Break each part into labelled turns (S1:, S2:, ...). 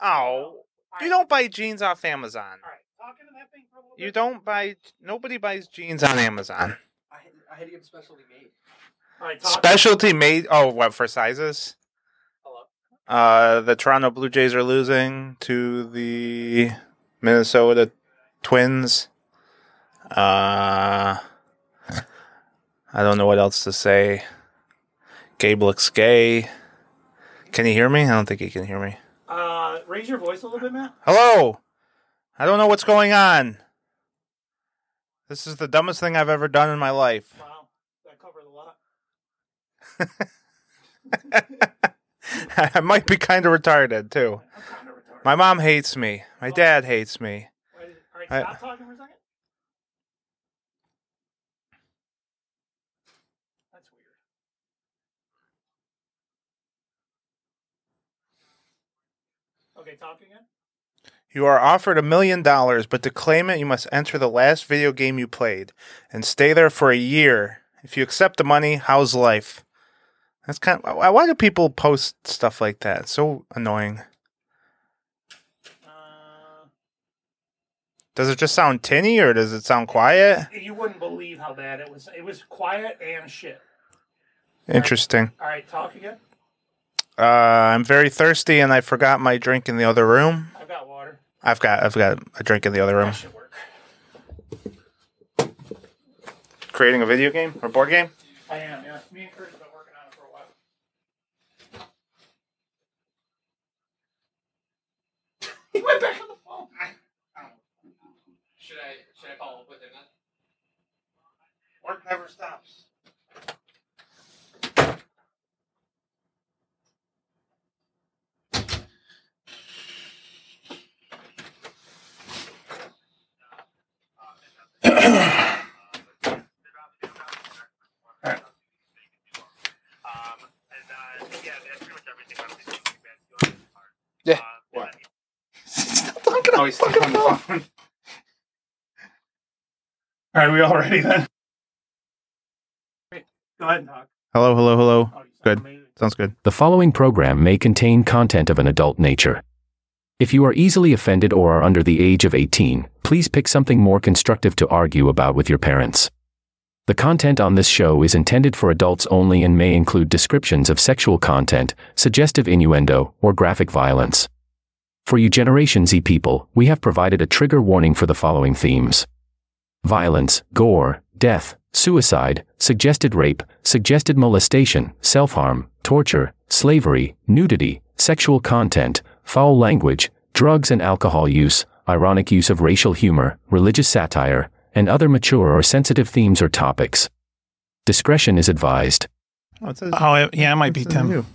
S1: Oh, you don't buy jeans off Amazon.
S2: All right, talking to that thing for a little
S1: You
S2: bit.
S1: don't buy. Nobody buys jeans on Amazon.
S3: I had, I had to get specially made.
S2: All right, talking.
S1: Specialty made. Oh, what for sizes?
S3: Hello.
S1: Uh, the Toronto Blue Jays are losing to the Minnesota Twins. Uh, I don't know what else to say. Gabe looks gay. Can he hear me? I don't think he can hear me.
S2: Uh, raise your voice a little bit, Matt.
S1: Hello. I don't know what's going on. This is the dumbest thing I've ever done in my life.
S2: Wow, that covered a lot.
S1: I might be kind of retarded too.
S2: I'm kind of retarded.
S1: My mom hates me. My dad hates me.
S2: Wait, all right,
S1: I-
S2: stop talking for a second. That's weird. Okay, talk again.
S1: You are offered a million dollars, but to claim it, you must enter the last video game you played and stay there for a year. If you accept the money, how's life? That's kind of why why do people post stuff like that? It's so annoying.
S2: Uh,
S1: Does it just sound tinny or does it sound quiet?
S2: you wouldn't believe how bad it was. It was quiet and shit.
S1: Interesting.
S2: All right, talk again.
S1: Uh, I'm very thirsty and I forgot my drink in the other room.
S2: I've got water.
S1: I've got I've got a drink in the other room.
S2: That should work.
S1: Creating a video game or board game?
S2: I am. Yeah, me and Kurt have been working on it for a while. he went back on the phone.
S3: Should I should I follow up with him?
S2: Work never stops.
S4: Um, and uh, yeah, that's pretty much everything. I don't think there's anything bad to do on this
S3: Yeah.
S4: part. Uh,
S3: What?
S5: Oh,
S2: All right, we all ready then? Go ahead and talk.
S1: Hello, hello, hello.
S2: Oh, you sound
S1: Good.
S2: amazing.
S1: Sounds good.
S6: The following program may contain content of an adult nature. If you are easily offended or are under the age of 18, please pick something more constructive to argue about with your parents. The content on this show is intended for adults only and may include descriptions of sexual content, suggestive innuendo, or graphic violence. For you Generation Z people, we have provided a trigger warning for the following themes violence, gore, death, suicide, suggested rape, suggested molestation, self harm, torture, slavery, nudity, sexual content, foul language, drugs and alcohol use, ironic use of racial humor, religious satire, and other mature or sensitive themes or topics. Discretion is advised.
S1: Oh, it says,
S5: Oh, it- yeah, it might be
S1: it says
S5: Tim.
S1: you.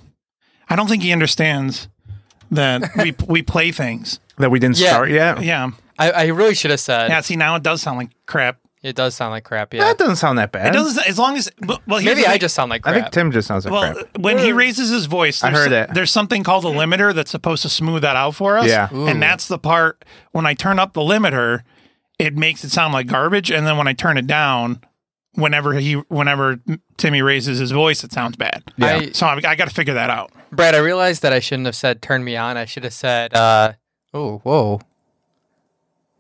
S5: I don't think he understands that we we play things.
S1: That we didn't
S3: Yeah.
S1: start yet?
S5: Yeah.
S3: I, I really should have said.
S5: Yeah. See, now it does sound like crap.
S3: It does sound like crap. Yeah.
S1: That doesn't sound that bad.
S5: It doesn't. As long as well, well, here's
S3: Maybe
S5: the
S3: I
S5: thing.
S3: just sound like
S1: I
S3: crap.
S1: think Tim just sounds like
S5: Well, uh,
S1: crap.
S5: when he raises his voice,
S1: I
S5: there's
S1: heard
S5: so-
S1: it.
S5: There's something called a limiter that's supposed to smooth that out for us.
S1: Yeah.
S3: Ooh.
S5: And that's the part when I turn up the limiter, it makes it sound like garbage, and then when I turn it down, whenever he whenever Timmy raises his voice, it sounds bad.
S3: I-
S5: so I, I got to figure that out.
S3: Brad, I realized that I shouldn't have said turn me on. I should have said, uh, oh, whoa.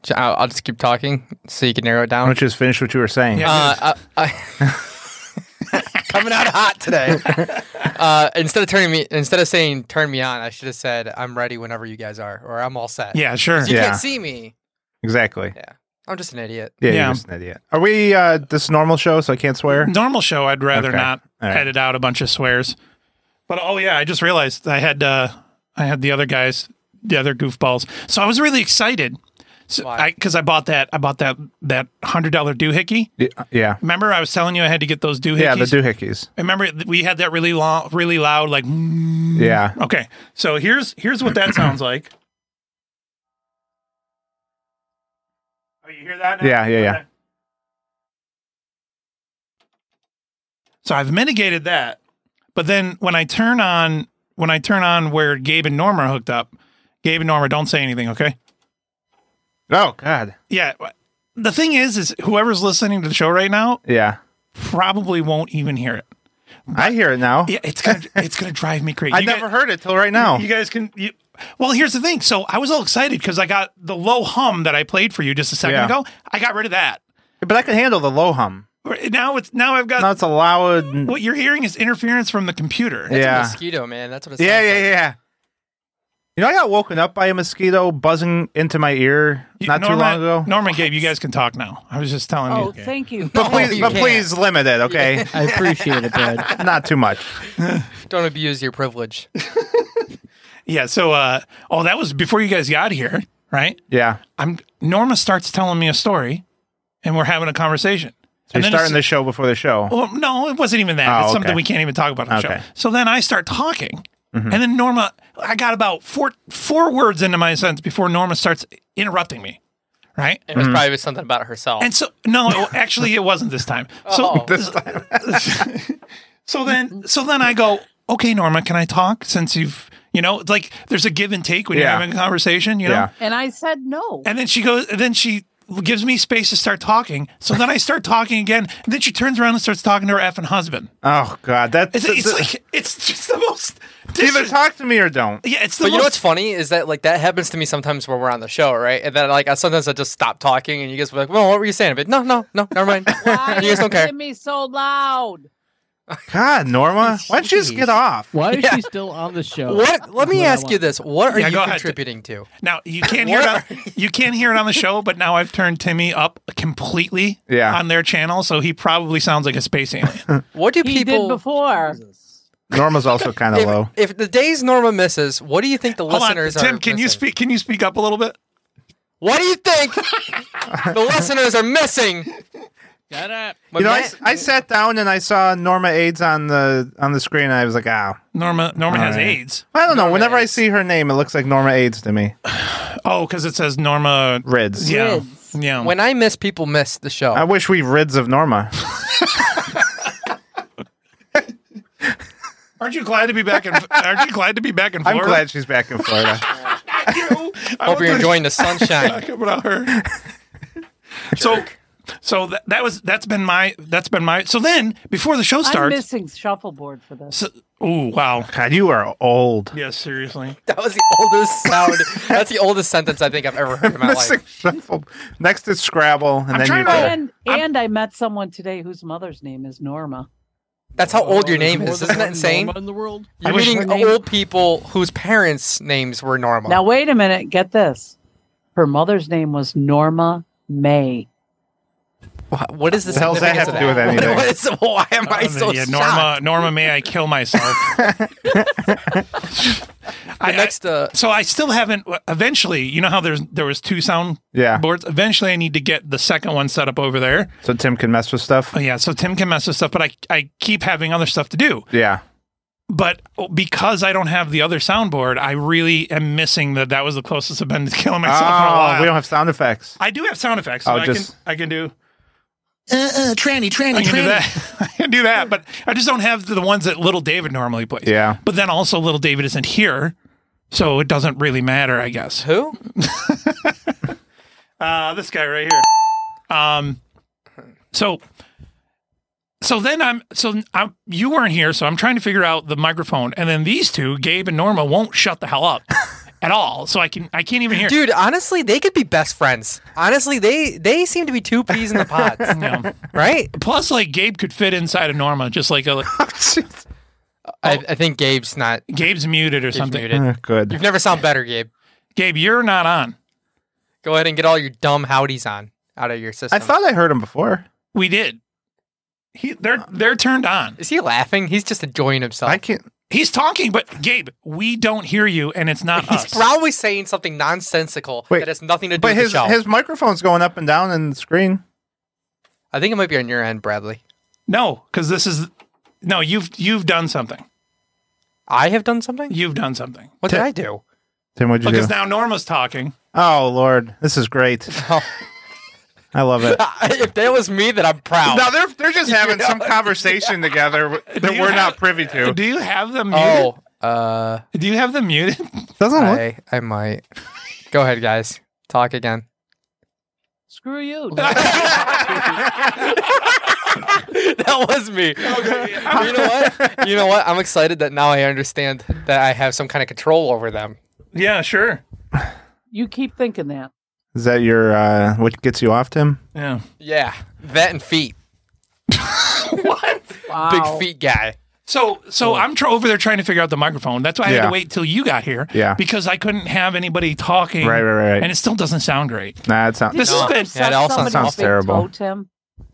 S3: J- I'll, I'll just keep talking so you can narrow it
S1: Why
S3: down.
S1: don't you just finish what you were saying?
S5: Yeah.
S3: Uh, I, I coming out hot today. uh, instead of turning me, instead of saying turn me on, I should have said I'm ready whenever you guys are, or I'm all set.
S5: Yeah. Sure.
S3: You
S1: Yeah.
S3: can't see me.
S1: Exactly.
S3: I'm just an idiot.
S1: Yeah,
S5: Yeah.
S1: you're just an idiot. Are we uh this normal show so I can't swear?
S5: normal show i'd rather
S1: Okay.
S5: not
S1: All right.
S5: edit out a bunch of swears but oh yeah i just realized i had uh i had the other guys the other goofballs so i was really excited so
S3: Why?
S5: i because i bought that i bought that that hundred dollar doohickey
S1: Y- Yeah.
S5: remember i was telling you i had to get those doohickeys
S1: Yeah, the doohickeys.
S5: remember th- we had that really long really loud like mm.
S1: Yeah.
S5: okay so here's here's what that sounds like
S2: Oh, you hear that? Now?
S1: Yeah, yeah, yeah.
S2: Okay.
S5: So I've mitigated that. But then when I turn on when I turn on where Gabe and Norma are hooked up, Gabe and Norma don't say anything, okay?
S1: Oh god.
S5: Yeah. The thing is is whoever's listening to the show right now
S1: Yeah.
S5: probably won't even hear it.
S1: I hear it now.
S5: Yeah, it's going to it's going to drive me crazy.
S1: I
S5: You
S1: never
S5: guys,
S1: heard it till right now.
S5: You guys can you, Well, here's the thing. So I was all excited because I got the low hum that I played for you just a second
S1: Yeah.
S5: ago. I got rid of that.
S1: But I can handle the low hum.
S5: Now it's now I've got
S1: Now it's a loud.
S5: what you're hearing is interference from the computer.
S1: Yeah.
S3: a mosquito, man. That's what it sounds
S1: Yeah, yeah,
S3: like.
S1: yeah. You know, I got woken up by a mosquito buzzing into my ear
S5: You-
S1: not too
S5: Norman-
S1: long ago.
S5: Norman Gabe, you guys can talk now. I was just telling
S7: Oh,
S5: you.
S7: thank you.
S1: but please,
S3: you
S1: but
S3: can't.
S1: please limit it, okay?
S8: I appreciate it, Brad.
S1: not too much.
S3: Don't abuse your privilege.
S5: Yeah. So, uh, oh, that was before you guys got here, right?
S1: Yeah.
S5: I'm Norma starts telling me a story, and we're having a conversation.
S1: So you're
S5: and then
S1: starting
S5: it's-
S1: the show before the show.
S5: Well, no, it wasn't even that.
S1: Oh,
S5: it's something
S1: okay.
S5: we can't even talk about on the
S1: Okay. Mm-hmm.
S5: show. So then I start talking, and then Norma, I got about four four words into my sentence before Norma starts interrupting me, right?
S3: It
S1: Mm-hmm.
S3: was probably something about herself.
S5: And so, no, it- actually, it wasn't this time. So,
S3: Oh.
S1: This time.
S5: so then, so then I go, okay, Norma, can I talk? Since you've, you know, it's like there's a give and take when you're
S1: Yeah.
S5: having a conversation, you know.
S1: Yeah.
S7: And I said no.
S5: And then she goes, and then she gives me space to start talking. So then I start talking again. And then she turns around and starts talking to her effing husband.
S1: Oh, God. That's.
S5: It's, it's like, it's just the most.
S1: either talk to me or don't.
S5: yeah, it's the
S3: but you know what's
S5: most.
S3: funny is that like that happens to me sometimes when we're on the show, right? And then like I, sometimes I just stop talking, and you guys were like, "Well, what were you saying?" But no, no, no, never mind.
S7: Why
S3: you guys don't care.
S7: me so loud?
S1: God, Norma, why don't you just
S3: Jeez.
S1: get off?
S8: Why is
S3: Yeah.
S8: she still on the show?
S3: What? Let me
S8: What I
S3: ask you
S8: want.
S3: this: What are
S5: Yeah,
S3: you
S5: go ahead.
S3: contributing to?
S5: now you can't hear it. On,
S3: What
S5: you can't hear it on the show, but now I've turned Timmy up completely.
S1: Yeah.
S5: on their channel, so he probably sounds like a space alien.
S3: What do
S7: He
S3: people?
S7: did before.
S1: Norma's also kind of
S3: If,
S1: low.
S3: if the days Norma misses, what do you think the
S5: Hold on,
S3: listeners are?
S5: Tim. Can you
S3: missing?
S5: speak? Can you speak up a little bit?
S3: What do you think the listeners are missing?
S8: Shut up.
S3: My
S1: You know, I,
S3: man-
S1: I sat down and I saw Norma AIDS on the on the screen, and I was like, ah.
S5: Norma. Norma has
S1: right.
S5: AIDS.
S1: I don't know. Whenever I
S3: AIDS.
S1: see her name, it looks like Norma AIDS to me.
S5: Oh, because it says Norma.
S1: Rids.
S5: Yeah.
S7: Rids.
S5: Yeah.
S3: when I miss, people miss the show.
S1: I wish we rids of Norma.
S5: aren't you glad to be back in? aren't you glad to be back in
S1: I'm
S5: Florida?
S1: glad she's back in Florida.
S5: you. I
S3: Hope
S5: want
S3: you're
S5: to
S3: enjoying the sunshine.
S5: talk about her. so, so that, that was that's been my that's been my. So then before the show
S7: I'm
S5: starts.
S7: missing shuffleboard for this.
S5: so, oh wow.
S1: God, you are old.
S5: Yeah, seriously.
S3: that was the oldest sound. That's the oldest sentence I think I've ever heard in my life.
S1: Missing shuffle. Next is Scrabble, and then you.
S5: trying to-
S7: And and I met someone today whose mother's name is Norma.
S3: That's how old your name
S8: More
S3: is.
S8: than
S3: Isn't that
S8: one
S3: insane?
S8: Norma in the world?
S3: You're
S5: wish
S3: meeting
S7: her name-
S3: old people whose parents' names were normal.
S7: Now wait a minute, get this. Her mother's name was Norma May.
S3: Wh- what is this?
S1: The hell's that have to do with anything?
S3: what is, why am I so
S5: yeah,
S3: shocked?
S5: Norma. Norma, may I kill myself?
S3: The
S5: I, next.
S3: next, uh,
S5: so I still haven't. Eventually, you know how there's there was two sound
S1: Yeah.
S5: boards. Eventually, I need to get the second one set up over there.
S1: So Tim can mess with stuff.
S5: Oh, yeah, so Tim can mess with stuff, but I I keep having other stuff to do.
S1: Yeah.
S5: But oh, because I don't have the other soundboard, I really am missing that. That was the closest I've been to killing myself in a
S1: Oh,
S5: while.
S1: we don't have sound effects.
S5: I do have sound effects. So
S1: Oh,
S5: I
S1: just-
S5: can I can do
S8: Uh, uh, tranny, tranny,
S5: I can do
S8: tranny.
S5: that. I can do that, but I just don't have the ones that little David normally plays.
S1: Yeah.
S5: But then also little David isn't here, so it doesn't really matter, I guess.
S3: who?
S5: Uh, this guy right here. Um, so, so then I'm so I'm you weren't here, so I'm trying to figure out the microphone, and then these two, Gabe and Norma, won't shut the hell up at all. So I can I can't even hear.
S3: Dude, honestly, they could be best friends. Honestly, they they seem to be two peas in the pod,
S5: Yeah.
S3: right? Oh,
S5: Plus, like Gabe could fit inside of Norma, just like a,
S3: I, I think Gabe's not
S5: Gabe's muted or
S3: Gabe's
S5: something.
S3: muted.
S1: Uh, Good.
S3: You've never sound better, Gabe.
S5: Gabe, you're not on.
S3: Go ahead and get all your dumb howdies on out of your system.
S1: I thought I heard him before.
S5: We did. He, they're they're turned on.
S3: Is he laughing? He's just enjoying himself.
S1: I can't.
S5: He's talking, but Gabe, we don't hear you, and it's not
S3: He's
S5: us.
S3: probably saying something nonsensical
S1: Wait,
S3: that has nothing to do
S1: But
S3: with
S1: his
S3: the show.
S1: his microphone's going up and down in the screen.
S3: I think it might be on your end, Bradley.
S5: no, because this is no. You've you've done something.
S3: I have done something?
S5: You've done something.
S3: What did I do?
S1: Tim, what'd you do?
S5: Because now Norma's talking.
S1: Oh Lord, this is great.
S5: Oh.
S1: I love it.
S3: if that was me, then I'm proud.
S1: Now they're they're just having some conversation together that
S5: you
S1: we're
S5: have-
S1: not privy to.
S5: Do you have them muted?
S3: oh, uh,
S5: Do you have them muted?
S1: Doesn't look.
S3: I, I might. Go ahead, guys. Talk again.
S7: Screw you.
S3: that was me. You know what? You know what? I'm excited that now I understand that I have some kind of control over them.
S5: Yeah, sure.
S7: You keep thinking that.
S1: Is that your uh, what gets you off, Tim?
S5: Yeah.
S3: Yeah, that and feet.
S5: what?
S7: Wow.
S3: Big feet guy.
S5: So, so I'm tr- over there trying to figure out the microphone. That's why I had
S1: Yeah.
S5: to wait till you got here.
S1: Yeah.
S5: Because I couldn't have anybody talking.
S1: Right, right, right,
S5: And
S1: right.
S5: it still doesn't sound great.
S1: Nah, it's not.
S5: This
S7: Did
S5: has
S7: you
S5: been-
S7: ever
S3: Yeah, it all
S7: suck
S3: sounds-
S7: somebody's
S1: sounds
S7: big
S1: terrible.
S7: toe,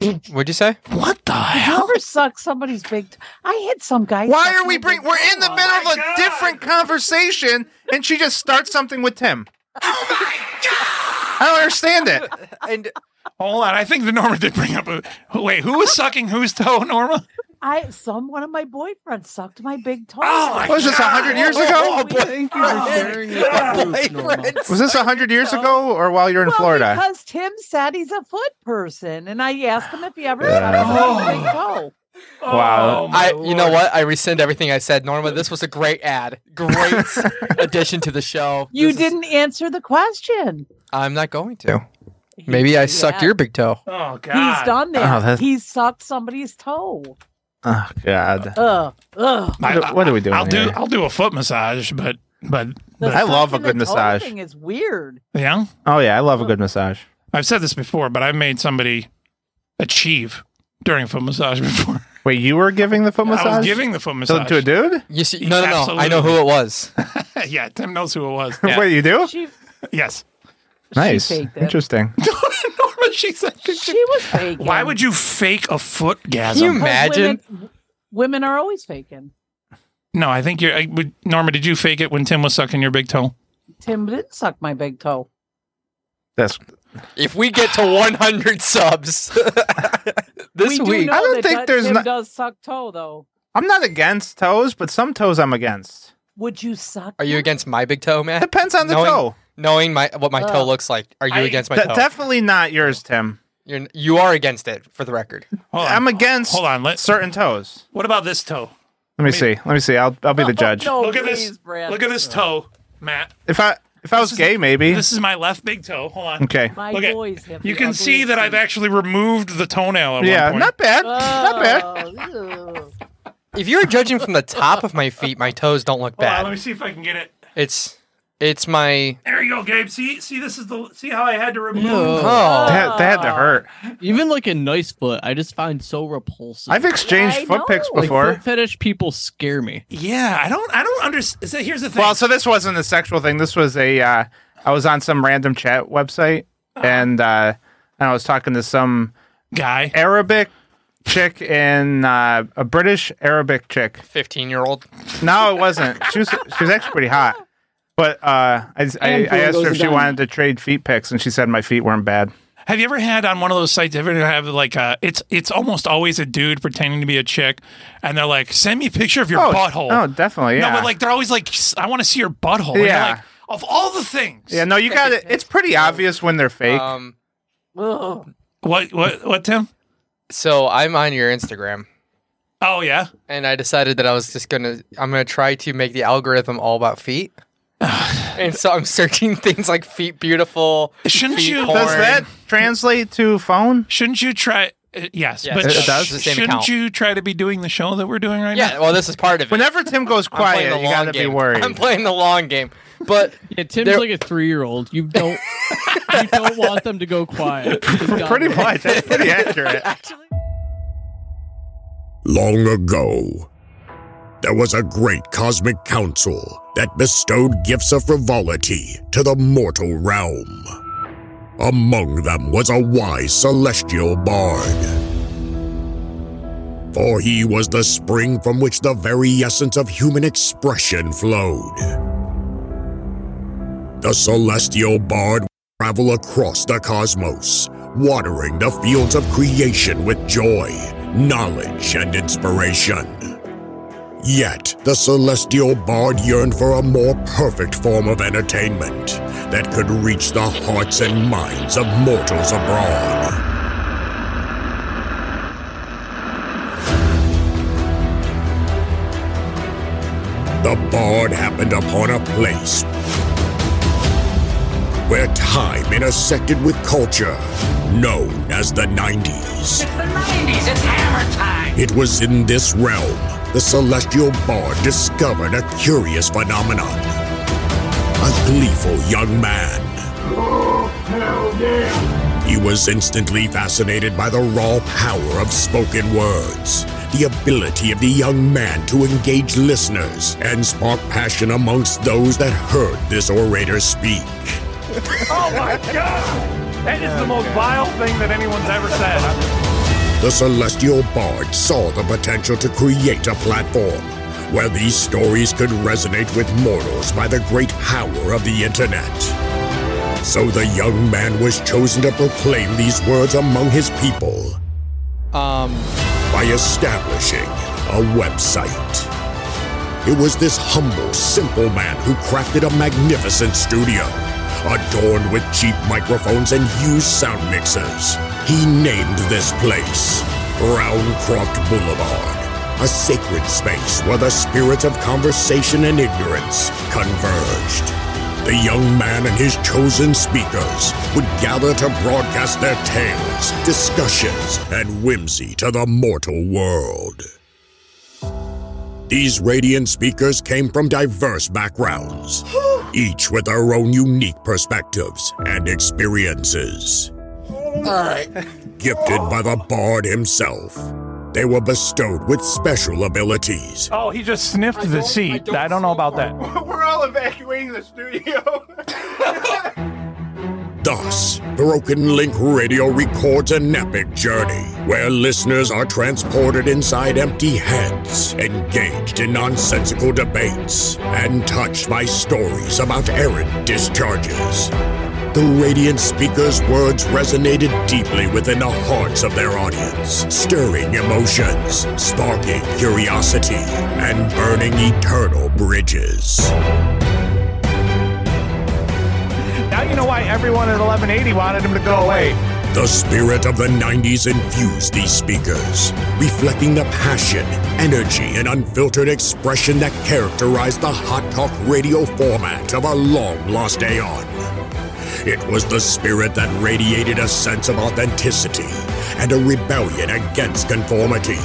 S7: Tim?
S3: What'd you say?
S5: What the hell?
S7: Ever suck somebody's big? T- I had some guy.
S1: Why
S7: suck
S1: are
S7: my
S1: we
S7: big
S1: bring? We're in the
S7: toe.
S1: middle of a
S2: God.
S1: different conversation, and she just starts something with Tim. Oh my god! I don't understand it.
S3: And
S5: Hold on. I think the Norma did bring up a. Wait, who was sucking whose toe, Norma?
S7: I some one of my boyfriends sucked my big toe.
S5: Oh, my
S1: What
S5: Oh
S1: was this a hundred years ago? Oh,
S8: Thank you for sharing
S3: my
S8: the truth, Norma.
S3: boyfriend's
S1: Was this a hundred years ago, or while you're in
S7: well,
S1: Florida?
S7: because Tim said he's a foot person, and I asked him if he ever
S1: Yeah.
S7: sucked my big
S5: Oh.
S7: toe.
S1: Wow.
S5: my
S3: I, you know
S5: Lord.
S3: what? I rescind everything I said. Norma, this was a great ad, great addition to the show.
S7: You
S3: This is-
S7: didn't answer the question.
S3: I'm not going to. Maybe I sucked
S7: Yeah.
S3: your big toe.
S5: Oh, God.
S7: He's done
S1: Oh,
S7: that.
S1: that's-
S7: he's sucked somebody's toe.
S1: Oh god!
S7: Ugh, ugh.
S1: What are- what are we doing
S5: I'll do
S1: here?
S5: I'll do a foot massage, but but
S7: The
S1: I love a
S7: sucking the
S1: good
S7: toe
S1: massage.
S7: Thing is weird.
S5: yeah,
S1: Oh yeah, I love a good massage.
S5: I've said this before, but I've made somebody achieve during a foot massage before.
S1: Wait, you were giving the foot massage?
S5: I was giving the foot
S1: to,
S5: massage
S1: to a dude?
S3: You see, no, no, no. I know
S5: Absolutely.
S3: who it was.
S5: yeah, Tim knows who it was.
S1: Wait, you do?
S7: She,
S5: yes,
S1: Nice.
S7: she faked it.
S1: Interesting.
S5: Norma, she said.
S7: She was faking.
S5: Why would you fake a foot
S3: You
S5: gasm?
S7: Because
S3: imagine?
S7: Women, women are always faking.
S5: No, I think you're. I, would, Norma, did you fake it when Tim was sucking your big toe?
S7: Tim didn't suck my big toe.
S1: That's
S3: If we get to 100 subs
S7: we
S3: this week,
S7: Do know
S1: I don't
S7: that
S1: think
S7: Do-
S1: there's
S7: Tim
S1: not-
S7: does suck toe though.
S1: I'm not against toes, but some toes I'm against.
S7: Would you suck?
S3: are you against my big toe, man?
S1: Depends on the
S3: Knowing-
S1: toe.
S3: Knowing my what my toe
S7: Ugh.
S3: looks like, are you
S5: I-
S3: against my
S1: De-
S3: toe?
S1: definitely not yours, Tim.
S3: You're, you are against it, for the record.
S5: Hold on.
S1: I'm against
S5: Hold on. Let,
S1: certain toes.
S5: what about this toe?
S1: Let me see. Let me see. I'll I'll be the judge.
S7: No,
S5: Look at
S7: please,
S5: this.
S7: Brad.
S5: Look at this toe, Matt.
S1: If I if I was
S5: is-
S1: gay, maybe.
S5: This is my left big toe. Hold on.
S1: Okay.
S7: My
S5: Look at-
S7: boys have.
S5: You
S7: the
S5: can see
S7: ugliest
S5: that I've
S7: feet.
S5: actually removed the toenail at
S1: Yeah,
S5: one point.
S1: not bad. not bad.
S7: Oh, ew.
S3: If you're judging from the top of my feet, my toes don't look
S5: Hold on,
S3: bad.
S5: let me see if I can get it.
S3: It's it's my
S5: There you go, Gabe. See, see, this is the see how I had to remove.
S3: oh.
S1: That, that had to hurt.
S8: Even like a nice foot, I just find so repulsive.
S1: I've exchanged
S7: Yeah, I
S1: foot pics
S7: know. Like,
S1: before.
S8: Like, foot fetish people scare me.
S5: Yeah, I don't, I don't understand. So here's the thing.
S1: Well, so this wasn't a sexual thing. This was a. Uh, I was on some random chat website,
S5: Uh-huh.
S1: and uh, and I was talking to some
S5: guy,
S1: Arabic chick and uh, a British Arabic chick.
S3: 15 year old.
S1: No, it wasn't. She was she was actually pretty hot. But uh, I, I,
S8: And
S1: I asked her if
S8: goes
S1: she
S8: down.
S1: wanted to trade feet pics, and she said my feet weren't bad.
S5: have you ever had on one of those sites? Ever have like a? It's it's almost always a dude pretending to be a chick, and they're like, "Send me a picture of your butthole."
S1: Oh, definitely. Yeah.
S5: No, but like they're always like, "S- "I want to see your butthole." And you're
S1: Yeah.
S5: like, of all the things.
S1: yeah, no, you got it. It's pretty obvious when they're fake.
S3: Um,
S7: Ugh.
S5: What what what Tim?
S3: so I'm on your Instagram,
S5: Oh yeah.
S3: and I decided that I was just gonna I'm gonna try to make the algorithm all about feet. and so I'm searching things like feet beautiful.
S5: Shouldn't
S3: feet
S5: you-
S1: Does
S3: porn.
S1: that translate to phone?
S5: Shouldn't you try? Uh, yes,
S3: Yes,
S5: but
S1: it does.
S3: It's
S5: sh-
S3: the same
S5: shouldn't
S3: account.
S5: you try to be doing the show that we're doing right
S3: Yeah,
S5: now?
S3: well, this is part of it.
S1: Whenever Tim goes
S3: I'm
S1: quiet,
S3: playing the
S1: you
S3: long
S1: gotta be
S3: game.
S1: worried.
S3: I'm playing the long game, but
S8: Yeah, Tim's
S3: They're-
S8: like a three-year-old. You don't, you don't want them to go quiet.
S1: pretty much. That's pretty accurate.
S9: Long ago, there was a great cosmic council that bestowed gifts of frivolity to the mortal realm. Among them was a wise celestial bard. For he was the spring from which the very essence of human expression flowed. The celestial bard travel across the cosmos, watering the fields of creation with joy, knowledge, and inspiration. Yet, the celestial bard yearned for a more perfect form of entertainment that could reach the hearts and minds of mortals abroad. The bard happened upon a place where time intersected with culture, known as the 90s.
S10: It's the 90s, it's hammer time!
S9: It was in this realm the celestial bard discovered a curious phenomenon. a gleeful young man. He was instantly fascinated by the raw power of spoken words, the ability of the young man to engage listeners and spark passion amongst those that heard this orator speak.
S5: oh my god! That is the most vile thing that anyone's ever said.
S9: The celestial bard saw the potential to create a platform where these stories could resonate with mortals by the great power of the internet. So the young man was chosen to proclaim these words among his people
S3: Um,
S9: by establishing a website. It was this humble, simple man who crafted a magnificent studio, adorned with cheap microphones and used sound mixers. He named this place Browncroft Boulevard, a sacred space where the spirits of conversation and ignorance converged. The young man and his chosen speakers would gather to broadcast their tales, discussions, and whimsy to the mortal world. These radiant speakers came from diverse backgrounds, each with their own unique perspectives and experiences.
S11: All right.
S9: Gifted by the bard himself, they were bestowed with special abilities.
S5: Oh, he just sniffed the seat. I don't, know about that.
S12: We're all evacuating the studio.
S9: Thus, Broken Link Radio records an epic journey where listeners are transported inside empty heads, engaged in nonsensical debates, and touched by stories about errant discharges. The radiant speaker's words resonated deeply within the hearts of their audience, stirring emotions, sparking curiosity, and burning eternal bridges.
S5: Now you know why everyone at 1180 wanted him to go away.
S9: The spirit of the 90s infused these speakers, reflecting the passion, energy, and unfiltered expression that characterized the hot talk radio format of a long lost aeon. It was the spirit that radiated a sense of authenticity and a rebellion against conformity.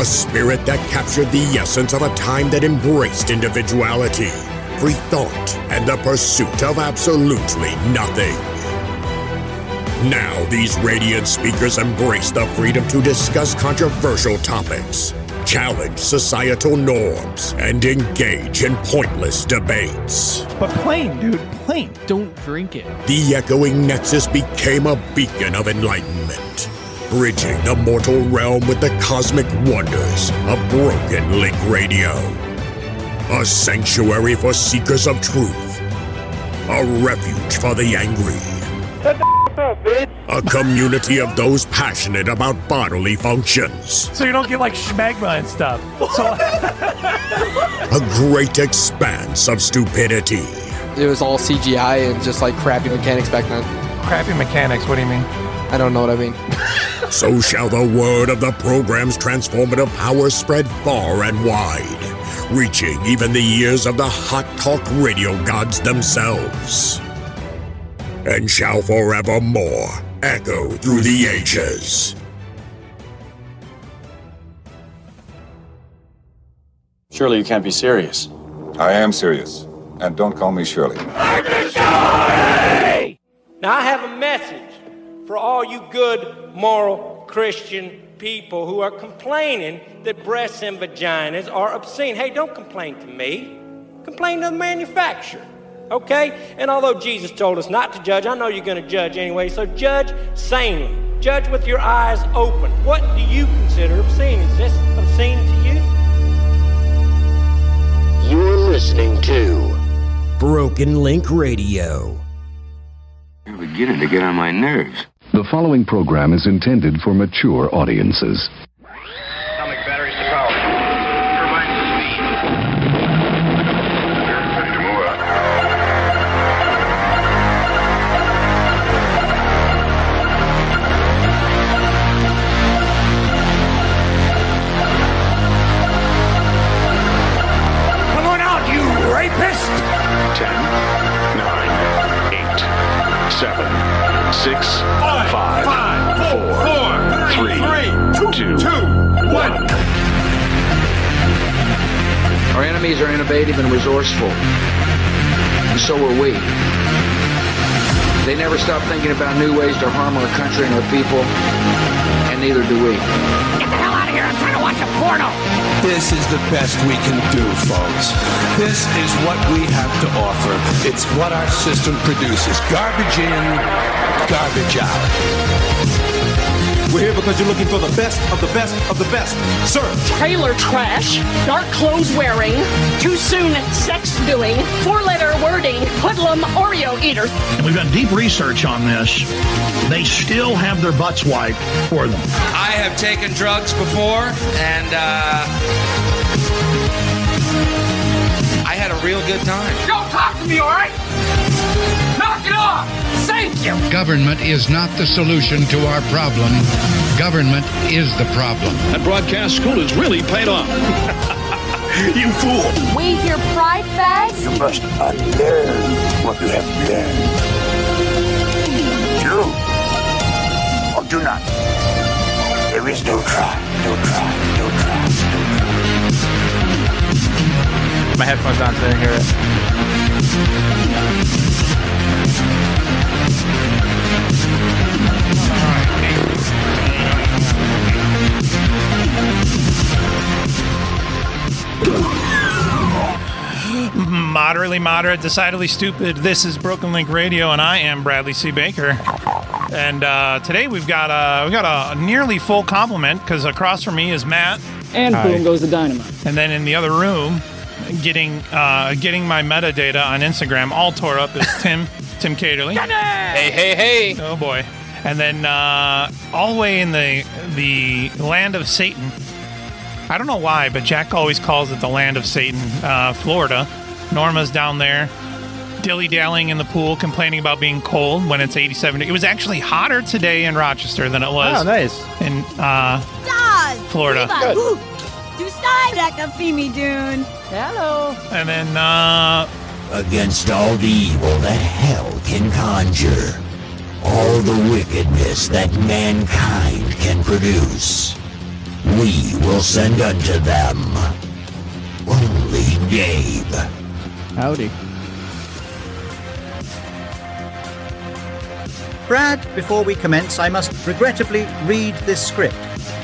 S9: A spirit that captured the essence of a time that embraced individuality, free thought, and the pursuit of absolutely nothing. Now, these radiant speakers embrace the freedom to discuss controversial topics, challenge societal norms, and engage in pointless debates.
S5: But plain, dude, plain.
S8: Don't drink it.
S9: The echoing nexus became a beacon of enlightenment, bridging the mortal realm with the cosmic wonders of Broken Link Radio. A sanctuary for seekers of truth, a refuge for the angry, a community of those passionate about bodily functions,
S5: So you don't get like schmagma and stuff. So
S9: a great expanse of stupidity.
S3: it was all CGI and just like crappy mechanics back then.
S5: Crappy mechanics? What do you mean?
S3: I don't know what I mean.
S9: So shall the word of the program's transformative power spread far and wide, reaching even the ears of the hot talk radio gods themselves. And shall forevermore echo through the ages.
S13: Surely you can't be serious.
S14: I am serious. And don't call me Shirley.
S15: Now, I have a message for all you good, moral Christian people who are complaining that breasts and vaginas are obscene. Hey, don't complain to me, complain to the manufacturer. Okay? And although Jesus told us not to judge, I know you're going to judge anyway, so judge sanely. Judge with your eyes open. What do you consider obscene? Is this obscene to you?
S16: You're listening to Broken Link Radio.
S17: I'm beginning to get on my nerves.
S18: The following program is intended for mature audiences.
S10: Come on out, you rapist! Ten, nine, eight, seven, six, five, five, four, four, three, three two, two, one.
S16: Our enemies are innovative and resourceful.
S11: and so are we. They never stop thinking about new ways to harm our country and our people, and neither do we. Get the hell out of here! I'm trying to watch a porno!
S19: This is the best we can do, folks. This is what we have to offer. It's what our system produces garbage in, garbage out.
S20: We're here because you're looking for the best of the best of the best. Sir,
S21: Trailer trash, dark clothes wearing, too soon sex doing, four letter wording, hoodlum Oreo eater.
S22: And we've done deep research on this. They still have their butts wiped for them.
S23: I have taken drugs before, and uh, I had a real good time.
S24: Don't talk to me, all right? Knock it off! Thank you!
S25: Government is not the solution to our problem. Government is the problem.
S26: That broadcast school has really paid off. you fool!
S27: We hear pride fags.
S28: You must unlearn what you have learned. Do or do not. There is no try, no try, no try, no try.
S1: My headphones on so I didn't hear
S5: Moderately moderate, decidedly stupid. This is Broken Link Radio, and I am Bradley C. Baker. And uh, today we've got a we got a nearly full complement because across from me is Matt,
S8: And boom goes the dynamite.
S5: and then in the other room, getting uh, getting my metadata on Instagram all tore up is Tim Tim Caterly. Hey
S3: hey hey!
S5: Oh boy! And then uh, all the way in the the land of Satan. I don't know why, but Jack always calls it the land of Satan,
S3: Mm-hmm.
S5: uh, Florida. Norma's down there, dilly dallying in the pool, complaining about being cold when it's 87. It was actually hotter today in Rochester than it was.
S29: Oh, nice.
S5: In uh, Florida.
S30: Do style back up Feemy Dune. Hello.
S5: And then, uh.
S29: Against all the evil that hell can conjure, all the wickedness that mankind can produce, we will send unto them only Gabe.
S8: Howdy.
S31: Brad, before we commence, I must regrettably read this script.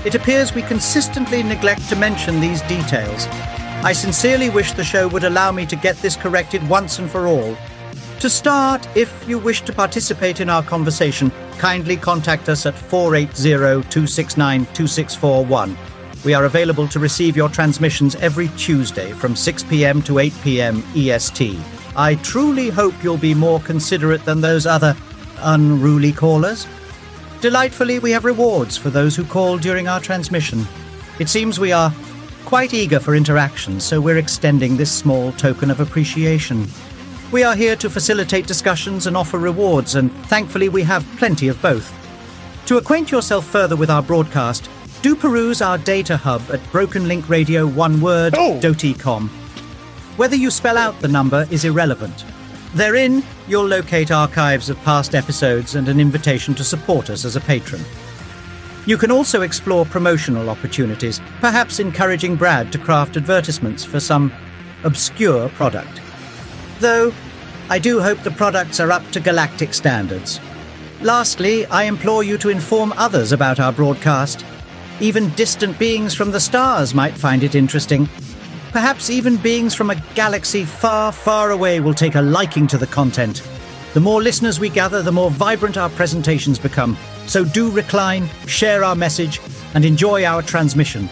S31: It appears we consistently neglect to mention these details. I sincerely wish the show would allow me to get this corrected once and for all. To start, if you wish to participate in our conversation, kindly contact us at 480 269 2641. We are available to receive your transmissions every Tuesday from 6 p.m. to 8 p.m. EST. E I truly hope you'll be more considerate than those other unruly callers. Delightfully, we have rewards for those who call during our transmission. It seems we are quite eager for interaction, so we're extending this small token of appreciation. We are here to facilitate discussions and offer rewards, and thankfully, we have plenty of both. To acquaint yourself further with our broadcast, do peruse our data hub at Broken Link Radio one word doty.com. Whether you spell out the number is irrelevant. Therein, you'll locate archives of past episodes and an invitation to support us as a patron. You can also explore promotional opportunities, perhaps encouraging Brad to craft advertisements for some obscure product. Though, I do hope the products are up to galactic standards. Lastly, I implore you to inform others about our broadcast. Even distant beings from the stars might find it interesting. Perhaps even beings from a galaxy far, far away will take a liking to the content. The more listeners we gather, the more vibrant our presentations become. So do recline, share our message, and enjoy our transmission.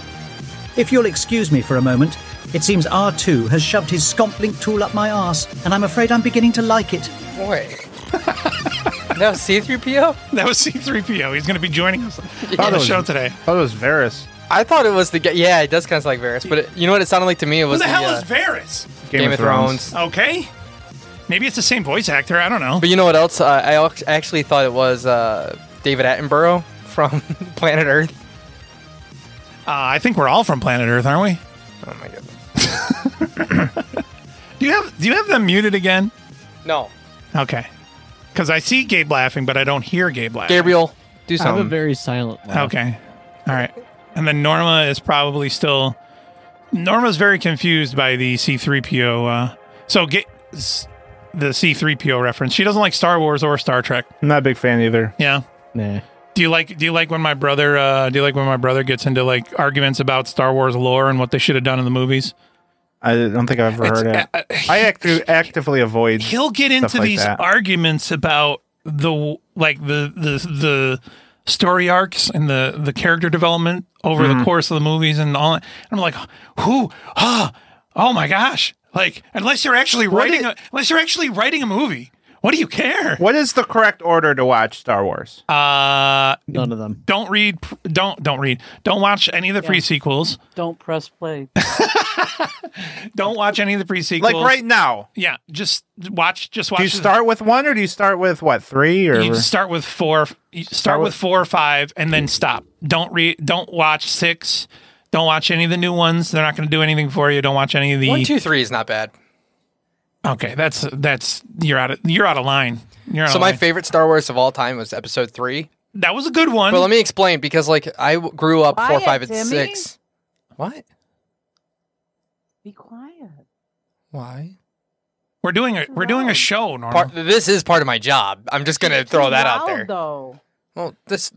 S31: If you'll excuse me for a moment, it seems R2 has shoved his Scomplink tool up my arse, and I'm afraid I'm beginning to like it.
S3: Boy. that was C3PO?
S5: That was C3PO. He's going to be joining us on
S1: that
S5: the
S1: was-
S5: show today.
S1: thought it was Varus.
S3: I thought it was the guy. Yeah, it does kind of like Varys, but it, you know what it sounded like to me? It
S5: Who
S3: was
S5: the hell
S3: uh,
S5: is Varys?
S3: Game, of Thrones.
S5: Okay. Maybe it's the same voice actor. I don't know.
S3: But you know what else? Uh, I al- actually thought it was uh, David Attenborough from Planet Earth.
S5: Uh, I think we're all from planet Earth, aren't we?
S3: Oh my goodness.
S5: Do you have Do you have them muted again?
S3: No.
S5: Okay. Because I see Gabe laughing, but I don't hear Gabe laughing.
S3: Gabriel, do
S8: I have a
S3: something.
S8: very silent laugh.
S5: Okay. All right. And then Norma is probably still. Norma's very confused by the C3PO. Uh, so, Ga- s- the C3PO reference. She doesn't like Star Wars or Star Trek.
S1: I'm not a big fan either.
S5: Yeah.
S2: Nah.
S5: Do you like do you like when my brother uh, do you like when my brother gets into like arguments about Star Wars lore and what they should have done in the movies?
S1: I don't think I've ever
S5: It's-
S1: heard it.
S5: uh, uh,
S1: I act- actively avoid.
S5: He'll get
S1: stuff
S5: into
S1: like
S5: these
S1: that.
S5: arguments about the like the the the story arcs and the the character development over the
S1: Mhm.
S5: course of the movies and all that. And I'm like, who? Huh? Oh my gosh! Like unless you're actually writing a, unless you're actually writing a movie, what do you care?
S1: What is the correct order to watch Star Wars?
S5: Uh,
S1: None of them.
S5: Don't read. pr- Don't don't read. Don't watch any of the pre sequels.
S4: Don't press play.
S5: Don't watch any of the pre sequels.
S1: Like right now.
S5: Yeah, just watch. Just watch.
S1: Do you
S5: the-
S1: start with one or do you start with what three or
S5: You start with four. You start, with, four or five, and then stop. Don't read. Don't watch six. Don't watch any of the new ones. They're not going to do anything for you. Don't watch any of the.
S3: One, two, three is not bad.
S5: Okay, that's that's you're out of you're out of line. You're out
S3: So
S5: of
S3: my
S5: line.
S3: favorite Star Wars of all time was Episode three.
S5: That was a good one.
S3: But let me explain because like I w- grew up four,
S4: Quiet,
S3: five, and
S4: Timmy.
S3: six. What?
S4: Be quiet.
S3: Why?
S5: We're doing a we're doing a show, Norm.
S3: Part, this is part of my job. I'm just gonna throw that out
S4: Loud,
S3: there.
S4: Though.
S3: Well, this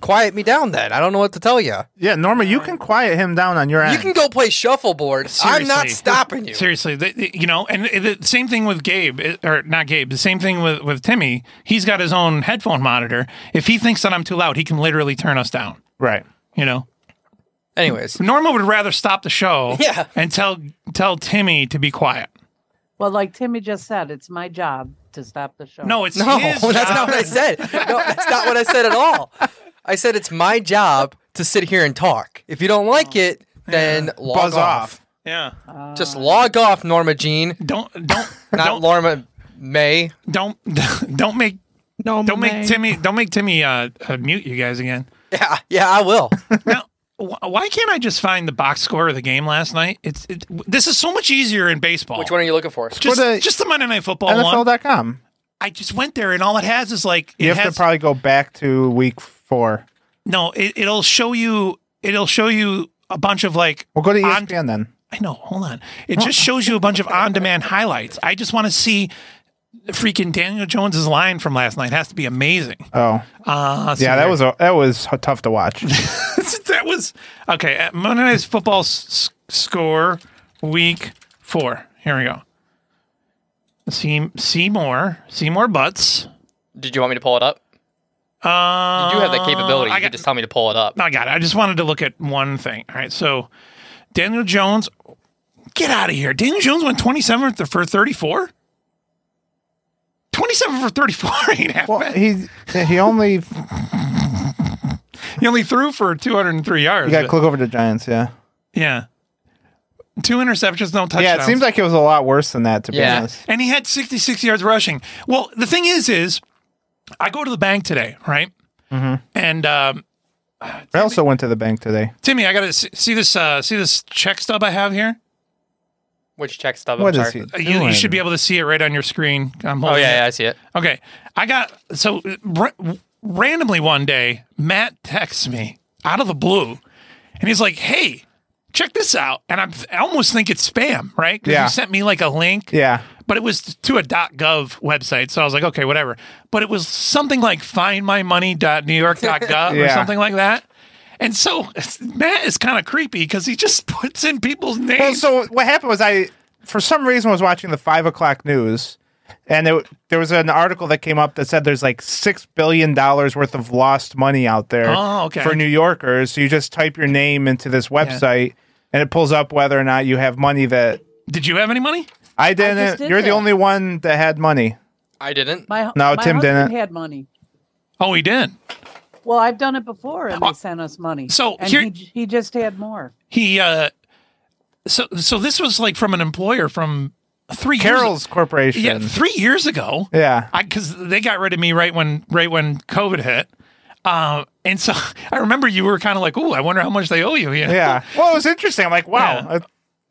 S3: quiet me down. Then I don't know what to tell you.
S1: Yeah, Norma, you can quiet him down on your end.
S3: You can go play shuffleboard. I'm not stopping you.
S5: Seriously, the- the- you know, and the the same thing with Gabe it- or not Gabe. The same thing with with Timmy. He's got his own headphone monitor. If he thinks that I'm too loud, he can literally turn us down.
S1: Right.
S5: You know.
S3: Anyways,
S5: Norma would rather stop the show
S3: Yeah.
S5: and tell tell Timmy to be quiet.
S4: Well, like Timmy just said, it's my job to stop the show.
S5: No, it's
S3: No,
S5: his
S3: that's not what I said. No, that's not what I said at all. I said it's my job to sit here and talk. If you don't like it, then log
S5: Buzz
S3: off.
S5: Yeah.
S3: Just log off, Norma Jean.
S5: Don't don't
S3: not Norma May.
S5: Don't don't make
S2: no
S5: don't
S3: May.
S5: make Timmy don't make Timmy uh, uh mute you guys again.
S3: Yeah, yeah, I will.
S5: Wh- Why can't I just find the box score of the game last night? It's it, this is so much easier in baseball.
S3: Which one are you looking for?
S5: Just, just the Monday Night Football one.
S1: NFL.com.
S5: I just went there and all it has is like it
S1: You have
S5: has
S1: to probably go back to week four.
S5: no. It, it'll show you. It'll show you a bunch of like. We'll
S1: go to E ESPN then.
S5: I know. Hold on. It just shows you a bunch of on-demand highlights. I just want to see freaking Daniel Jones's line from last night. It has to be amazing.
S1: Oh,
S5: Uh, so
S1: yeah, that
S5: there-
S1: was a, that was h- tough to watch.
S5: that was okay. uh, Monday Night Football s- score week four. Here we go. See, Seymour, Seymour Butts.
S3: Did you want me to pull it up?
S5: Uh,
S3: You do have that capability.
S5: I
S3: You could just tell me to pull it up.
S5: I got it. I just wanted to look at one thing. All right. So Daniel Jones, get out of here. Daniel Jones went 27 for- for 34? 27 for 34 ain't half
S1: well,
S5: bad.
S1: he he only you
S5: He only threw for 203 yards.
S1: got to
S5: but-
S1: click over to Giants. Yeah,
S5: Yeah. Two interceptions, no touchdowns.
S1: yeah. It seems like it was a lot worse than that. To be honest,
S5: And he had 66 yards rushing. Well, the thing is, is I go to the bank today, right?
S1: Mhm.
S5: And um,
S1: I also went to the bank today.
S5: Timmy, I got to see this uh, see this check stub I have here.
S3: Which check stub? I'm
S1: What is
S3: sorry.
S1: he
S5: Uh, You, you should be able to see it right on your screen. I'm
S3: Oh
S5: holding
S3: yeah, yeah,
S5: it.
S3: I see it.
S5: Okay, I got so uh, ra- randomly one day Matt texts me out of the blue, and he's like, "Hey, check this out," and I'm, I almost think it's spam, right? 'Cause
S1: Yeah.
S5: You sent me like a link,
S1: Yeah,
S5: but it was to a .gov website, so I was like, okay, whatever. But it was something like findmymoney.newyork.gov or
S1: Yeah.
S5: something like that. And so Matt is kind of creepy because he just puts in people's names.
S1: Well, so what happened was I, for some reason, was watching the five o'clock news, and it, there was an article that came up that said there's like six billion dollars worth of lost money out there
S5: Oh, okay.
S1: for New Yorkers. So you just type your name into this website, and it pulls up whether or not you have money that
S5: Did you have any money?
S1: I didn't.
S4: did
S1: You're the
S4: that.
S1: only one that had money.
S3: I didn't.
S4: My,
S1: No,
S4: my
S1: Tim
S4: husband
S1: didn't.
S4: had money.
S5: Oh, he did.
S4: Well, I've done it before, and they sent us money.
S5: Uh, So
S4: and
S5: here-
S4: he, j- he just had more.
S5: He uh, so so this was like from an employer from three
S1: Carroll's Corporation.
S5: years, yeah three years ago.
S1: Yeah.
S5: I because they got rid of me right when right when COVID hit. Um, and so I remember you were kind of like, "Ooh, I wonder how much they owe you." you know?
S1: Yeah. Well, it was interesting. I'm like, wow. I,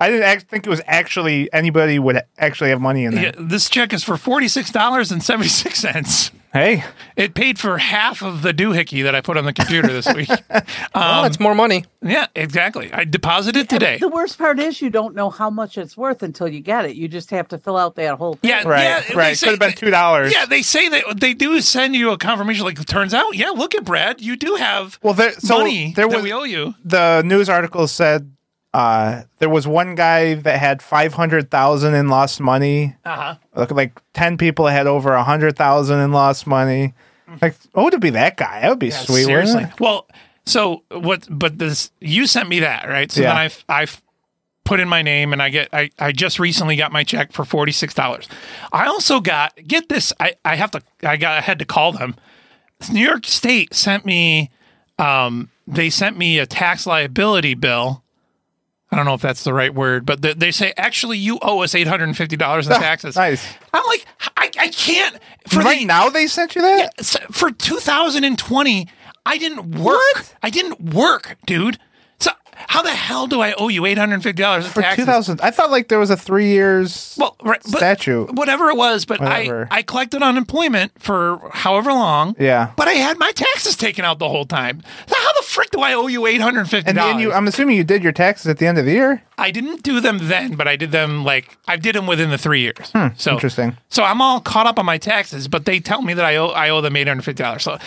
S1: I didn't act- think it was actually anybody would actually have money in there.
S5: Yeah, this check is for forty six dollars and seventy six cents.
S1: Hey,
S5: it paid for half of the doohickey that I put on the computer this week. Um,
S3: well, it's more money.
S5: Yeah, exactly. I deposited it today.
S4: The worst part is you don't know how much it's worth until you get it. You just have to fill out that whole thing.
S5: Yeah,
S1: Right,
S5: yeah, they
S1: right.
S5: say-
S1: Could have been two dollars.
S5: Yeah, they say that they do send you a confirmation. Like, turns out, yeah, look at Brad, you do have
S1: well, there, so
S5: money
S1: there
S5: that
S1: was-
S5: we owe you.
S1: The news article said uh, there was one guy that had five hundred thousand in lost money.
S5: Uh-huh.
S1: Look, like ten people had over a hundred thousand in lost money. Like, what would it be that guy? That would be sweet. wouldn't
S5: Mm. Seriously.
S1: it?
S5: Well, so what? But this, you sent me that, right? So
S1: Yeah.
S5: then I've I've put in my name, and I get I I just recently got my check for forty six dollars. I also got get this. I I have to I got I had to call them. New York State sent me. Um, they sent me a tax liability bill. I don't know if that's the right word, but they, they say actually you owe us eight hundred and fifty dollars in taxes.
S1: Nice.
S5: I'm like, I, I can't. For
S1: right
S5: the,
S1: now, they sent you that.
S5: S- for 2020, I didn't work. I didn't work, dude. So how the hell do I owe you $850 in
S1: For
S5: taxes?
S1: two thousand, I thought like there was a three years
S5: well, right, but
S1: statute.
S5: Whatever it was, but
S1: Whatever.
S5: I I collected unemployment for however long.
S1: Yeah.
S5: But I had my taxes taken out the whole time. So how the frick do I owe you $850?
S1: And then you, I'm assuming you did your taxes at the end of the year.
S5: I didn't do them then, but I did them like I did them within the three years. so
S1: Hmm, Interesting.
S5: So I'm all caught up on my taxes, but they tell me that I owe I owe them eight hundred fifty dollars. So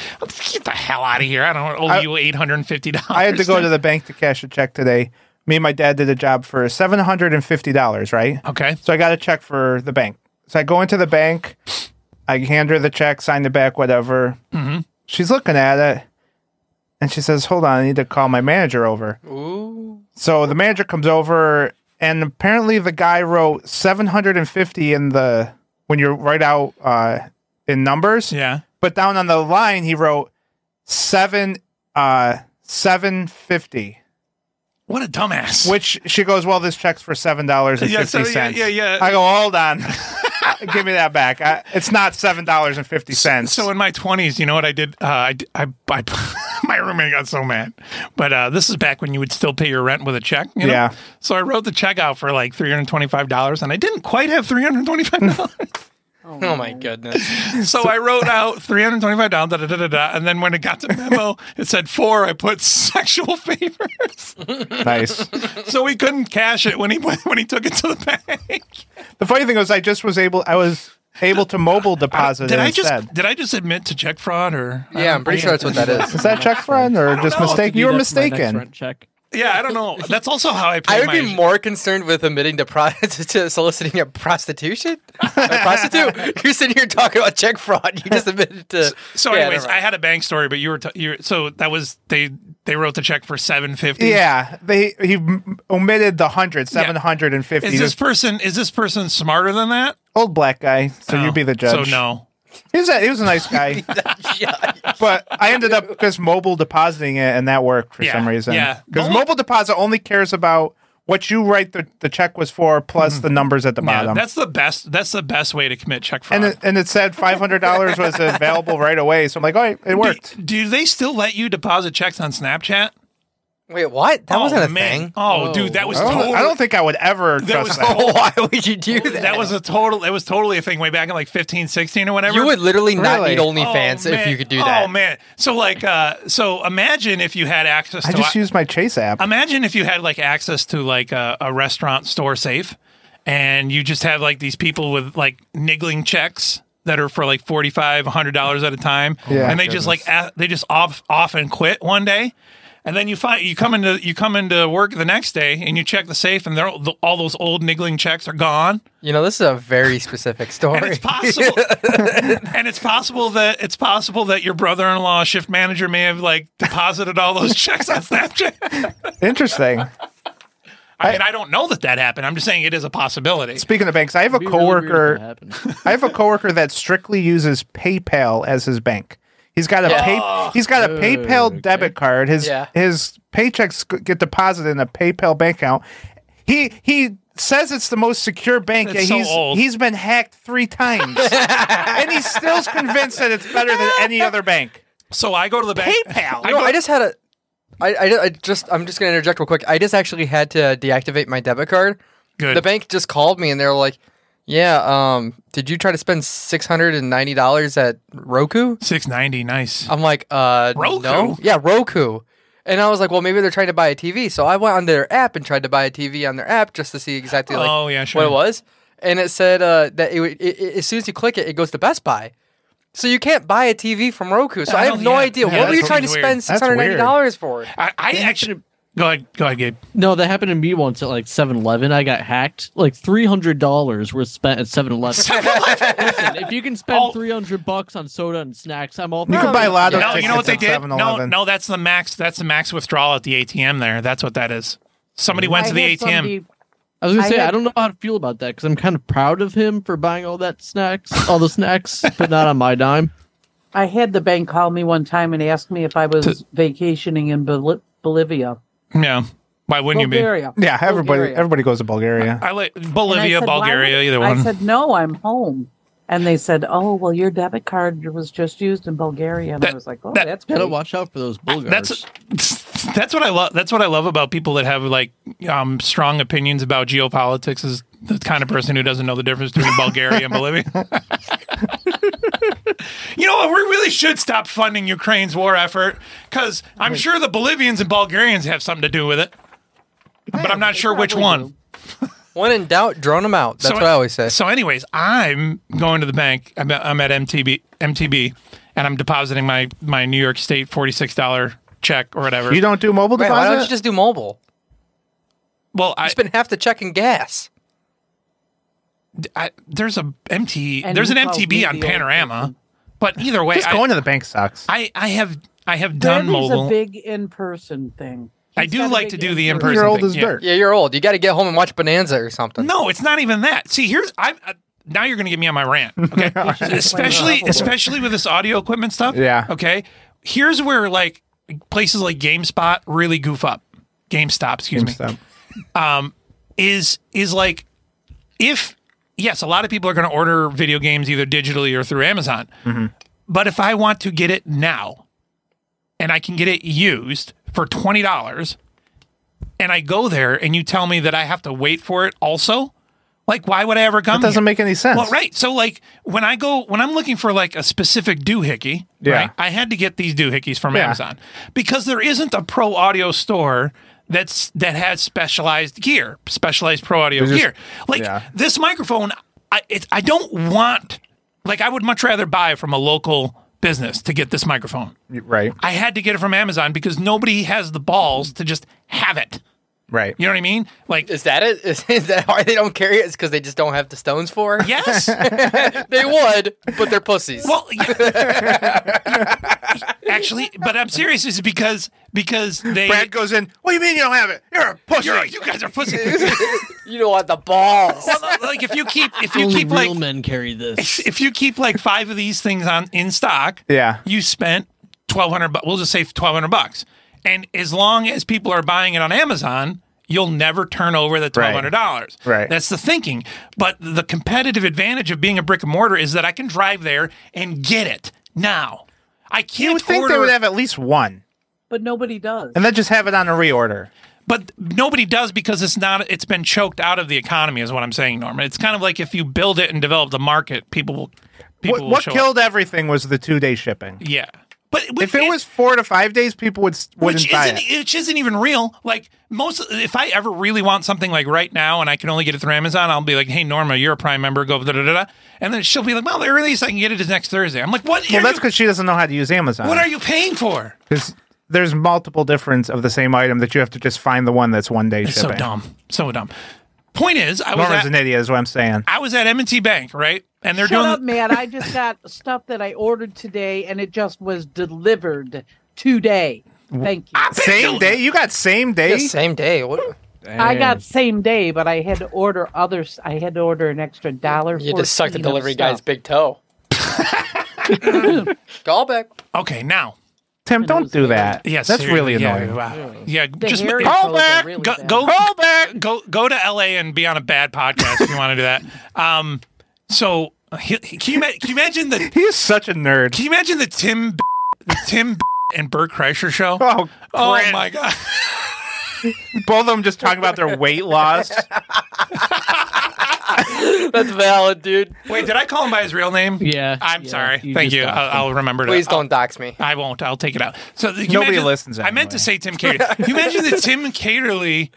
S5: get the hell out of here! I don't owe
S1: I-
S5: you eight hundred fifty dollars.
S1: I had to go to the bank to cash a check today. Me and my dad did a job for seven hundred and fifty dollars, right?
S5: Okay.
S1: So I got a check for the bank. So I go into the bank, I hand her the check, sign the back, whatever.
S5: Mhm.
S1: She's looking at it, and she says, "Hold on, I need to call my manager over."
S3: Ooh.
S1: So the manager comes over, and apparently the guy wrote seven hundred and fifty in the when you write out uh, in numbers.
S5: Yeah.
S1: But down on the line, he wrote seven uh, seven fifty.
S5: What a dumbass!
S1: Which she goes, well, this check's for seven dollars and
S5: Yeah,
S1: fifty
S5: so- yeah,
S1: cents.
S5: yeah, yeah.
S1: I go, hold on, give me that back. I, it's not seven dollars and fifty cents.
S5: So in my twenties, you know what I did? Uh, I, I, I my roommate got so mad. But uh, this is back when you would still pay your rent with a check. You know?
S1: Yeah.
S5: So I wrote the check out for like three hundred twenty five dollars, and I didn't quite have three hundred twenty five dollars.
S3: Oh my goodness.
S5: So I wrote out three hundred twenty-five down, da, da, da, da, da, and then when it got to memo, it said four. I put sexual favors,
S1: nice.
S5: so we couldn't cash it when he went- when he took it to the bank.
S1: The funny thing was, I just was able, I was able to mobile deposit.
S5: Did
S1: it
S5: I
S1: instead.
S5: just did I just admit to check fraud or? I
S3: Yeah,
S5: don't-
S3: I'm pretty sure that's what that is.
S1: Is that check fraud or just
S5: know.
S1: mistake?
S8: Do
S1: You were
S8: that for my next
S1: mistaken.
S8: rent check.
S5: Yeah, I don't know. That's also how I. Pay
S3: I would
S5: my
S3: be more concerned with admitting to, pro- to soliciting a prostitution. a prostitute? You're sitting here talking about check fraud. You just admitted to.
S5: So,
S3: Yeah,
S5: anyways,
S3: never
S5: I
S3: mind.
S5: had a bank story, but you were t- you were- so that was they they wrote the check for seven fifty.
S1: Yeah, they he m- omitted the hundred, seven hundred and fifty.
S5: Is this
S1: This
S5: person is this person smarter than that?
S1: old black guy, so
S5: No.
S1: you be the judge.
S5: Oh, So no.
S1: he was a, he was a nice guy, but I ended up just mobile depositing it, and that worked for
S5: Yeah,
S1: some reason.
S5: yeah.
S1: because
S5: Mobile-
S1: mobile deposit only cares about what you write the, the check was for plus the numbers at the
S5: Mm-hmm. Yeah,
S1: bottom.
S5: that's the best. That's the best way to commit check fraud.
S1: and it, and it said five hundred dollars was available right away, so I'm like, all right, it worked.
S5: Do, do they still let you deposit checks on Snapchat?
S3: Wait, what? That
S5: Oh,
S3: wasn't a
S5: man.
S3: thing.
S5: Oh, dude, that was
S1: I,
S5: totally.
S1: don't, I don't think I would ever
S5: that was
S1: trust that.
S5: total-
S3: Why would you do that?
S5: that was a total. It was totally a thing way back in like 15, 16 or whatever.
S3: You would literally not
S1: Really?
S3: need OnlyFans
S5: Oh,
S3: if
S5: man.
S3: you could do that.
S5: Oh man! So like, uh, so imagine if you had access.
S1: I
S5: to
S1: just used my Chase app.
S5: Imagine if you had like access to like a, a restaurant store safe, and you just have like these people with like niggling checks that are for like forty five, hundred dollars at a time,
S1: Yeah.
S5: and they just like a, they just off off and quit one day, and then you find you come into you come into work the next day and you check the safe and they're all- the, all those old niggling checks are gone.
S3: You know, this is a very specific story.
S5: And it's possible, and it's possible that it's possible that your brother-in-law shift manager may have like deposited all those checks on Snapchat.
S1: Interesting.
S5: I mean, I don't know that that happened. I'm just saying it is a possibility.
S1: Speaking of banks, I have a
S8: It'd be really weird if
S1: coworker.
S8: that happened.
S1: I have a coworker that strictly uses PayPal as his bank. He's got a pay, he's got
S8: Oh,
S1: a PayPal debit card. His
S3: Yeah.
S1: his paychecks g- get deposited in a PayPal bank account. He he says it's the most secure bank.
S5: It's
S1: yet
S5: so
S1: he's
S5: old.
S1: he's been hacked three times, and he still's convinced that it's better than any other bank.
S5: So I go to the bank.
S1: PayPal.
S5: I
S1: You
S3: No,
S5: go-
S3: I just had a. I, I, I just I'm just gonna interject real quick. I just actually had to deactivate my debit card.
S5: Good.
S3: The bank just called me and they're like, Yeah. Um. Did you try to spend six hundred and ninety dollars at Roku?
S5: Six ninety. Nice.
S3: I'm like, uh,
S5: Roku?
S3: No. Yeah, Roku. And I was like, well, maybe they're trying to buy a TV. So I went on their app and tried to buy a TV on their app just to see exactly like
S5: Oh, yeah,
S3: what
S5: sure.
S3: it was. And it said uh, that it, would- it, it, as soon as you click it, it goes to Best Buy. So you can't buy a TV from Roku. So
S5: I
S3: I, have
S5: don't-
S3: no
S5: yeah.
S3: idea.
S5: Yeah,
S3: what were
S5: that
S3: you trying to
S5: seems
S3: spend
S5: weird.
S3: six
S5: That's
S3: hundred ninety dollars for?
S5: I, I actually go ahead. Go ahead, Gabe.
S8: No, that happened to me once at like 7-Eleven. I got hacked. Like three hundred dollars was spent at 7-Eleven. Listen, if you can spend three hundred bucks on soda and snacks, I'm all. for it.
S5: No, you know what they
S8: tickets at
S5: did? No,
S8: 7-Eleven.
S5: no, that's the max. That's the max withdrawal at the ATM. There, that's what that is. Somebody went
S8: Mm-hmm. I
S5: to the
S8: had
S5: ATM.
S8: somebody- I was gonna
S5: I
S8: say
S5: had-
S8: I don't know how to feel about that because I'm kind of proud of him for buying all that snacks, all the snacks, but not on my dime.
S4: I had the bank call me one time and asked me if I was vacationing in Bol- Bolivia.
S5: Yeah. Why wouldn't
S4: Bulgaria.
S5: you be?
S4: Yeah, everybody- Bulgaria.
S1: everybody goes to Bulgaria.
S5: I like
S4: And I
S5: Bolivia,
S4: said, "Why
S5: Bulgaria,
S4: would-"
S5: either
S4: I
S5: one.
S4: said, no, I'm home. And they said, oh, well, your debit card was just used in Bulgaria. And I was like, oh, that's
S8: Gotta
S4: great.
S8: watch out for those Bulgars.
S5: that's that's what I love. That's what I love about people that have like um, strong opinions about geopolitics. Is the kind of person who doesn't know the difference between Bulgaria and Bolivia. you know what? We really should stop funding Ukraine's war effort because I'm sure the Bolivians and Bulgarians have something to do with it, but I'm not sure which one.
S3: When in doubt, drone them out. That's
S5: So-
S3: what I always say.
S5: So, anyways, I'm going to the bank. I'm at, I'm at MTB, MTB, and I'm depositing my my New York State forty six dollar check or whatever.
S1: You don't do mobile
S3: Wait,
S1: deposit?
S3: why don't you just do mobile?
S5: Well, I
S3: you spend half the check in gas.
S5: I, there's a MT.
S3: And
S5: there's an
S3: who calls me
S5: MTB on
S3: the old
S5: Panorama, but either way,
S1: Just
S5: I,
S1: going to the bank sucks.
S5: I I have I have
S4: That
S5: done
S4: is
S5: mobile.
S4: a big in-person thing.
S5: I do like to do the in person.
S3: Yeah, you're old. You got to get home and watch Bonanza or something.
S5: No, it's not even that. See, here's I. I now you're going to get me on my rant, okay? especially, especially with this audio equipment stuff.
S1: Yeah.
S5: Okay. Here's where like places like GameSpot really goof up. GameStop, excuse me. Um, is is like if yes, a lot of people are going to order video games either digitally or through Amazon. But if I want to get it now, and I can get it used for twenty dollars, and I go there and you tell me that I have to wait for it also, like why would I ever come?
S1: That doesn't
S5: here?
S1: make any sense.
S5: Well, right. So like when I go when I'm looking for like a specific doohickey,
S1: Yeah.
S5: right? I had to get these doohickeys from
S1: Yeah.
S5: Amazon because there isn't a pro audio store that's that has specialized gear, specialized pro audio
S1: There's just-
S5: gear. Like this microphone, I it, I don't want. Like I would much rather buy from a local business to get this microphone.
S1: Right.
S5: I had to get it from Amazon because nobody has the balls to just have it.
S1: Right.
S5: You know what I mean? Like,
S3: is that it? Is, is that why they don't carry it? It's because they just don't have the stones for? it?
S5: Yes,
S3: they would, but they're pussies.
S5: Well, actually, but I'm serious. Is because because they
S1: Brad goes in. What do you mean you don't have it? You're a pussy.
S5: You're a- you guys are pussy.
S3: you don't want the balls.
S5: like if you keep if you
S8: Only
S5: keep
S8: real
S5: like
S8: men carry this.
S5: if you keep like five of these things on in stock,
S1: Yeah.
S5: you spent twelve hundred. bu- We'll just say twelve hundred bucks. And as long as people are buying it on Amazon, you'll never turn over the twelve hundred dollars.
S1: Right.
S5: That's the thinking. But the competitive advantage of being a brick and mortar is that I can drive there and get it now. I can't
S1: You would think
S5: order.
S1: they would have at least one,
S4: But nobody does.
S1: and then just have it on a reorder.
S5: but nobody does because it's not it's been choked out of the economy is what i'm saying norman it's kind of like if you build it and develop the market people will people
S1: What,
S5: will
S1: what
S5: show
S1: killed everything was the two day shipping.
S5: up. yeah but
S1: if it, was four to five days, people would s- wouldn't
S5: which
S1: buy
S5: isn't
S1: it.
S5: which isn't even real like most if i ever really want something like right now and i can only get it through amazon i'll be like hey norma you're a prime member go da da da da and then she'll be like well the earliest i can get it is next thursday i'm like what
S1: Well,
S5: are
S1: that's
S5: you,
S1: because she doesn't know how to use Amazon.
S5: what are you paying for
S1: Because there's multiple difference of the same item that you have to just find the one that's one day
S5: it's so
S1: shipping.
S5: dumb so dumb point is i was
S1: Norman's
S5: at,
S1: an idiot, is what I'm saying.
S5: I was at m&t bank right and they're
S4: Shut
S5: doing
S4: up, man. I just got stuff that I ordered today and it just was delivered today. Thank you.
S1: Same day? You got same day?
S4: Yeah,
S3: same day.
S4: I got same day, but I had to order others. I had to order an extra dollar.
S3: You just sucked the
S4: 14 of
S3: delivery guy's
S4: stuff.
S3: big toe. Call back.
S5: okay now
S1: Tim, don't do that.
S5: Yes,
S1: that's really
S5: yeah,
S1: annoying.
S5: wow. Yeah,
S1: The
S5: just
S1: hairy
S5: call
S1: toes are
S5: back.
S1: really
S5: go,
S1: bad.
S5: go, Go, go to LA and be on a bad podcast if you want to do that. Um, so he- he- can you ma- can you imagine the?
S1: He is such a nerd.
S5: Can you imagine the Tim, B- the Tim B- and Bert Kreischer show?
S1: Oh,
S5: oh
S1: Brent.
S5: my god!
S1: Both of them just talking about their weight loss.
S3: That's valid, dude.
S5: Wait, did I call him by his real name?
S3: Yeah.
S5: I'm sorry.
S3: you
S5: Thank
S3: just
S5: you.
S3: doxed
S5: I'll, I'll
S3: him.
S5: remember.
S3: Please
S5: don't
S3: dox me.
S5: I won't. I'll take it out. So you
S1: Nobody
S5: imagine-
S1: listens
S5: I meant to say
S1: anyway.
S5: Tim Caterly. you imagine the Tim Caterly,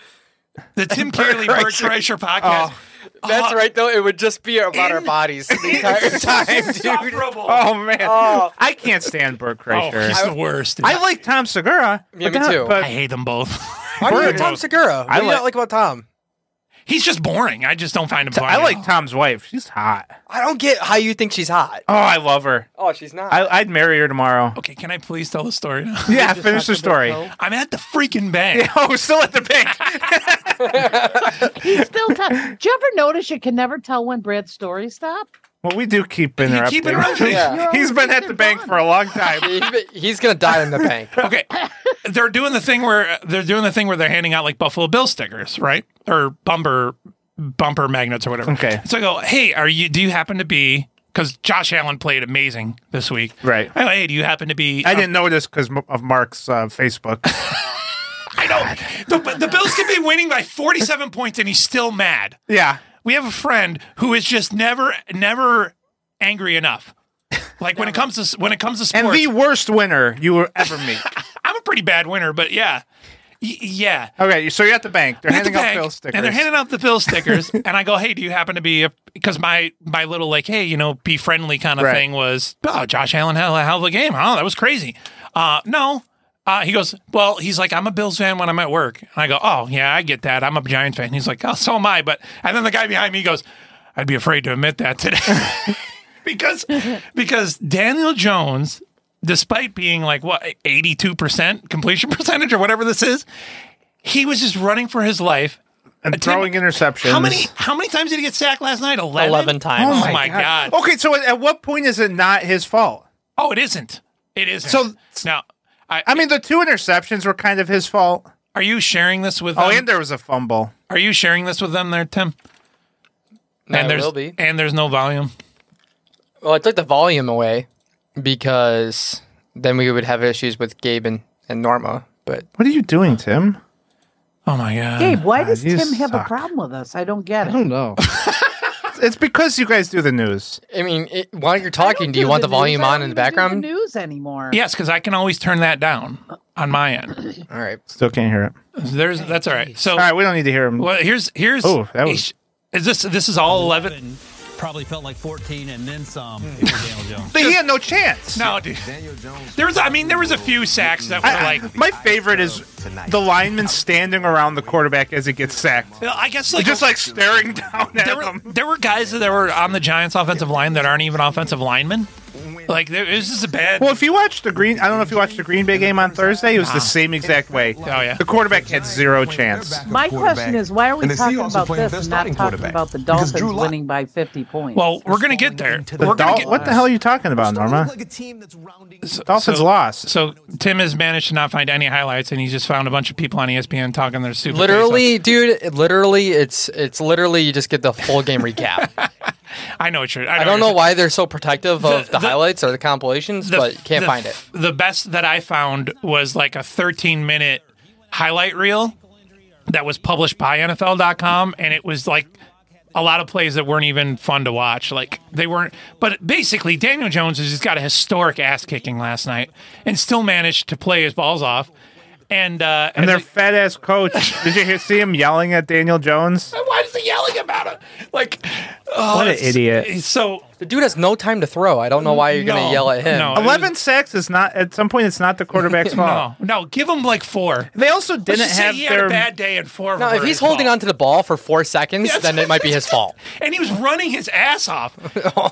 S5: the Tim Caterly Bert Kreischer podcast.
S3: Oh,
S5: Oh.
S3: That's right, though. It would just be about our bodies the entire time, dude.
S1: Oh man,
S3: Oh.
S1: I can't stand Burt Kreischer.
S5: Oh, he's the worst.
S1: I like Tom Segura.
S3: Yeah,
S1: but
S3: me
S1: not-
S3: too.
S1: but-
S5: I hate them both.
S3: Why do you like
S1: Bert-
S3: Tom Segura? What
S1: I
S3: do you
S1: like-
S3: not like about Tom?
S5: He's just boring. I just don't find him funny.
S1: I like Tom's wife. She's hot.
S3: I don't get how you think she's hot.
S1: Oh, I love her.
S3: Oh, she's not.
S1: I, I'd marry her tomorrow.
S5: Okay, can I please tell the story now?
S1: Yeah, finish the story.
S5: I'm at the freaking bank.
S1: Oh, we're still at the bank.
S4: He's still. T- Do you ever notice you can never tell when Brad's stories stop?
S1: Well, we do keep interrupting.
S5: keep interrupting.
S3: Yeah.
S1: He's been at the bank for a long time.
S3: He's gonna die in the bank.
S5: Okay, they're doing the thing where they're doing the thing where they're handing out like Buffalo Bill stickers, right? Or bumper bumper magnets or whatever.
S1: Okay.
S5: So I go, hey, are you? Do you happen to be? Because Josh Allen played amazing this week. um,
S1: Right.
S5: I go, hey, do you happen to be?
S1: I didn't know this because of Mark's uh, Facebook.
S5: I know. The, the Bills could be winning by 47 points, and he's still mad.
S1: Yeah.
S5: We have a friend who is just never, never angry enough. Like when it comes to when it comes to
S1: And
S5: sports,
S1: the worst winner you will ever meet.
S5: I'm a pretty bad winner, but yeah, Y- yeah.
S1: Okay, so you're at the bank. They're
S5: I'm at the
S1: handing out
S5: bank,
S1: bill stickers.
S5: And they're handing out the bill stickers. and I go, hey, do you happen to be a, because my, my little like, hey, you know, be friendly kind of
S1: Right.
S5: thing was, oh, Josh Allen had a hell of a game. Oh, that was crazy. Uh, no. Uh, he goes, well, he's like, I'm a Bills fan when I'm at work. And I go, oh, yeah, I get that. I'm a Giants fan. He's like, oh, so am I. But, and then the guy behind me goes, I'd be afraid to admit that today. because, because Daniel Jones, despite being like, what, 82% completion percentage or whatever this is, he was just running for his life
S1: and throwing interceptions.
S5: how many how many times did he get sacked last night? Eleven.
S3: 11 times.
S5: Oh my, god.
S1: Okay, so at- at what point is it not his fault?
S5: Oh, it isn't. It isn't.
S1: So-
S5: now, I,
S1: I mean, the two interceptions were kind of his fault.
S5: are you sharing this with? um,
S1: Oh,
S5: them?
S1: and there was a fumble.
S5: are you sharing this with them there, Tim?
S3: No,
S5: and
S3: it
S5: there's
S3: will be.
S5: and there's no volume.
S3: Well, I took the volume away because then we would have issues with Gabe and, and Norma. But
S1: What are you doing, Tim?
S5: Oh my god.
S4: Gabe, why
S1: God,
S4: does
S1: Ah, you
S4: Tim have a
S1: suck.
S4: problem with us? I don't get
S8: I
S4: it.
S8: don't know.
S1: It's because you guys do the news.
S3: I mean, it, while you're talking, do you want the, volume on in the background?
S4: news anymore?
S5: Yes, because I can always turn that down on my end.
S3: All right.
S1: Still can't hear it.
S5: There's that's all right. So
S1: All right, we don't need to hear him.
S5: well, here's here's
S1: Oh, that was-
S5: is this this is all eleven?
S2: Probably felt like 14 and then some.
S1: Hmm.
S2: if you're Daniel Jones.
S1: But he had no chance.
S5: No, dude. There's I mean there was a few sacks that were
S1: I,
S5: like
S1: my favorite is the lineman standing around the quarterback as he gets sacked,
S5: I guess like
S1: just like staring down at
S5: there were,
S1: him.
S5: there were guys that were on the Giants' offensive line that aren't even offensive linemen. Like there, it was just a bad.
S1: Well, if you watch the Green, I don't know if you watched the Green Bay game on Thursday. It was the same exact way.
S5: oh yeah.
S1: The quarterback had zero chance.
S4: My question is, why are we
S2: And is he
S4: talking
S2: also
S4: about
S2: playing
S4: this
S2: best
S4: and not
S2: starting
S4: talking
S2: quarterback?
S4: about the
S2: Because
S4: Dolphins
S2: Drew Lock-
S4: winning by 50 points?
S5: Well, we're gonna get there.
S2: The
S1: The
S5: We're gonna
S1: Dol-
S5: get,
S1: what the hell are you talking about, Norma? Dolphins
S5: so-
S1: lost.
S5: So Tim has managed to not find any highlights, and he's just found a bunch of people on E ESPN talking their super.
S3: Literally, dude. it- Literally, it's it's literally you just get the full game recap.
S5: I know what you're.
S3: I
S5: what
S3: don't
S5: you're
S3: know why they're so protective of the,
S5: the-
S3: highlights or the compilations, but you can't
S5: the-
S3: find it.
S5: The best that I found was like a 13 minute highlight reel that was published by NFL.com, and it was like a lot of plays that weren't even fun to watch. Like they weren't, but basically Daniel Jones has just got a historic ass kicking last night, and still managed to play his balls off. And uh,
S1: And their
S5: like,
S1: fat ass coach. Did you hear, see him yelling at Daniel Jones?
S5: why is he yelling about it? Like, oh,
S1: What an
S5: it's-
S1: idiot.
S5: it's So
S3: The dude has no time to throw. I don't know why you're
S5: No,
S3: gonna yell at him.
S5: no. it was-
S1: Eleven sacks is not. At some point, it's not the quarterback's fault.
S5: no, no, give him like four.
S1: They also
S5: Let's
S1: didn't
S5: just say
S1: have
S5: he had
S1: their.
S5: a bad day and four. of
S3: Now,
S5: them
S3: if
S5: were
S3: he's
S5: his
S3: holding
S5: fault.
S3: on to the ball for four seconds,
S5: Yes.
S3: then it might be his fault.
S5: and he was running his ass off.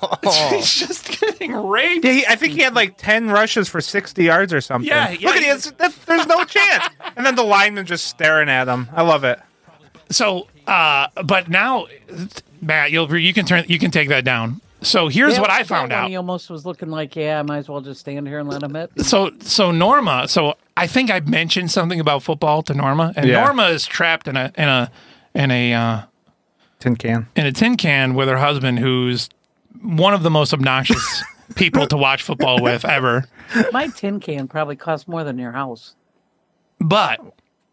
S5: He's just getting raped.
S1: Yeah, he, I think he had like ten rushes for sixty yards or something.
S5: Yeah, yeah,
S1: Look at
S5: he-
S1: it. it's- That, there's no chance. And then the lineman just staring at him. I love it.
S5: So, uh, but now, Matt, you'll you can turn you can take that down. So here's
S4: Yeah,
S5: what I
S4: that
S5: found
S4: one
S5: out.
S4: He almost was looking like, yeah, I might as well just stand here and let him hit.
S5: So so Norma. So I think I mentioned something about football to Norma, and
S1: Yeah.
S5: Norma is trapped in a in a in a uh,
S1: Tin can.
S5: in a tin can with her husband, who's one of the most obnoxious people to watch football with ever.
S4: My tin can probably costs more than your house.
S5: But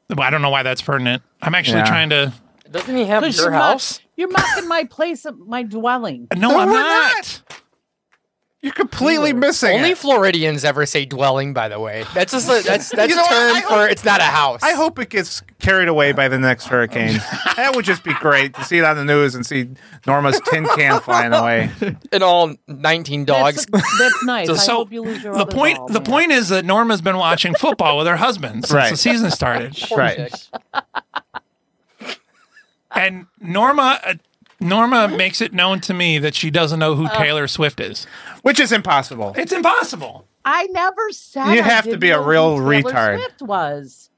S5: well, I don't know why that's pertinent. I'm actually
S1: Yeah.
S5: trying to.
S3: Doesn't he have
S4: 'Cause
S3: your
S4: you're not-
S3: house?
S4: You're mocking my place, my dwelling.
S5: No, I'm not.
S1: You're completely missing.
S3: Oh. Only
S1: it.
S3: Floridians ever say dwelling. By the way, that's just a, that's that's
S1: You know
S3: a
S1: what?
S3: term
S1: I
S3: for it's not a house.
S1: I hope it gets carried away by the next hurricane. that would just be great to see it on the news and see Norma's tin can flying away.
S3: and all 19 dogs.
S4: That's nice.
S3: So-
S4: I
S3: so
S4: hope you lose your
S5: The
S4: other
S5: point
S4: ball,
S5: the
S4: man.
S5: point is that Norma's been watching football with her husband since
S1: Right.
S5: the season started.
S1: Right.
S5: And Norma uh, Norma makes it known to me that she doesn't know who
S3: Oh.
S4: Uh.
S5: Taylor Swift is.
S1: Which is impossible.
S5: It's impossible.
S4: I never said.
S1: You
S4: I
S1: have to
S4: didn't
S1: be a
S4: know who
S1: real
S4: Taylor
S1: retard.
S4: Swift was.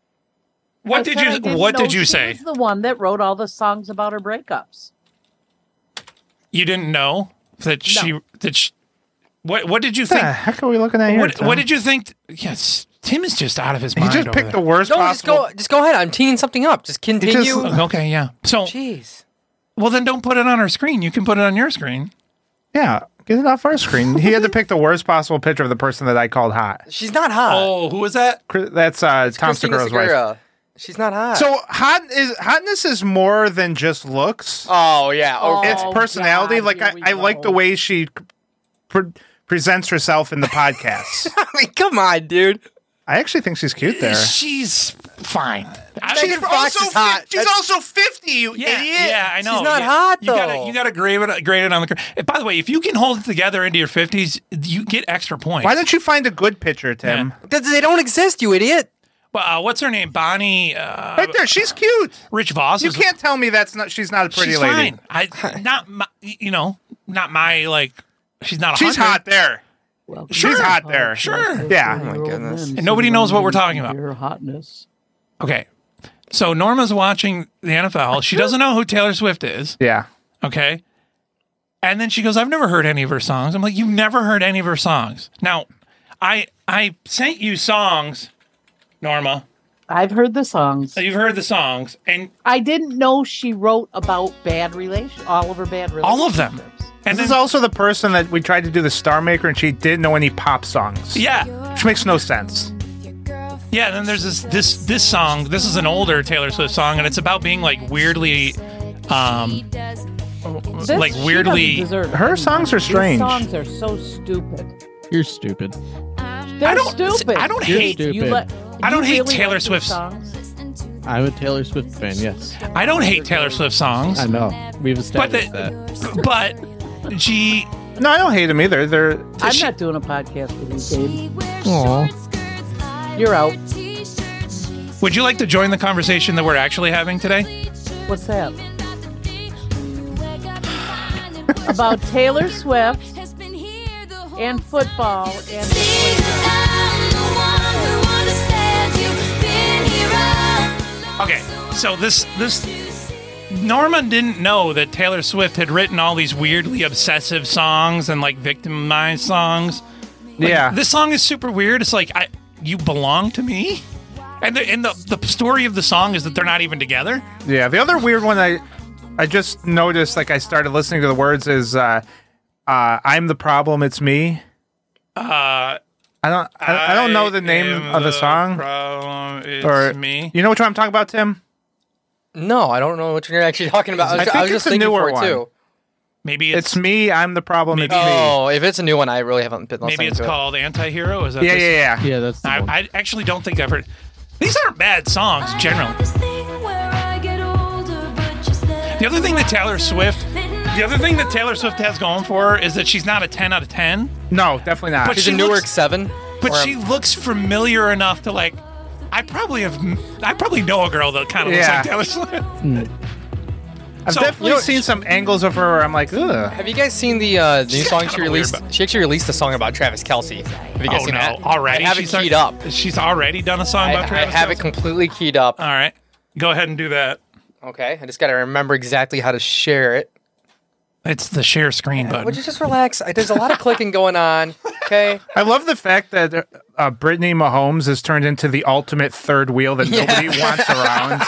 S5: What
S4: I
S5: did
S4: said
S5: you-
S4: I didn't
S5: what did
S4: know
S5: you
S4: she
S5: say?
S4: was the one that wrote all the songs about her breakups.
S5: You didn't know that she that she, what what did you
S1: What
S5: think?
S1: the heck are we looking at here?
S5: what,
S1: Tom?
S5: what did you think? Yes, Tim is just out of his
S1: He
S5: mind.
S1: just
S5: over
S1: picked the
S5: there.
S1: worst
S3: No, just
S1: possible.
S3: go just go ahead. I'm teeing something up. Just continue.
S5: okay, yeah. So,
S3: jeez.
S5: Well, then don't put it on our screen. You can put it on your screen.
S1: Yeah, get it off our screen. he had to pick the worst possible picture of the person that I called hot.
S3: She's not hot.
S5: Oh, who was that?
S1: Chris- That's uh, Tom
S3: Christina
S1: Segura's
S3: Segura.
S1: wife.
S3: She's not hot.
S1: So hot is hotness is more than just looks.
S3: Oh yeah. Oh,
S1: it's
S3: oh,
S1: personality.
S3: God,
S1: like
S3: here
S1: I,
S3: we
S1: I like the
S3: go.
S1: way she pre- presents herself in the podcast.
S3: I mean, come on, dude.
S1: I actually think she's cute there.
S5: She's fine. I
S1: She's
S5: think-
S1: Fox also is hot. fif- she's That's- also fifty. You
S5: yeah, Yeah, I know.
S3: She's not
S5: Yeah.
S3: hot
S5: You gotta,
S3: though.
S5: you gotta grade it. Grade it on the. cr- Eh, By the way, if you can hold it together into your fifties, you get extra points.
S1: Why don't you find a good picture, Tim?
S3: Th- They don't exist, you idiot.
S5: Well, uh, what's her name? Bonnie. Uh,
S1: Right there, she's cute.
S5: Rich Voss.
S1: You
S5: is-
S1: can't tell me that's not. She's not a pretty
S5: she's
S1: lady.
S5: Fine. I not my, you know not my like. She's not.
S1: She's
S5: 100.
S1: hot there. She's
S5: Sure.
S1: hot there.
S5: Sure.
S1: Yeah.
S3: Oh my goodness.
S5: And nobody knows what we're talking about.
S4: Your hotness.
S5: Okay. So Norma's watching the NFL. She doesn't know who Taylor Swift is.
S1: Yeah.
S5: Okay. And then she goes, I've never heard any of her songs. I'm like, You've never heard any of her songs. Now, I I sent you songs, Norma.
S4: I've heard the songs.
S5: So you've heard the songs and
S4: I didn't know she wrote about bad relation, all of her bad relationships.
S5: all of them.
S1: And this is also the person that we tried to do the Star Maker, and she didn't know any pop songs.
S5: Yeah.
S1: Which makes no sense.
S5: Yeah, and then there's this this this song. This is an older Taylor Swift song, and it's about being like weirdly um
S4: This-
S5: like
S4: she doesn't
S5: weirdly
S4: deserve it.
S1: Her songs are
S4: These
S1: strange.
S4: songs are so stupid.
S8: You're stupid.
S4: They're
S5: don't-
S4: stupid.
S5: I don't
S8: You're
S5: hate-
S8: stupid.
S4: You let-
S5: I don't
S4: you
S5: hate
S4: really
S5: Taylor
S4: like these
S5: Swift's-
S4: songs?
S8: I'm a Taylor Swift fan. Yes,
S5: I don't hate Taylor Swift songs.
S8: I know. We've
S5: But
S8: established that.
S5: the, but she
S1: No, I don't hate them either. They're
S4: I'm
S5: She-
S4: not doing a podcast with you, Gabe.
S8: Aw.
S4: You're out.
S5: Would you like to join the conversation that we're actually having today?
S4: What's that? About Taylor Swift and football and
S5: Okay, so this this Norma didn't know that Taylor Swift had written all these weirdly obsessive songs and like victimized songs. Like,
S1: Yeah.
S5: this song is super weird. It's like I you belong to me, and the, and the the story of the song is that they're not even together.
S1: yeah. The other weird one I I just noticed, like I started listening to the words, is uh, uh, "I'm the problem, it's me."
S5: Uh,
S1: I don't I, I don't know the name
S5: am
S1: of the song
S5: Problem is
S1: or
S5: me.
S1: You know which one I'm talking about, Tim?
S3: No, I don't know what you're actually talking about. I,
S1: I
S3: was, I
S1: think
S3: was just
S1: it's a
S3: thinking
S1: newer
S3: for
S1: one.
S3: it too.
S5: Maybe it's,
S1: It's me. I'm the problem. It's me.
S3: Oh, if it's a new one, I really haven't been listening
S5: maybe it's
S3: to it.
S5: called Antihero. Is that
S1: yeah,
S5: this-
S1: yeah, yeah.
S8: Yeah, that's the one.
S5: I, I actually don't think I've heard. These aren't bad songs generally. The other thing that Taylor Swift, the other thing that Taylor Swift has going for her is that she's not a 10 out of 10,
S1: No, definitely not.
S5: But
S3: She's
S5: she
S3: a Newark
S5: looks-
S3: Seven.
S5: but
S3: or a-
S5: she looks familiar enough to like. I probably have, I probably know a girl that kind of
S1: Yeah.
S5: looks like Taylor Swift.
S1: I've
S3: Hmm.
S5: so-
S1: definitely
S5: you know-
S1: seen some angles of her where I'm like, ugh.
S3: Have you guys seen the uh, new
S5: She's
S3: song
S5: kinda
S3: she
S5: weird,
S3: released?
S5: but-
S3: She actually released a song about Travis Kelsey. Have you guys
S5: oh
S3: seen
S5: no,
S3: that?
S5: already
S3: I have it
S5: she's
S3: keyed
S5: al-
S3: up.
S5: She's already done a song
S3: I,
S5: about
S3: I
S5: Travis.
S3: have it
S5: Kelsey?
S3: completely keyed up.
S5: All right, go ahead and do that.
S3: Okay, I just got to remember exactly how to share it.
S5: It's the share screen
S3: Would
S5: button.
S3: you just relax? I- There's a lot of clicking going on. Okay.
S1: I love the fact that uh, Brittany Mahomes has turned into the ultimate third wheel that nobody wants around.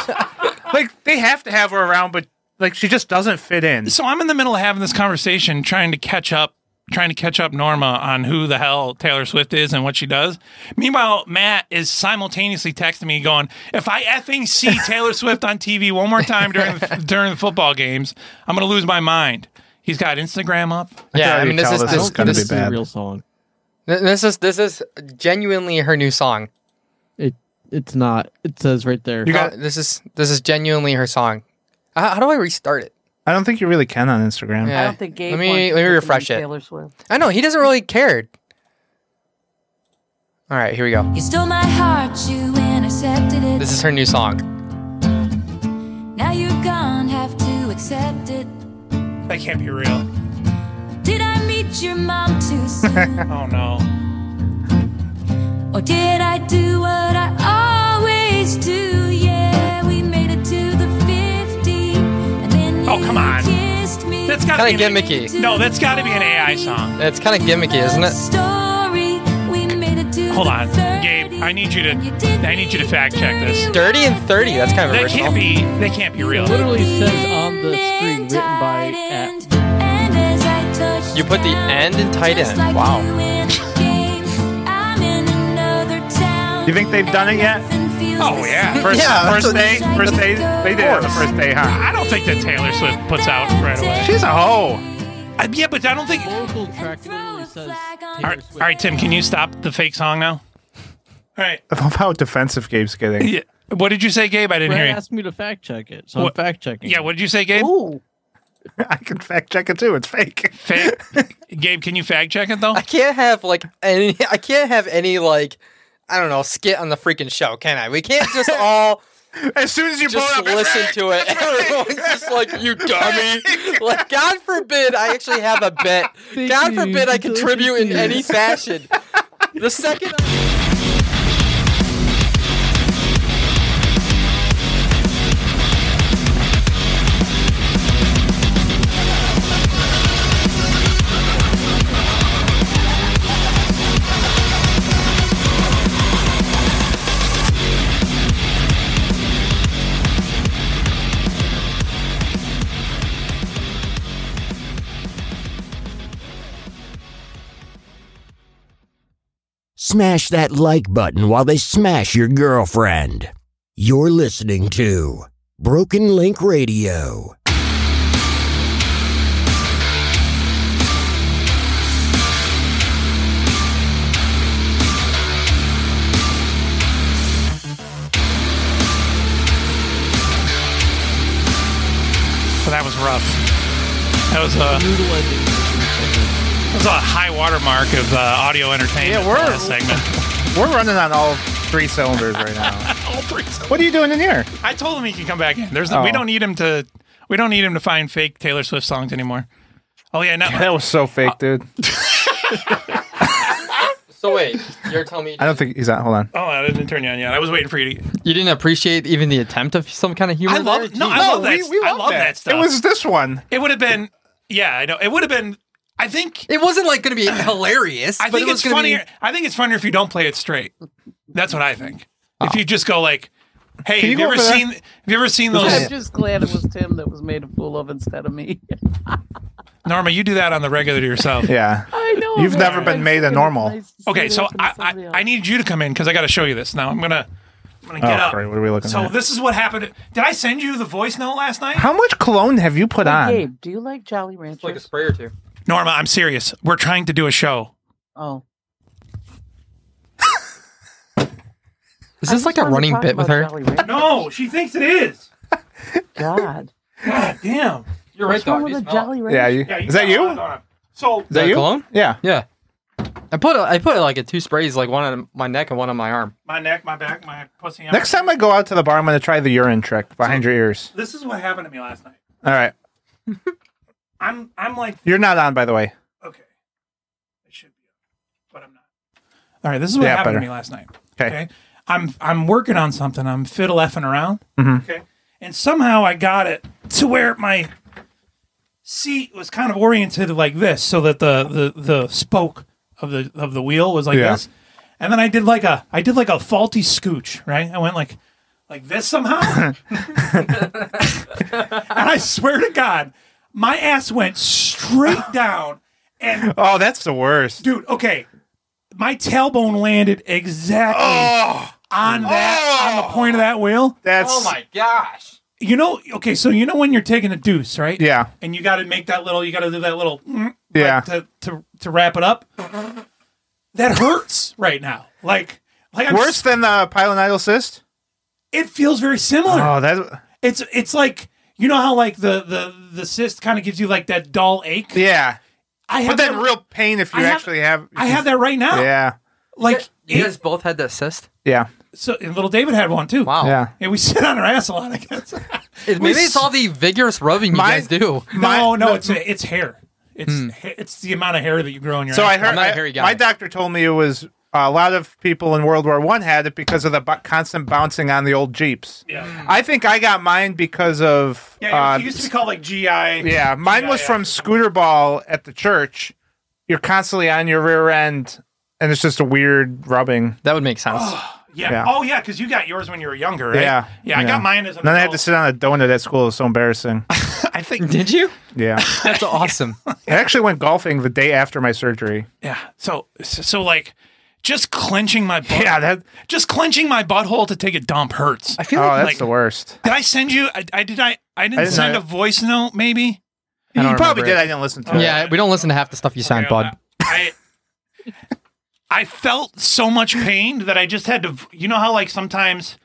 S1: like they have to have her around, but like she just doesn't fit in.
S5: So I'm in the middle of having this conversation, trying to catch up trying to catch up Norma on who the hell Taylor Swift is and what she does. Meanwhile, Matt is simultaneously texting me, going, "If I effing see Taylor Swift on TV one more time during the, during the football games, I'm gonna lose my mind." He's got Instagram up.
S3: Yeah, I mean this is
S1: this
S3: this,
S1: is gonna
S3: this-
S1: be bad.
S8: real song.
S3: Th- This is this is genuinely her new song.
S8: It it's not. It says right there.
S3: No, this is this is genuinely her song. How, how do I restart it?
S1: I don't think you really can on Instagram.
S3: Yeah.
S4: don't think Gabe
S3: Let
S4: wants
S3: me
S4: to
S3: let me
S4: put them
S3: refresh
S4: on
S3: it.
S4: Taylor Swift.
S3: I know he doesn't really care. All right, here we go.
S6: You stole my heart, you intercepted it.
S3: This is her new song.
S6: Now you're gone, have to accept it.
S5: That can't be real.
S6: Did I meet your mom too soon?
S5: oh no.
S6: or did I do what I always do? Yeah, we made it to the 50. And then
S5: Oh come on.
S6: kissed me.
S5: That's got
S3: Kind of gimmicky.
S5: No, that's got to be an AI song.
S3: It's kind of gimmicky, isn't it?
S6: Story, we made it to
S5: Hold
S6: the
S5: on, Gabe. I need you to. I need you to fact check this.
S3: Dirty and thirty. That's kind of
S5: That
S3: original.
S5: can't be. That can't be real.
S8: Literally says um, on the screen written by at
S6: And as I touched
S3: You put the end in tight end. Wow.
S6: in the game, I'm in another town.
S1: You think they've done it yet?
S5: Oh yeah.
S1: First,
S6: Yeah,
S1: first day,
S6: that's what-
S1: first day, they did it on the first day, huh?
S5: I don't think that Taylor Swift puts out right away.
S1: She's a hoe.
S5: Uh, yeah, but I don't think.
S8: vocal track literally says Taylor
S5: All right, all right, Tim, can you stop the fake song now?
S1: I love how defensive Gabe's getting.
S5: Yeah. What did you say, Gabe? I didn't
S8: Brad
S5: hear you.
S8: asked me to fact check it, so
S5: What-
S8: I'm fact checking.
S5: Yeah, what did you say, Gabe?
S1: I can fact check it too. It's fake.
S5: Fake. Gabe, can you fact check it though?
S3: I can't have like any. I can't have any like. I don't know skit on the freaking show, can I? We can't just all
S1: As soon as you blow it
S3: just
S1: up, it's
S3: listen
S1: fake.
S3: to it. Everyone's just like, "You dummy!" Like, God forbid I actually have a bit. God forbid I contribute in any fashion. The second.
S29: Smash that like button while they smash your girlfriend. You're listening to Broken Link Radio.
S5: So that was rough. That was a. That was a high watermark of uh, audio entertainment.
S1: Yeah, we're-
S5: for this segment.
S1: We're running on all three cylinders right now.
S5: All three songs.
S1: What are you doing in here?
S5: I told him he can come back in. There's we
S1: Oh.
S5: don't need him to. We don't need him to find fake Taylor Swift songs anymore. Oh yeah, no.
S1: That was so fake, dude.
S3: So wait, you're telling me
S1: I don't think he's on. Hold on.
S5: Oh, I didn't turn you on yet. I was waiting for you to.
S3: you didn't appreciate even the attempt of some kind of humor?
S5: I love.
S3: there?
S5: No, I
S3: Jeez.
S5: love that. I love that. stuff.
S1: It was this one.
S5: It would have been. Yeah, I know. It would have been. I think.
S3: It wasn't like going to be hilarious.
S5: I
S3: but
S5: think
S3: it was
S5: it's
S3: gonna be-
S5: funnier. I think it's funnier if you don't play it straight. That's what I think. If you just go like, "Hey,
S1: Can you
S5: have you,
S1: go
S5: ever
S1: over there?
S5: seen? Have you ever seen
S4: I'm
S5: those?"
S4: just glad it was Tim that was made a fool of instead of me.
S5: Norma, you do that on the regular to yourself.
S1: Yeah.
S4: I know.
S1: You've
S4: I'm
S1: never
S4: like,
S1: been
S4: I'm
S1: made a
S4: thinking
S1: normal.
S4: it's nice to
S5: Okay,
S4: see
S5: so
S4: that
S5: I,
S4: from somebody else.
S5: I I need you to come in because I got to show you this now. I'm gonna I'm gonna
S1: Oh,
S5: get up.
S1: great. What are we looking
S5: so
S1: at?
S5: this is what happened. Did I send you the voice note last night?
S1: How much cologne have you put
S4: Hey,
S1: on?
S4: Gabe, do you like Jolly Ranchers?
S3: like a spray or two.
S5: Norma, I'm serious. We're trying to do a show.
S4: oh,
S3: Is this like a running bit with her?
S5: No, she thinks it is.
S4: God,
S5: God damn.
S3: You're
S4: what's wrong with a Jolly Rancher?
S1: Yeah. You, is that you? Is
S5: So
S1: that
S3: that
S1: you?
S3: cologne?
S1: Yeah.
S3: Yeah. I put I put like a two sprays, like one on my neck and one on my arm.
S5: my neck, my back, my pussy.
S1: Next time I go out to the bar, I'm going to try the urine trick behind your ears.
S5: This is what happened to me last night.
S1: All right.
S5: I'm I'm like
S1: You're not on, by the way.
S5: okay. I should be up, but I'm not. All right, this is what
S1: Yeah,
S5: happened
S1: better.
S5: to me last night.
S1: Okay.
S5: I'm I'm working on something. I'm fiddle effing around.
S1: Mhm.
S5: Okay. And somehow I got it to where my seat was kind of oriented like this, so that the the, the spoke of the of the wheel was like
S1: Yeah.
S5: this. And then I did like a I did like a faulty scooch, right? I went like like this somehow. and I swear to God, my ass went straight down And
S1: oh, that's the worst,
S5: dude. Okay, my tailbone landed exactly
S1: Oh.
S5: on that on the point of that wheel.
S1: That's
S3: oh my gosh.
S5: You know, okay, so you know when you're taking a deuce, right?
S1: Yeah.
S5: And you got to make that little, you got to do that little, mm,
S1: Yeah.
S5: like, to to to wrap it up. That hurts right now. Like, like I'm
S1: worse than the pilonidal cyst.
S5: It feels very similar.
S1: Oh, that
S5: It's it's like you know how like the the the cyst kind of gives you like that dull ache.
S1: yeah.
S5: I have
S1: but then
S5: that-
S1: real pain if you
S5: I have-
S1: actually have.
S5: I have that right now.
S1: Yeah,
S5: Like
S3: You guys both had that cyst.
S1: yeah.
S5: so, and little David had one too. Wow.
S1: Yeah.
S5: And we sit on our ass a lot. I guess.
S3: It-
S5: We
S3: maybe it's
S5: s-
S3: all the vigorous rubbing you guys do.
S5: no, no, it's it's hair. It's ha- it's the amount of hair that you grow in your.
S1: Hmm. So I
S5: ass.
S1: heard I- my doctor told me it was a lot of people in World War One had it because of the bu- constant bouncing on the old jeeps.
S5: Yeah.
S1: I think I got mine because of
S5: Yeah,
S1: uh,
S5: it used to be called like GI.
S1: yeah. Mine was from scooter ball at the church. You're constantly on your rear end, and it's just a weird rubbing.
S3: That would make sense.
S5: Yeah.
S1: Yeah.
S5: Oh yeah, because you got yours when you were younger, right?
S1: Yeah,
S5: Yeah, I got mine as a.
S1: Then I had to sit on a donut at school. It was so embarrassing.
S5: I think.
S3: Did you?
S1: Yeah,
S3: That's awesome.
S1: I actually went golfing the day after my surgery.
S5: Yeah. So so like, just clenching my butt.
S1: Yeah, that
S5: just clenching my butthole to take a dump hurts.
S3: I feel
S1: oh,
S3: like-
S1: that's
S5: like-
S1: the worst.
S5: Did I send you? I, I did. I I didn't,
S1: I didn't
S5: send
S1: know.
S5: a voice note. Maybe. Oh,
S3: I don't
S1: You probably
S3: remember
S1: did.
S3: it.
S1: I didn't listen to. it.
S3: Yeah, we don't listen to half the stuff you send, bud.
S5: I I felt so much pain that I just had to. You know how like sometimes,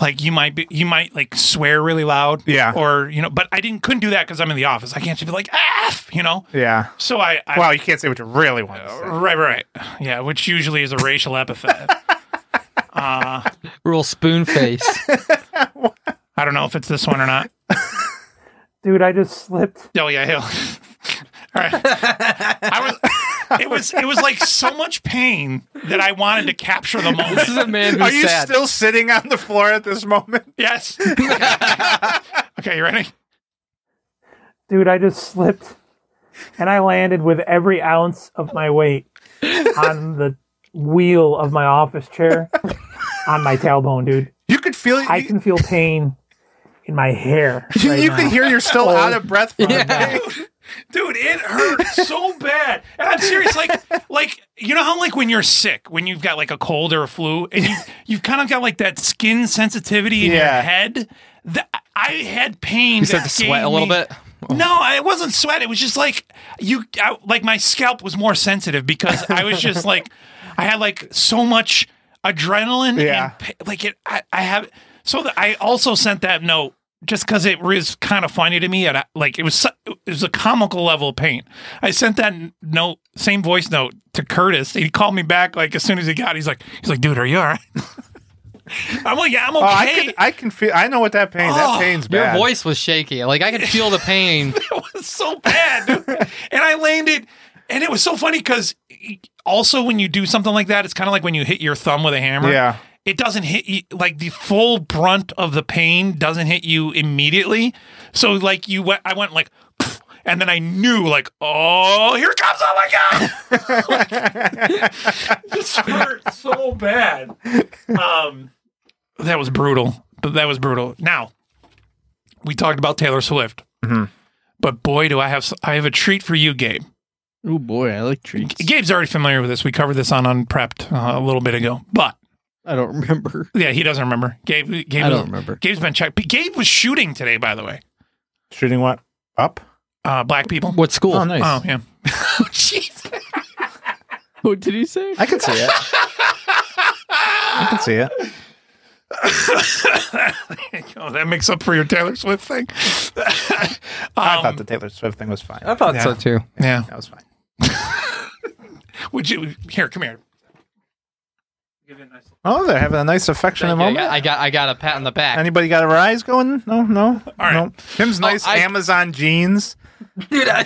S5: like you might be, you might like swear really loud.
S1: Yeah.
S5: Or you know, but I didn't couldn't do that because I'm in the office. I can't just be like ah, you know.
S1: Yeah.
S5: So I, I Oh.
S1: Well, you can't say what you really want. to say.
S5: right right right yeah, which usually is a racial epithet. uh,
S3: Real spoon face.
S5: I don't know if it's this one or not.
S1: Dude, I just slipped.
S5: Oh yeah, hell. All right. I was. It was. It was like so much pain that I wanted to capture the moment.
S3: This is a man
S1: Are
S3: who's
S1: you
S3: sad.
S1: still sitting on the floor at this moment?
S5: Yes. okay, you ready?
S7: dude, I just slipped and I landed with every ounce of my weight on the wheel of my office chair on my tailbone, dude.
S1: You could feel
S7: I can feel pain in my hair.
S1: You,
S7: right
S1: you
S7: now.
S1: can hear you're still out of breath from it.
S5: Dude, it hurt so bad. And I'm serious. Like, like you know how like when you're sick, when you've got like a cold or a flu, and you, you've kind of got like that skin sensitivity in
S3: Yeah.
S5: your head. That I had pain.
S3: You start
S5: that
S3: to sweat
S5: gave
S3: a little
S5: me-
S3: bit? Oh.
S5: No, I- it wasn't sweat. It was just like you, I, like my scalp was more sensitive because I was just like, I had like so much adrenaline.
S1: Yeah.
S5: And, pa- like it, I, I have. So that I also sent that note just because it was kind of funny to me, and I, like it was, su- it was a comical level of pain. I sent that n- note, same voice note to Curtis. He called me back like as soon as he got. it. He's like, he's like, dude, are you all right? I'm like, yeah, I'm
S1: Oh,
S5: okay.
S1: I can, I can feel. I know what that pain.
S5: Oh,
S1: that pain's
S3: Your
S1: bad.
S3: voice was shaky. Like I could feel the pain.
S5: was so bad, dude. and I landed, and it was so funny because also when you do something like that, it's kind of like when you hit your thumb with a hammer.
S1: Yeah.
S5: It doesn't hit you like the full brunt of the pain doesn't hit you immediately. So like you went, I went like, and then I knew like, oh, here it comes! Oh my god! like, this hurt so bad. Um, that was brutal. But that was brutal. Now, we talked about Taylor Swift.
S8: Mm-hmm.
S5: But boy, do I have I have a treat for you, Gabe.
S8: Oh boy, I like treats.
S5: Gabe's already familiar with this. We covered this on Unprepped uh, a little bit ago, but
S8: I don't remember.
S5: yeah, he doesn't remember. Gabe, Gabe
S8: I
S5: was-
S8: don't remember.
S5: Gabe's been checked. but Gabe was shooting today, by the way.
S1: Shooting what up?
S5: Uh, black people.
S3: What school?
S1: Oh, nice.
S5: Oh yeah.
S8: What did he say?
S1: I can see it. I can see it.
S5: oh, that makes up for your Taylor Swift thing.
S1: I thought the Taylor Swift thing was fine.
S3: I thought
S5: Yeah.
S3: so too.
S5: Yeah.
S1: That was fine.
S5: Would you here? Come here.
S1: Oh, they're having a nice affectionate
S3: I
S1: moment.
S3: got, I got I got a pat on the back. Oh,
S1: Anybody got a rise going? No, no. All
S5: right.
S1: No. Tim's nice
S3: I-
S1: Amazon jeans.
S3: Dude, I,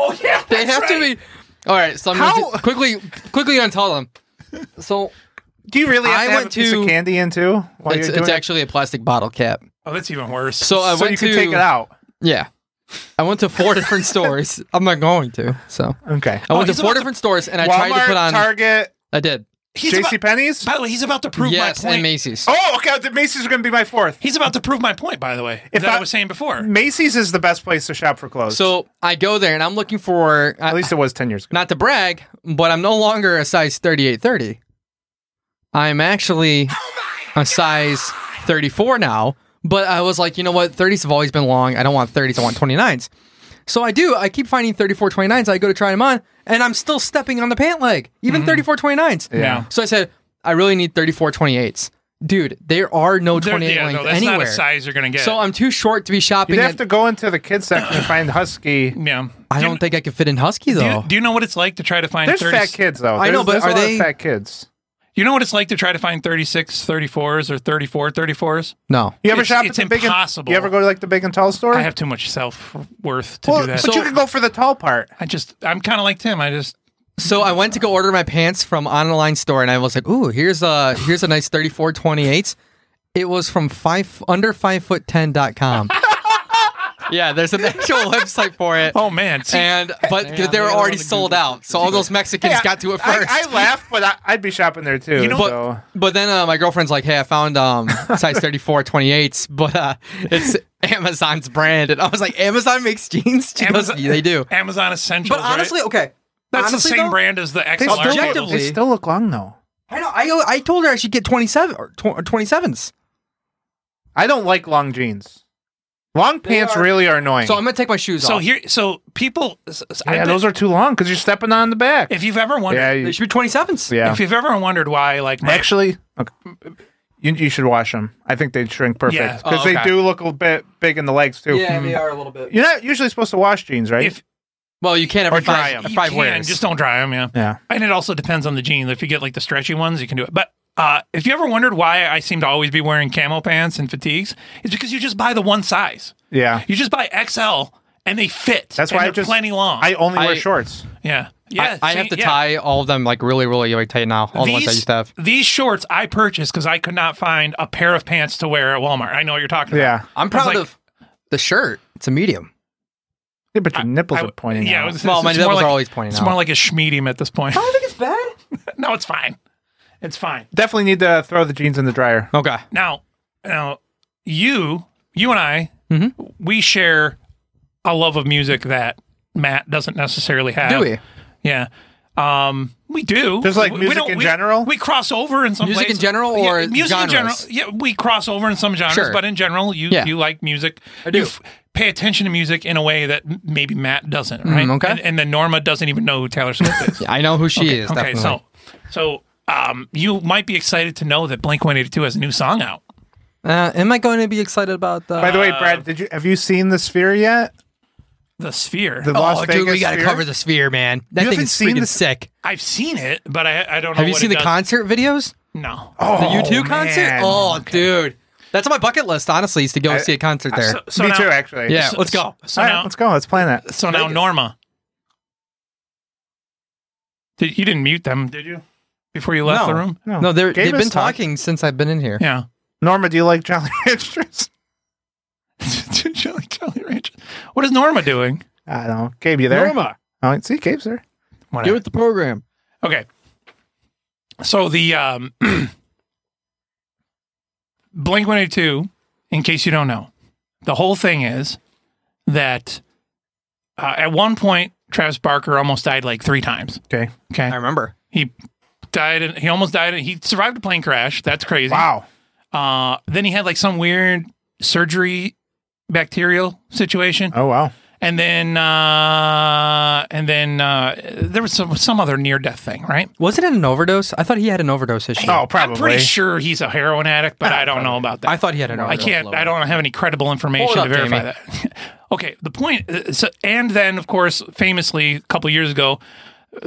S5: oh yeah,
S3: they have to be. All right, so I'm
S1: How-
S3: gonna do- quickly quickly untell them. So
S1: Do you really have
S3: I
S1: to have
S3: went
S1: a piece
S3: to-
S1: of candy in too? While
S3: it's,
S1: you're doing
S3: it's
S1: it?
S3: actually a plastic bottle cap.
S5: Oh, that's even worse.
S3: So I
S1: so
S3: went
S1: you can
S3: to
S1: take it out.
S3: Yeah, I went to four different stores. I'm not going to. So
S1: Okay. Oh,
S3: I went
S5: he's
S3: to four
S5: about to-
S3: different stores and I
S1: Walmart,
S3: tried to put on.
S1: Target.
S3: I did.
S5: He's
S1: J.C. Penney's.
S5: By the way, he's about to prove my point.
S1: Oh, okay. The Macy's is going to be my fourth.
S5: He's about to prove my point. By the way, if that I, was saying before,
S1: Macy's is the best place to shop for clothes.
S3: So I go there and I'm looking for. At
S1: least it was 10 years ago.
S3: Not to brag, but I'm no longer a size 3830. I'm actually a size 34 now. But I was like, you know what? 30s have always been long. I don't want 30s. I want 29s. So I do. I keep finding 34 29s. I go to try them on and I'm still stepping on the pant leg, even 34 29s.
S1: Yeah.
S3: So I said, I really need 34 28s. Dude, there are no
S5: There-
S3: 28
S5: yeah, no,
S3: Oh, length
S5: that's not a
S3: anywhere.
S5: size you're gonna get.
S3: So I'm too short to be shopping.
S1: You'd have
S3: at-
S1: to go into the kids section and find husky.
S5: Yeah.
S3: I don't think I could fit in Husky
S5: Do
S3: though.
S5: you, do you know what it's like to try to find?
S1: There's
S5: 30
S1: fat kids though. There's, there's a lot of fat kids?
S5: You know what it's like to try to find 36 34s or 34 34s?
S3: No.
S1: You ever
S5: It's-
S1: shop
S5: it's
S1: at the big and,
S5: impossible.
S1: You ever go to like the big and tall store?
S5: I have too much self worth to
S1: Well,
S5: do that.
S1: but you could go for the tall part.
S5: I just, I'm kind of like Tim. I just,
S3: So I went to go order my pants from an online store, and I was like, "Ooh, here's a here's a nice 34 28." It was from five under five foot ten dot com. yeah, there's an actual website for it.
S5: Oh man!
S3: and but
S1: Hey,
S3: they,
S1: I'm
S3: were
S1: here on
S3: already
S1: the
S3: sold
S1: Google.
S3: out, so all those Mexicans
S1: Hey, I-
S3: got to it
S1: I-
S3: first.
S1: I, laugh, but I, I'd be shopping there too.
S3: but,
S1: so.
S3: but then uh, my girlfriend's like, "Hey, I found um, size 34 28s, but uh, it's Amazon's brand," and I was like, "Amazon makes jeans? She goes,
S5: Amazon-
S3: "Yeah, they do."
S5: Amazon Essentials.
S3: But honestly,
S5: right?
S3: okay.
S5: That's
S3: honestly,
S5: the same
S3: though,
S5: brand as the
S1: They
S5: XLR.
S1: still, look,
S5: cables.
S1: they still look long though.
S3: I know. I I told her I should get 27 or tw- or 27s.
S1: I don't like long jeans. Long pants really are annoying.
S3: So I'm gonna take my shoes
S5: so
S3: off.
S5: here, so people,
S1: yeah, those are too long because you're stepping on the back.
S5: If you've ever wondered,
S1: Yeah, you-
S3: they should be 27s.
S1: yeah.
S5: if you've ever wondered why, like, my,
S1: Actually, okay. you, you should wash them. I think they shrink
S5: Yeah.
S1: perfect because
S5: Oh, okay.
S1: they do look a bit big in the legs too. Mm-hmm.
S3: a little bit.
S1: You're not usually supposed to wash jeans, right?
S5: If-
S3: Well, you can't ever
S1: Or dry
S3: find
S1: 'em.
S3: five
S5: you can,
S3: wears.
S5: just don't dry them. Yeah.
S1: yeah.
S5: And it also depends on the jeans. If you get like the stretchy ones, you can do it. But uh, if you ever wondered why I seem to always be wearing camo pants and fatigues, it's because you just buy the one size.
S1: Yeah.
S5: You just buy XL and they fit.
S1: That's
S5: and
S1: why I
S5: they're
S1: just
S5: plenty long.
S1: I only wear
S3: I-
S1: shorts.
S5: yeah. Yeah.
S3: I, I
S5: see,
S3: have to
S5: yeah.
S3: tie all of them like really, really, really tight now. All the ones I used to have.
S5: these shorts I purchased because I could not find a pair of pants to wear at Walmart. I know what you're talking about.
S1: Yeah.
S3: I'm
S5: I was
S3: proud
S5: like-
S3: of the shirt. It's a medium.
S1: Yeah, but your nipples are pointing
S5: Yeah,
S1: out.
S5: it was-
S3: Well,
S5: it's-
S3: my
S5: it's
S3: nipples
S5: more
S3: are
S5: like-
S3: always pointing
S5: It's
S3: out.
S5: more like a schmedium at this point.
S3: don't think it's bad.
S5: no, it's fine. It's fine.
S1: Definitely need to throw the jeans in the dryer.
S3: Okay.
S5: Now, now, you, you and I,
S3: Mm-hmm.
S5: we share a love of music that Matt doesn't necessarily have.
S3: Do we?
S5: Yeah. Um, we do.
S1: Just like
S5: We- we
S1: music
S5: don't-
S1: in
S5: we-
S1: general?
S5: we cross over in some
S3: Music in
S5: places.
S3: general
S5: Yeah,
S3: or
S5: music
S3: genres?
S5: in general. Yeah, we cross over in some genres,
S3: Sure.
S5: but in general, you
S3: Yeah.
S5: you like music.
S3: I do.
S5: You f- pay attention to music in a way that m- maybe Matt doesn't, right?
S3: Mm, okay.
S5: And, and then Norma doesn't even know who Taylor Swift is.
S3: I know who she
S5: okay,
S3: is.
S5: okay,
S3: Definitely.
S5: so so um, you might be excited to know that Blink One Eighty Two has a new song out.
S3: uh, am I going to be excited about the?
S1: By the way,
S5: Uh,
S1: Brad, did you have you seen the Sphere yet?
S5: The Sphere.
S1: The
S3: oh,
S1: Las
S3: dude,
S1: Vegas
S3: we gotta
S1: Sphere?
S3: cover the sphere, man. That
S1: You
S3: thing
S1: haven't
S3: is
S1: seen
S3: freaking
S1: this-
S3: sick.
S5: I've seen it, but I I don't know.
S3: Have you
S5: what
S3: seen
S5: it
S3: the
S5: does.
S3: concert videos?
S5: No.
S1: Oh,
S3: the U2 concert?
S1: man.
S3: Oh, dude. That's on my bucket list, honestly, is to go
S1: I-
S3: see a concert there.
S5: Uh, So, so
S1: Me
S5: now,
S1: too, actually.
S3: yeah,
S5: so-
S3: let's go.
S5: So
S1: All right,
S5: now,
S1: let's go. Let's plan that.
S5: so now Norma. Did, you didn't mute them, did you? Before you
S3: no.
S5: left the room?
S1: No,
S3: No, they're,
S1: Gabe
S3: they've
S1: is
S3: been talking since I've been in here.
S5: Yeah.
S1: Norma, do you like Jolly Ranchers?
S5: Jolly Jolly Rancher. What is Norma doing?
S1: I don't know. Gabe, you there?
S8: Norma,
S1: Oh, see, Gabe's there.
S8: get
S5: Whatever.
S8: with the program.
S5: Okay. So the um, Blink 182, in case you don't know, the whole thing is that uh, at one point, Travis Barker almost died like three times.
S1: Okay.
S5: Okay.
S3: I remember.
S5: He died. In, he almost died. In, he survived a plane crash. That's crazy.
S1: Wow.
S5: Uh, then he had like some weird surgery, bacterial situation,
S1: Oh wow.
S5: and then uh, and then uh, there was some some other near death thing, right?
S3: Wasn't it an overdose? I thought he had an overdose issue.
S1: Oh, probably.
S5: I'm pretty sure he's a heroin addict, but I don't know about that.
S3: I thought he had an
S5: I
S3: overdose.
S5: can't. I don't have any credible information
S3: Hold
S5: to
S3: up,
S5: verify
S3: Jamie.
S5: that. okay, the point. uh, So, and then, of course, famously, a couple years ago,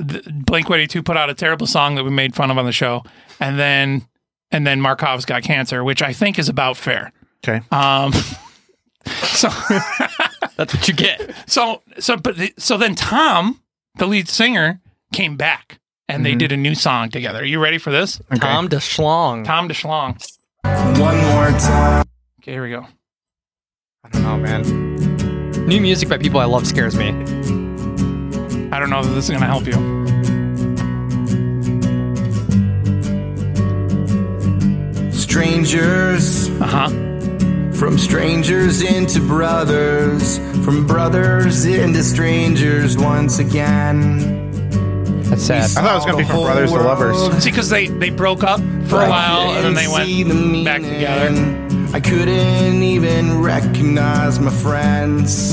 S5: Blink One Eighty Two put out a terrible song that we made fun of on the show, and then and then Markov's got cancer, which I think is about fair.
S1: Okay.
S5: Um, so
S3: That's what you get.
S5: so so but the, so then Tom, the lead singer, came back and they did a new song together. Are you ready for this?
S3: Tom DeSlong.
S5: Tom DeSlong.
S20: One more time.
S5: Okay, here we go.
S3: I don't know, man. New music by people I love scares me.
S5: I don't know if this is gonna help you.
S9: strangers. Uh huh. From strangers into brothers. From brothers into strangers once again.
S3: That's sad.
S1: I thought it was gonna be from brothers to lovers.
S5: See, because they, they broke up for
S9: Right.
S5: a while and then they
S9: See
S5: went
S9: the
S5: back together.
S9: meaning. I couldn't even recognize my friends.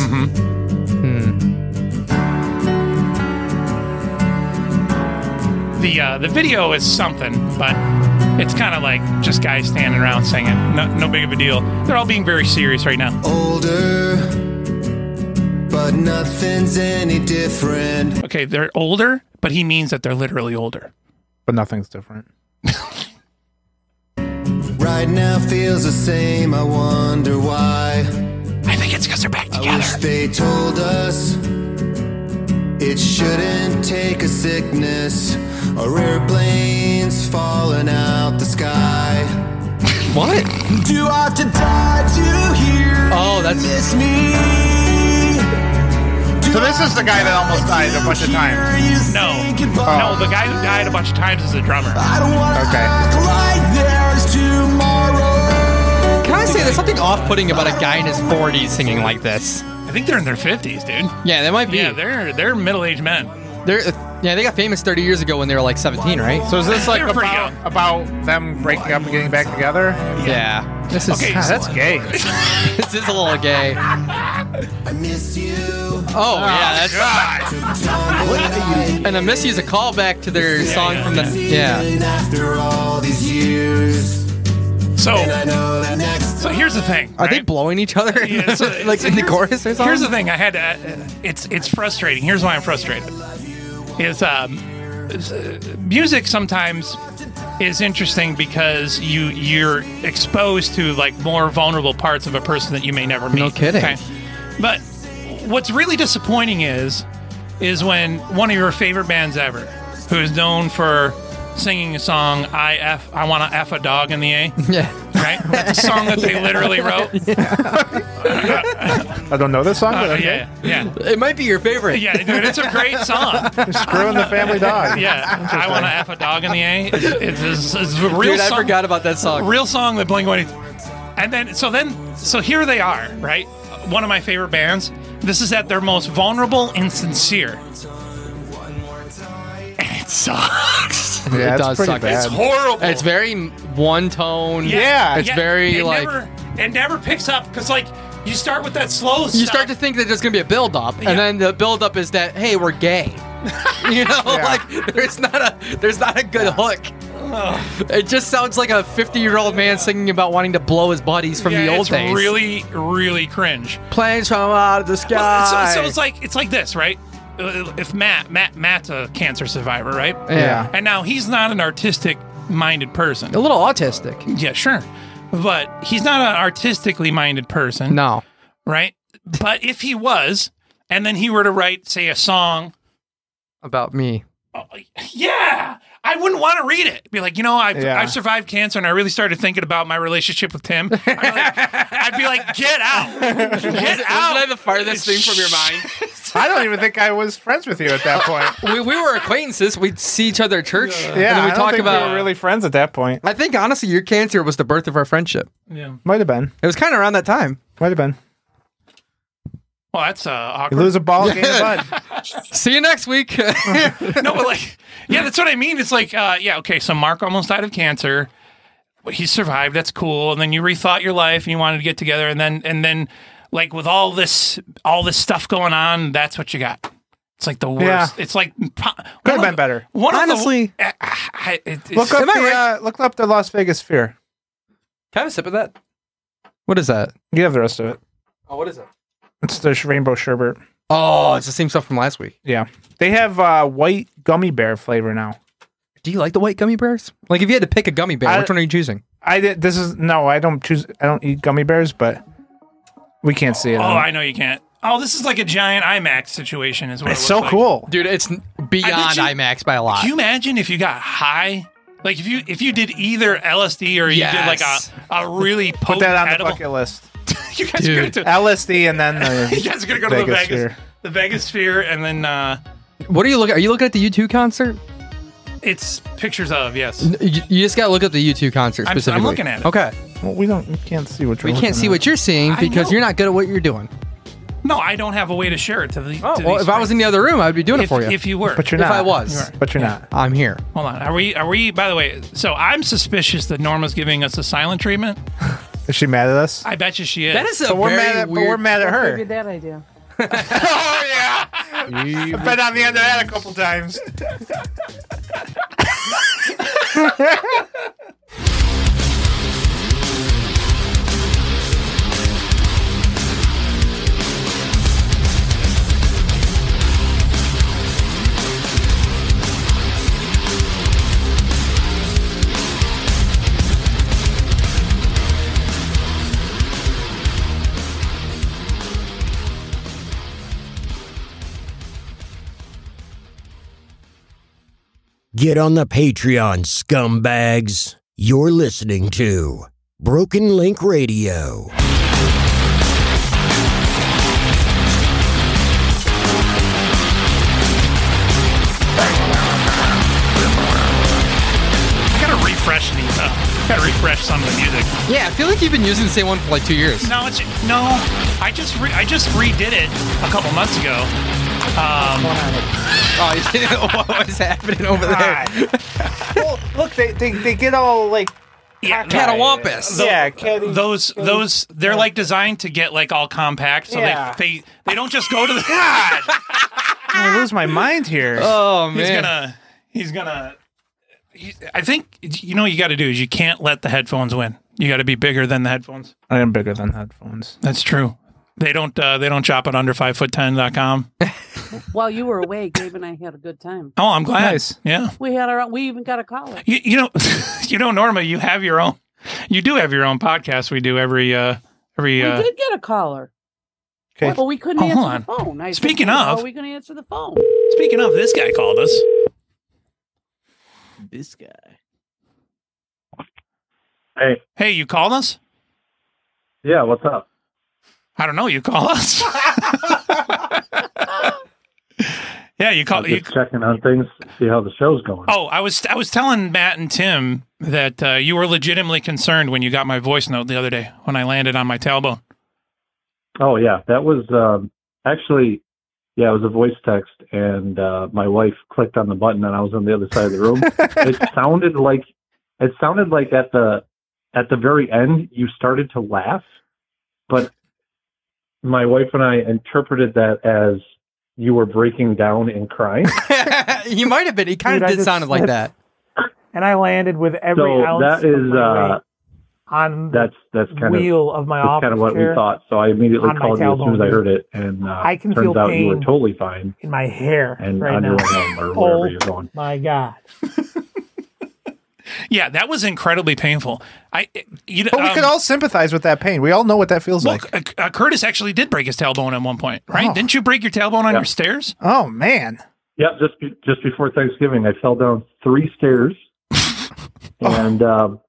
S5: The uh, the video is something, but it's kind of like just guys standing around singing. No, no big of a deal. They're all being very serious right now.
S9: Older, but nothing's any different.
S5: Okay, they're older, but he means that they're literally older.
S1: But nothing's different.
S9: Right now feels the same. I wonder why.
S5: I think it's because they're back together.
S9: I wish they told us it shouldn't take a sickness or airplanes falling out the sky.
S3: What?
S9: Do I have to die to hear?
S3: Oh, that's
S9: miss me.
S1: So this is the guy that almost died a bunch of times.
S5: No, no, the guy who died a bunch of times is the drummer.
S1: Okay.
S9: Like there's tomorrow.
S3: Can I say there's something off-putting about a guy in his 40s singing like this?
S5: I think they're in their 50s, dude.
S3: Yeah, they might be.
S5: Yeah, they're they're middle-aged men.
S3: They're yeah, they got famous 30 years ago when they were like 17, right?
S1: So is this like
S5: They were pretty
S1: about, about them breaking up and getting back together?
S3: yeah. This is
S1: God, that's gay.
S3: this is a little gay.
S9: I miss you.
S3: Oh, yeah, that's and I miss you's a callback to their song from the yeah.
S9: And after all these years,
S5: So,
S9: and I know that next
S5: so here's the thing.
S3: Are they blowing each other?
S5: Yeah, so-
S3: like
S5: so
S3: in the
S5: here's-
S3: chorus or something?
S5: Here's the thing. I had to. Uh, it's it's frustrating. Here's why I'm frustrated. Is um, is, uh, music sometimes is interesting because you you're exposed to like more vulnerable parts of a person that you may never meet.
S3: No kidding.
S5: But what's really disappointing is is when one of your favorite bands ever, who is known for singing a song I F I wanna F a dog in the A.
S3: Yeah.
S5: Right? That's a song that they literally wrote.
S1: I don't know this song, but
S5: Uh,
S1: okay.
S5: yeah, yeah.
S3: It might be your favorite.
S5: Yeah, dude, it's a great song.
S1: Screwing the family dog.
S5: Yeah, I want to f a dog in the a. It's, it's, it's, it's a real
S3: Dude, I
S5: song.
S3: forgot about that song.
S5: Real song that Blink One. And then so then so here they are, right? One of my favorite bands. This is at their most vulnerable and sincere. And it sucks.
S1: Yeah,
S3: it
S1: it's
S3: does
S1: pretty
S3: suck.
S1: bad.
S5: It's horrible.
S3: It's very one tone.
S1: Yeah.
S3: It's very
S5: it
S3: like
S5: never, it never picks up because like you start with that slow.
S3: you start to think that there's gonna be a build up,
S5: Yeah.
S3: and then the build up is that hey, we're gay. you know,
S1: Yeah.
S3: like there's not a there's not a good hook. It just sounds like a 50 year old man singing about wanting to blow his buddies from
S5: yeah,
S3: the old
S5: it's
S3: days.
S5: really really cringe.
S3: planes from out of the sky.
S5: Well, so, so it's like it's like this, right? Uh, If Matt Matt Matt's a cancer survivor, right?
S3: Yeah.
S5: And now he's not an artistic minded person.
S3: a little Oh, autistic.
S5: Yeah, sure. But he's not an artistically minded person,
S3: No.
S5: right? But if he was, and then he were to write, say, a song,
S3: About me.
S5: yeah, I wouldn't want to read it. Be like, you know, I've,
S1: Yeah.
S5: I've survived cancer, and I really started thinking about my relationship with Tim. I'd be like, I'd be like get out, get out.
S3: the farthest thing from your mind?
S1: I don't even think I was friends with you at that point.
S3: we, we were acquaintances. We'd see each other at church. Yeah, and
S1: Yeah,
S3: then
S1: I
S3: we
S1: don't
S3: talk
S1: think
S3: about.
S1: we were really friends at that point.
S3: I think honestly, your cancer was the birth of our friendship.
S5: Yeah.
S1: Might have been.
S3: It was kind of around that time.
S1: Might have been.
S5: Well, that's uh, awkward.
S1: You lose a ball, gain a bud.
S3: See you next week.
S5: no, but like, yeah, that's what I mean. It's like, uh, yeah, okay, so Mark almost died of cancer. But he survived. That's cool. And then you rethought your life and you wanted to get together. And then, and then, like with all this, all this stuff going on, that's what you got. It's like the worst. It's like could
S1: Could have been better.
S5: One
S3: Honestly.
S5: of the, I- I, it, it's,
S1: Look up
S3: Am I
S1: the
S3: right?
S1: uh, look up the Las Vegas Fear.
S3: Have a sip of that. What is that?
S1: You have the rest of it.
S3: Oh, what is it?
S1: It's the sh- rainbow sherbet.
S3: Oh, it's the same stuff from last week.
S1: Yeah, they have uh, white gummy bear flavor now.
S3: Do you like the white gummy bears? Like, if you had to pick a gummy bear,
S1: I-
S3: which one are you choosing?
S1: I did. This is no. I don't choose. I don't eat gummy bears, but we can't see it.
S5: oh,
S1: on-
S5: I know you can't. Oh, this is like a giant IMAX situation. Is what
S1: it's
S5: it
S1: so
S5: looks like.
S1: cool.
S3: Dude, it's n- beyond
S5: you-
S3: IMAX by a lot.
S5: Can you imagine if you got high? Like if you if you did either LSD or you did like
S3: Yes.
S5: a, a really potent
S1: Put that on
S5: edible.
S1: the bucket list.
S5: you guys
S3: Dude.
S5: are gonna do-
S1: LSD and then the
S5: You guys are gonna go to the
S1: Vegas
S5: Vegas,
S1: Sphere.
S5: the Vegas Sphere, and then uh,
S3: what are you looking? Are you looking at the U2 concert?
S5: it's pictures of yes.
S3: N- You, you just gotta look up the U2 concert
S5: I'm- I'm
S3: specifically.
S5: looking at it.
S3: Okay.
S1: Well, we don't. We can't see what
S3: We can't see what you're seeing
S5: I
S3: because
S5: know.
S3: you're not good at what you're doing.
S5: No, I don't have a way to share it to the.
S3: Oh,
S5: to
S3: well, if
S5: these
S3: I was in the other room, I'd be doing
S5: If-
S3: it for you.
S5: if you were. But you're
S3: If
S5: not.
S3: I was.
S5: You
S1: But you're not.
S3: I'm here.
S5: Hold on. Are we? Are we? By the way, so I'm suspicious that Norma's giving us a silent treatment.
S1: Is she mad at us?
S5: I bet you she is.
S1: That is a But we're very mad at- but weird- we're mad at
S4: What
S1: her.
S4: gave you that idea?
S1: I've been on the end of that a couple times.
S29: Get on the Patreon, scumbags. You're listening to Broken Link Radio.
S5: gotta refresh these. Uh, gotta refresh some of the music.
S3: Yeah, I feel like you've been using the same one for like two years.
S5: No, it's no. I just re- I just redid it a couple months ago. Um,
S1: Oh,
S3: what was happening over there?
S1: well, look, they, they they get all like yeah,
S5: Catawampus.
S1: Yeah,
S5: those those they're like designed to get like all compact, so
S1: Yeah.
S5: they, they they don't just go to the. God,
S1: I lose my mind here.
S3: Oh
S5: he's gonna he's gonna. he- I think you know what you got to do is you can't let the headphones win. You got to be bigger than the headphones.
S1: I am bigger than headphones.
S5: That's true. They don't uh, they don't shop at under five foot ten dot com.
S4: While you were away, Gabe and I had a good time.
S5: Oh, I'm glad. Yeah.
S4: We had our own, we even got a call.
S5: You, you know, you know, Norma, you have your own. You do have your own podcast. We do every uh every. uh,
S4: We did get a caller.
S5: Okay.
S4: But we couldn't
S5: Oh, hold
S4: answer the
S5: on.
S4: phone. I said,
S5: Speaking
S4: "How
S5: of-
S4: are we going to answer the phone?
S5: Speaking of, this guy called us.
S8: This guy.
S5: Hey. Hey, you called us? Yeah. What's up? I don't know. You call us? yeah, you call. You,
S10: Just checking on things, see how the show's going.
S5: oh, I was I was telling Matt and Tim that uh, you were legitimately concerned when you got my voice note the other day when I landed on my tailbone.
S10: Oh yeah, that was um, actually, yeah, it was a voice text, and uh, my wife clicked on the button, and I was on the other side of the room. it sounded like it sounded like at the at the very end you started to laugh, but my wife and I interpreted that as you were breaking down and crying.
S3: Uh, you might have been. He kind
S7: Dude, I
S3: of did
S7: just
S3: sounded like that.
S7: slipped. and I landed with every
S10: so
S7: ounce
S10: that is
S7: of my
S10: uh,
S7: weight on the
S10: that's that's kind
S7: wheel
S10: of,
S7: of my
S10: that's kind
S7: office
S10: of what
S7: chair
S10: we thought. So I immediately
S7: on my
S10: called you as soon as I
S7: tailbone.
S10: heard it, and uh,
S7: I can
S10: turns
S7: feel
S10: out you were
S7: pain.
S10: totally fine.
S7: in my hair
S10: And
S7: right
S10: on
S7: now.
S10: your arm or wherever you're going.
S7: My God.
S5: Yeah, that was incredibly painful. I you
S1: But we
S5: um,
S1: could all sympathize with that pain. We all know what that feels like.
S5: uh, uh, Curtis actually did break his tailbone at one point, right?
S10: Oh.
S5: Didn't you break your tailbone on
S10: Yeah.
S5: your stairs?
S1: Oh man.
S10: Yep, just be- just before Thanksgiving, I fell down three stairs and um,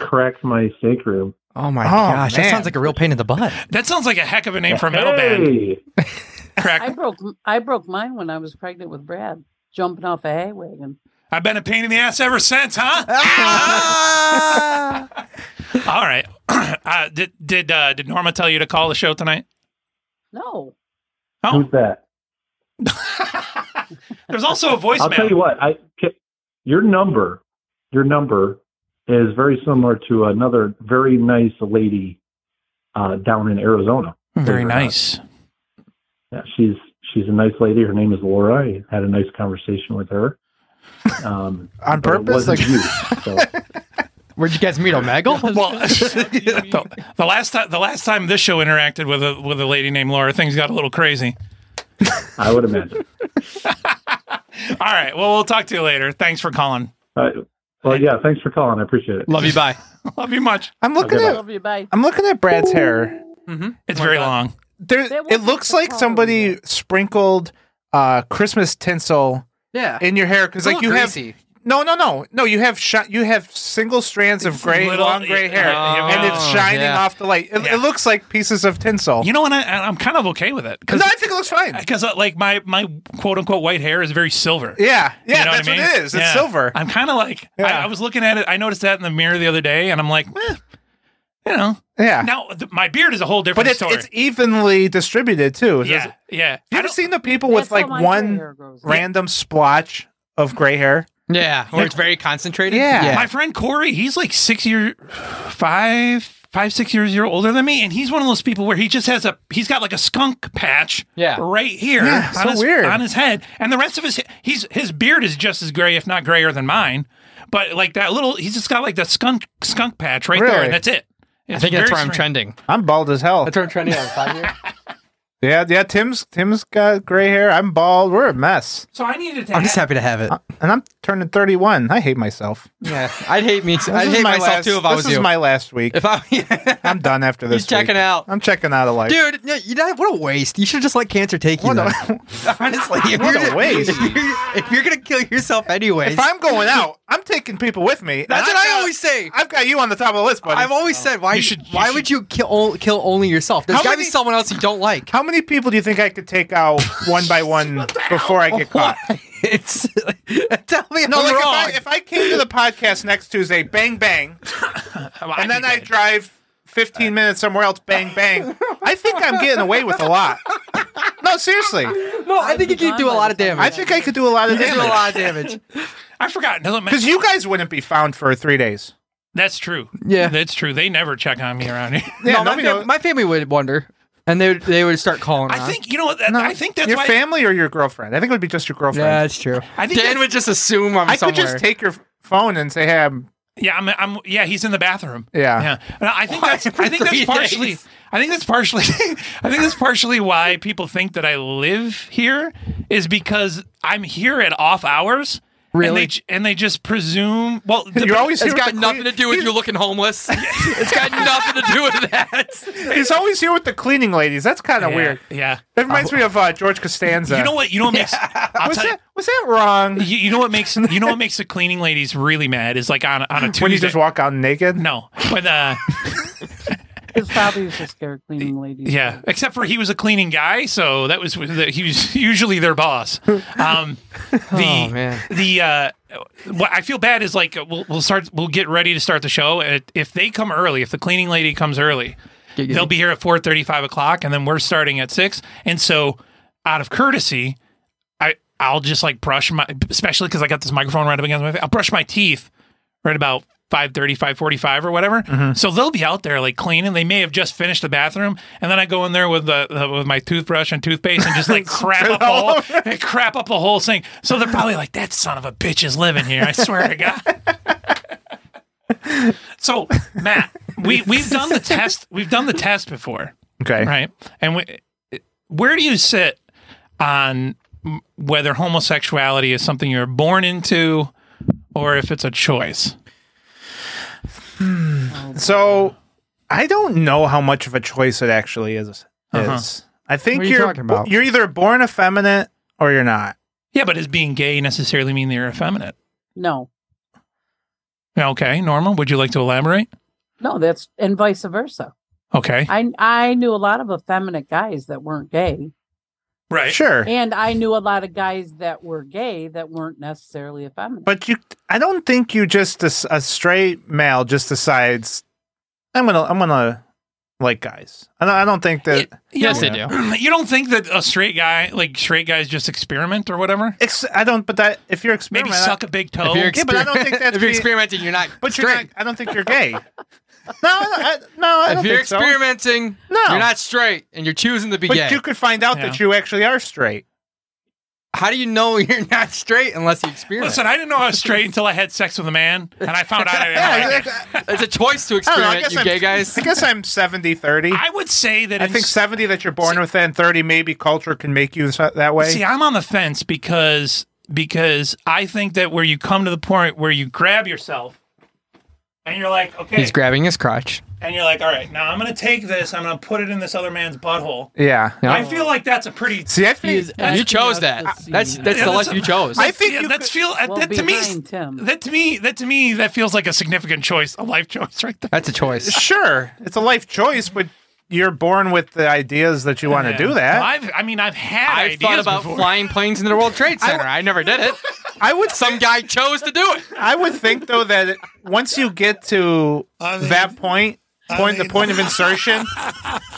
S10: cracked my sacrum.
S3: Oh my
S10: Oh,
S3: gosh, that
S10: man.
S3: sounds like a real pain in the butt.
S5: That sounds like a heck of a name for a metal band.
S10: Hey,
S4: I broke I broke mine when I was pregnant with Brad, jumping off a hay wagon.
S5: I've been a pain in the ass ever since, huh? All right. uh, did did uh, did Norma tell you to call the show tonight?
S4: No.
S7: Oh.
S10: who's that?
S5: There's also a voicemail.
S10: I'll tell you what. I ca- your number, your number is very similar to another very nice lady uh, down in Arizona.
S5: Very nice.
S10: Yeah, she's she's a nice lady. Her name is Laura. I had a nice conversation with her. Um,
S1: On
S10: but it
S1: purpose?
S10: wasn't
S1: Like-
S10: you, so.
S3: Where'd you guys meet, Omegle?
S5: Well, the, the last time the last time this show interacted with a with a lady named Laura, things got a little crazy.
S10: I would imagine.
S5: All right. Well, we'll talk to you later. Thanks for calling.
S10: Uh, well, yeah. Thanks for calling. I appreciate it.
S3: Love you. Bye.
S5: Love you much.
S1: I'm looking
S10: Okay,
S1: at
S4: Love you. Bye.
S1: I'm looking at Brad's hair.
S5: Mm-hmm.
S7: Oh
S5: It's very long.
S1: There, it looks like somebody sprinkled uh, Christmas tinsel
S3: Yeah.
S1: in your hair because
S3: It's a
S1: like you
S3: little
S1: have
S3: greasy.
S1: no no no no you have shi- you have single strands of gray
S5: little-
S1: long gray hair
S5: yeah,
S1: and it's
S5: oh,
S1: shining
S5: yeah.
S1: off the light. It, it looks like pieces of tinsel.
S5: You know, and I, and I'm kind of okay with it
S1: no, I think it looks fine.
S5: because uh, like my my quote unquote white hair is very silver.
S1: Yeah, yeah,
S5: You know
S1: that's
S5: I
S1: what,
S5: mean?
S1: it is. It's
S5: Yeah.
S1: silver.
S5: I'm kind of like I, I was looking at it. I noticed that in the mirror the other day, and I'm like, eh, you know.
S1: Yeah.
S5: Now th- my beard is a whole different
S1: But it's,
S5: story.
S1: it's evenly distributed too. It's
S5: yeah,
S1: just-
S5: yeah.
S1: You ever seen the people with like one random splotch of gray hair?
S3: Yeah, where it's very concentrated.
S5: My friend Corey, he's like six year, five, five, six years year older than me, and he's one of those people where he just has a, he's got like a skunk patch,
S3: Yeah.
S5: right here,
S3: Yeah,
S5: on
S3: so
S5: his,
S3: weird.
S5: on his head, and the rest of his, he's his beard is just as gray, if not grayer than mine, but like that little, he's just got like the skunk skunk patch right there,
S1: Really?
S5: and that's it.
S3: I
S5: It's
S3: think that's
S5: very
S3: where I'm
S5: strange.
S3: trending.
S1: I'm bald as hell.
S3: That's where I'm trending on five years.
S1: Yeah, yeah. Tim's Tim's got gray hair. I'm bald. We're a mess. Uh,
S5: So I needed to.
S3: I'm just happy to have it.
S1: And I'm turning 31. I hate myself.
S3: Yeah, I'd hate me.
S1: This
S3: I'd
S1: is
S3: hate
S1: my
S3: myself
S1: last-
S3: too if I was
S1: This is
S3: you.
S1: my last week.
S3: If I,
S1: I'm done after this.
S3: He's checking
S1: week.
S3: out.
S1: I'm checking out of life,
S3: Dude, no, you know, what a waste. You should just let cancer take you. then. Honestly, if
S1: What
S3: you're
S1: a
S3: ju-
S1: waste.
S3: If you're, if you're gonna kill yourself anyway,
S1: If I'm going out, I'm taking people with me.
S3: That's
S1: And
S3: what
S1: I've
S3: I
S1: got-
S3: always say.
S1: I've got you on the top of the list, buddy.
S3: I've
S5: Oh.
S3: always said why? why would you kill o- kill only yourself? There's
S1: How
S3: got to be
S1: many-
S3: someone else you don't like.
S1: How many people do you think I could take out one by one before I get caught?
S3: it's tell me
S1: no,
S3: I'm
S1: like
S3: wrong.
S1: If, I, if I came to the podcast next Tuesday, bang bang, and then I drive
S5: Uh,
S1: 15 minutes somewhere else, bang bang, I think I'm getting away with a lot. No, seriously.
S3: No, I think you could do a lot of damage.
S1: I think I could do a lot of
S3: You could
S1: damage.
S3: do a lot of damage.
S5: I forgot. Doesn't matter.
S1: Because you guys wouldn't be found for three days.
S5: That's true.
S3: Yeah.
S5: that's true. They never check on me around here.
S1: Yeah,
S3: no, my,
S1: nobody
S3: fam-
S1: knows.
S3: my family would wonder, and they would, they would start calling.
S5: I
S3: around.
S5: think you know what. That, I think that's
S1: your
S5: why.
S1: family or your girlfriend? I think it would be just your girlfriend.
S3: yeah, that's true.
S5: I think
S3: Dan
S5: that's-
S3: would just assume I'm
S1: I
S3: somewhere.
S1: could just take your phone and say, "Hey, I'm."
S5: Yeah, I'm, I'm. Yeah, he's in the bathroom.
S1: Yeah.
S5: yeah. And I think that's. I think that's
S3: three
S5: partially.
S3: days?
S5: I think that's partially. I think that's partially why people think that I live here is because I'm here at off hours. And
S3: Really?
S5: they, j- and they just presume. Well,
S1: You're always
S3: it's
S1: here.
S3: got
S1: with the
S3: nothing
S1: cle-
S3: to do with you looking homeless. it's got nothing to do with that.
S1: He's always here with the cleaning ladies. That's kind of
S5: yeah,
S1: weird.
S5: Yeah.
S1: That reminds me of uh, George Costanza.
S5: You know what? You know what makes. I'll
S1: Was
S5: tell you,
S1: that, was that wrong?
S5: you, you know what makes. You know what makes the cleaning ladies really mad is like on on a Tuesday.
S1: When you just walk out naked?
S5: no, but uh,
S4: His father used to scare cleaning ladies.
S5: Yeah, except for he was a cleaning guy, so that was he was usually their boss. Um, the
S3: Oh, man.
S5: the uh, what I feel bad is like we'll, we'll start we'll get ready to start the show. and If they come early, if the cleaning lady comes early,
S3: Get you-
S5: they'll be here at four thirty five o'clock, and then we're starting at six. And so, out of courtesy, I I'll just like brush my especially because I got this microphone right up against my face. I'll brush my teeth right about 5.30 5.45 or whatever so they'll be out there like cleaning they may have just finished the bathroom and then i go in there with the, the with my toothbrush and toothpaste and just like crap up
S1: all
S5: the whole and crap up the whole thing so they're probably like that son of a bitch is living here i swear to god so matt we we've done the test we've done the test before
S1: Okay.
S5: right and we, where do you sit on whether homosexuality is something you're born into or if it's a choice
S1: Hmm. So I don't know how much of a choice it actually is. is.
S5: Uh-huh.
S1: I think
S3: What are you
S1: you're
S3: talking about?
S1: you're either born effeminate or you're not.
S5: yeah but does being gay necessarily mean that you're effeminate
S4: No,
S5: okay norma would you like to elaborate
S4: no, that's and vice versa.
S5: okay
S4: I I knew a lot of effeminate guys that weren't gay,
S5: right
S1: Sure.
S4: and I knew a lot of guys that were gay that weren't necessarily effeminate.
S1: But you I don't think you just a, a straight male just decides I'm going to I'm going to like guys. I don't, I don't think that
S3: Yes, they do.
S5: you don't think that a straight guy like straight guys just experiment or whatever
S1: ex- I don't but that if you're
S5: maybe
S1: experimenting
S5: suck a big toe
S3: If you're,
S1: Yeah, but I don't
S3: exper-
S1: think that's
S3: if you're
S1: being-
S3: experimenting, you're not
S1: but you're
S3: straight.
S1: not, I don't think you're gay. no,
S5: Oh,
S1: I, don't- I- no, I don't
S3: if you're
S1: think so.
S3: experimenting,
S1: No.
S3: you're not straight, and you're choosing to be
S1: But
S3: gay.
S1: you could find out that
S5: Yeah.
S1: you actually are straight.
S3: How do you know you're not straight unless you experiment?
S5: listen i didn't know i was straight until i had sex with a man and i found out i didn't
S1: Yeah,
S5: like it.
S1: like, I-
S3: it's a choice to
S1: I don't know,
S3: experiment, you
S1: I'm,
S3: gay guys.
S1: I guess I'm 70 30. I,
S5: I would say that in
S1: think 70 that you're born with and 30 maybe culture can make you so- that way.
S5: See, I'm on the fence because because I think that where you come to the point where you grab yourself and you're like, okay,
S3: He's grabbing his crotch.
S5: and you're like, all right, now I'm gonna take this, I'm gonna put it in this other man's butthole.
S1: yeah.
S3: Yeah.
S5: I feel like that's a pretty.
S1: See, I think,
S4: He's
S3: You
S4: asking
S3: chose
S4: us
S3: that.
S4: to
S3: That's
S4: see-
S3: that's
S5: Yeah,
S3: the
S5: that's
S3: life you chose.
S1: I think
S5: yeah,
S1: you
S5: that's
S1: could-
S5: feel that,
S4: well,
S5: that to me.
S4: behind Tim.
S5: That to me, that to me, that feels like a significant choice, a life choice, right there.
S3: that's a choice.
S1: sure, it's a life choice, but you're born with the ideas that you want to
S5: Yeah.
S1: do that.
S5: Well, I've, I mean, I've had
S3: I
S5: ideas
S3: thought about
S5: before.
S3: flying planes into the World Trade Center. I, never did it.
S1: I would
S3: Some guy chose to do it.
S1: I would think though that once you get to that point, Point the point of insertion.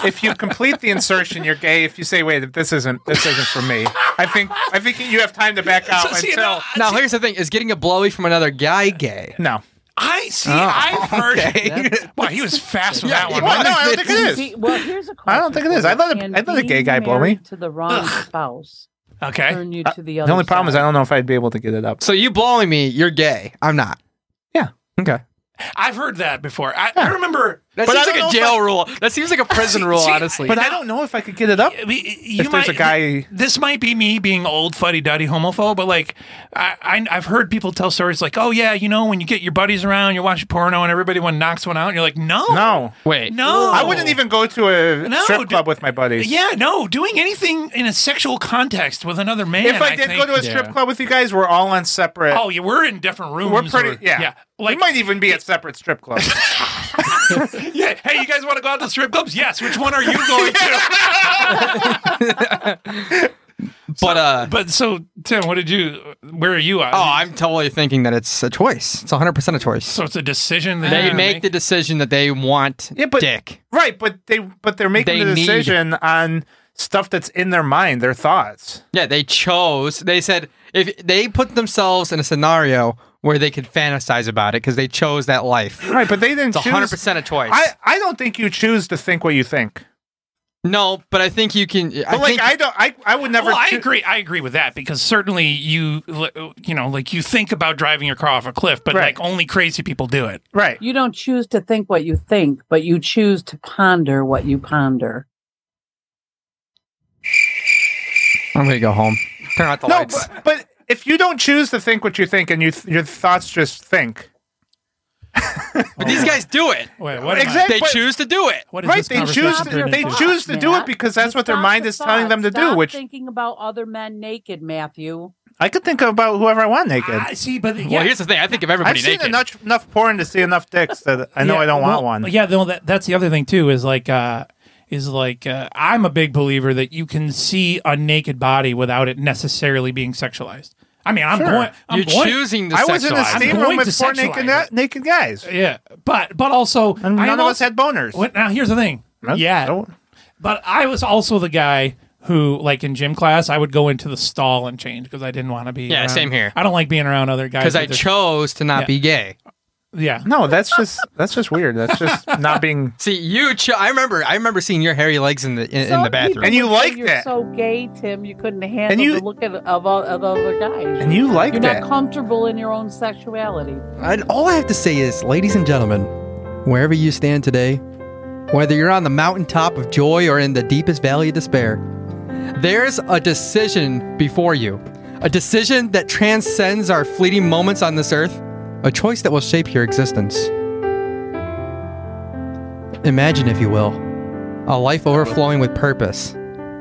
S1: if you complete the insertion, you're gay. If you say, "Wait, this isn't this isn't for me," I think I think you have time to back out until
S3: now, here's the thing: is getting a blowy from another guy gay?
S1: No.
S5: I see.
S3: Oh,
S5: I've heard.
S3: okay.
S5: Wow, he was fast with
S3: Yeah,
S5: that one.
S1: well, no, I don't think it is.
S4: Well, here's a
S1: I don't think it is. I let
S4: question.
S1: a, I let a
S4: Being
S1: gay guy blow me.
S4: married To the wrong spouse.
S5: Okay.
S4: Turn you
S1: Uh,
S4: to the
S1: The
S4: other.
S1: only problem is I don't know if I'd be able to get it up.
S3: So you blowing me, you're gay. I'm not.
S1: Yeah.
S3: Okay.
S5: I've heard that before. I, I remember.
S3: That
S5: But I
S3: seems
S5: don't
S3: like a
S5: know if
S3: jail rule. That seems like a prison rule,
S5: See,
S3: honestly.
S1: But I don't know if I could get it up.
S5: you
S1: if there's a
S5: might-
S1: guy,
S5: This might be me being old fuddy duddy homophobe, but like I, I, I've heard people tell stories like, "Oh yeah, you know, when you get your buddies around, you're watching porno, and everybody one knocks one out, and you're like, no,
S1: no,
S3: wait,
S5: no,
S1: I wouldn't even go to a
S5: No,
S1: strip club with my buddies.
S5: Yeah, no, doing anything in a sexual context with another man.
S1: if I did go
S5: think-
S1: to a strip club with you guys, we're all on separate.
S5: Oh, yeah, we're in different rooms.
S1: We're pretty.
S5: or-
S1: yeah.
S5: yeah.
S1: we might even be at separate strip clubs.
S5: Yeah. Hey, you guys want to go out to strip clubs? Yes. Which one are you going to?
S3: but uh,
S5: but so Tim, what did you? Where are you at?
S3: oh, I'm totally thinking that it's a choice. It's 100 percent a choice.
S5: so it's a decision. That
S3: they
S5: you
S3: make the decision that they want
S1: Yeah, but-
S3: dick.
S1: right, but they but they're making
S3: They
S1: the
S3: need-
S1: decision on stuff that's in their mind, their thoughts.
S3: Yeah, they chose. They said if they put themselves in a scenario where they could fantasize about it because they chose that life.
S1: Right, but they didn't
S3: It's
S1: choose.
S3: 100% a choice.
S1: I I don't think you choose to think what you think.
S3: no, but I think you can. I
S1: But like
S3: think,
S1: I don't. I I would never.
S5: Well, Oh, I
S1: choo-
S5: agree. I agree with that because certainly you, you know, like you think about driving your car off a cliff, but
S1: Right.
S5: like only crazy people do it.
S1: Right.
S4: You don't choose to think what you think, but you choose to ponder what you ponder.
S3: I'm gonna go home. Turn out the
S1: No,
S3: lights.
S1: but, but if you don't choose to think what you think and you th- your thoughts just think.
S3: But these guys do it.
S5: Wait, what?
S1: am I- Exactly,
S3: They
S1: but-
S3: choose to do it.
S5: What is
S1: Right,
S5: this
S1: they choose
S5: conversation
S1: to,
S5: turned
S1: they
S5: into?
S1: choose to do it
S4: Matt.
S1: because that's what their
S4: Stop
S1: mind
S4: the
S1: is telling them to
S4: thoughts.
S1: do,
S4: Stop
S1: which
S4: thinking about other men naked, Matthew.
S1: I could think about whoever I want naked.
S5: I see, but yeah,
S3: Well, here's the thing. I think of everybody
S1: I've seen
S3: naked.
S1: enough enough porn to see enough dicks that I know
S5: Yeah,
S1: I don't
S5: well,
S1: want one.
S5: Yeah, no, that, that's the other thing too is like uh is like uh, I'm a big believer that you can see a naked body without it necessarily being sexualized. I mean, I'm
S1: Sure.
S5: going. I'm
S3: You're
S5: going-
S3: choosing to
S1: I was in a
S3: sexualize it.
S1: steam
S5: I'm
S1: room
S5: going
S1: with
S5: to
S1: four
S5: sexualize
S1: naked
S5: it.
S1: naked guys,
S5: Yeah, but but also
S1: and
S5: I'm
S1: none of us
S5: also-
S1: had boners.
S5: What, now here's the thing.
S1: That's-
S5: yeah,
S1: don't-
S5: but I was also the guy who, like in gym class, I would go into the stall and change because I didn't want to be.
S3: Yeah,
S5: around-
S3: same here.
S5: I don't like being around other guys
S3: Because I
S5: with their-
S3: chose to not
S5: Yeah.
S3: be gay.
S5: Yeah,
S1: No, that's just that's just weird. That's just not being.
S3: See, you. Cho- I remember. I remember seeing your hairy legs in the in, in
S4: Some
S3: the
S4: people
S3: bathroom.
S1: And you
S4: would say
S1: like
S4: you're
S1: that.
S4: so gay, Tim. You couldn't handle
S1: And you-
S4: the look at, of, all- of other guys.
S1: And you like
S4: You're
S1: that?
S4: not comfortable in your own sexuality.
S3: And all I have to say is, ladies and gentlemen, wherever you stand today, whether you're on the mountaintop of joy or in the deepest valley of despair, there's a decision before you. A decision that transcends our fleeting moments on this earth, a choice that will shape your existence. Imagine, if you will, a life overflowing with purpose,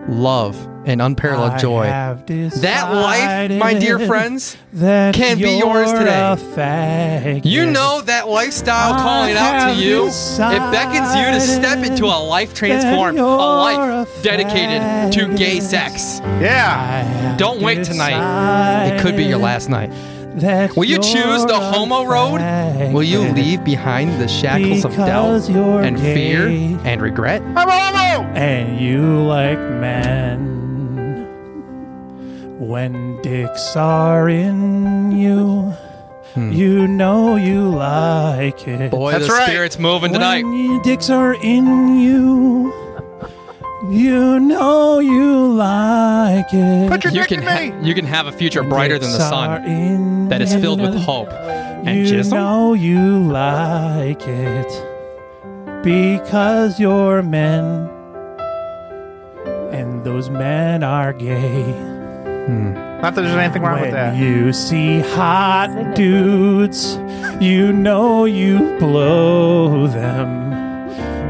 S3: love, and unparalleled joy. That life, my dear friends, can be yours today. You know that lifestyle
S5: I
S3: calling out
S5: have
S3: to you. It beckons you to step into a life transformed, a
S5: you're
S3: life dedicated to gay sex.
S1: Yeah,
S3: Don't wait tonight. It could be your last night. Will you choose the homo road? Will you leave behind the shackles of doubt
S5: Because you're
S3: and fear
S5: gay.
S3: and regret?
S1: I'm a homo.
S5: And you like men when dicks are in you. You know you like it.
S3: Hmm. Boy,
S1: That's
S3: the
S1: right.
S3: spirit's moving tonight.
S5: When dicks are in you, you know you like it.
S1: Put your
S3: You
S1: dick
S3: can
S1: in me.
S3: ha- you can have a future brighter than the
S5: Dicks are
S3: sun
S5: in
S3: that is filled with
S5: you.
S3: hope and
S5: you
S3: chisel.
S5: know you like it because you're men, and those men are gay.
S1: Not that there's anything wrong with
S5: When
S1: that.
S5: you see hot dudes, you know you blow them.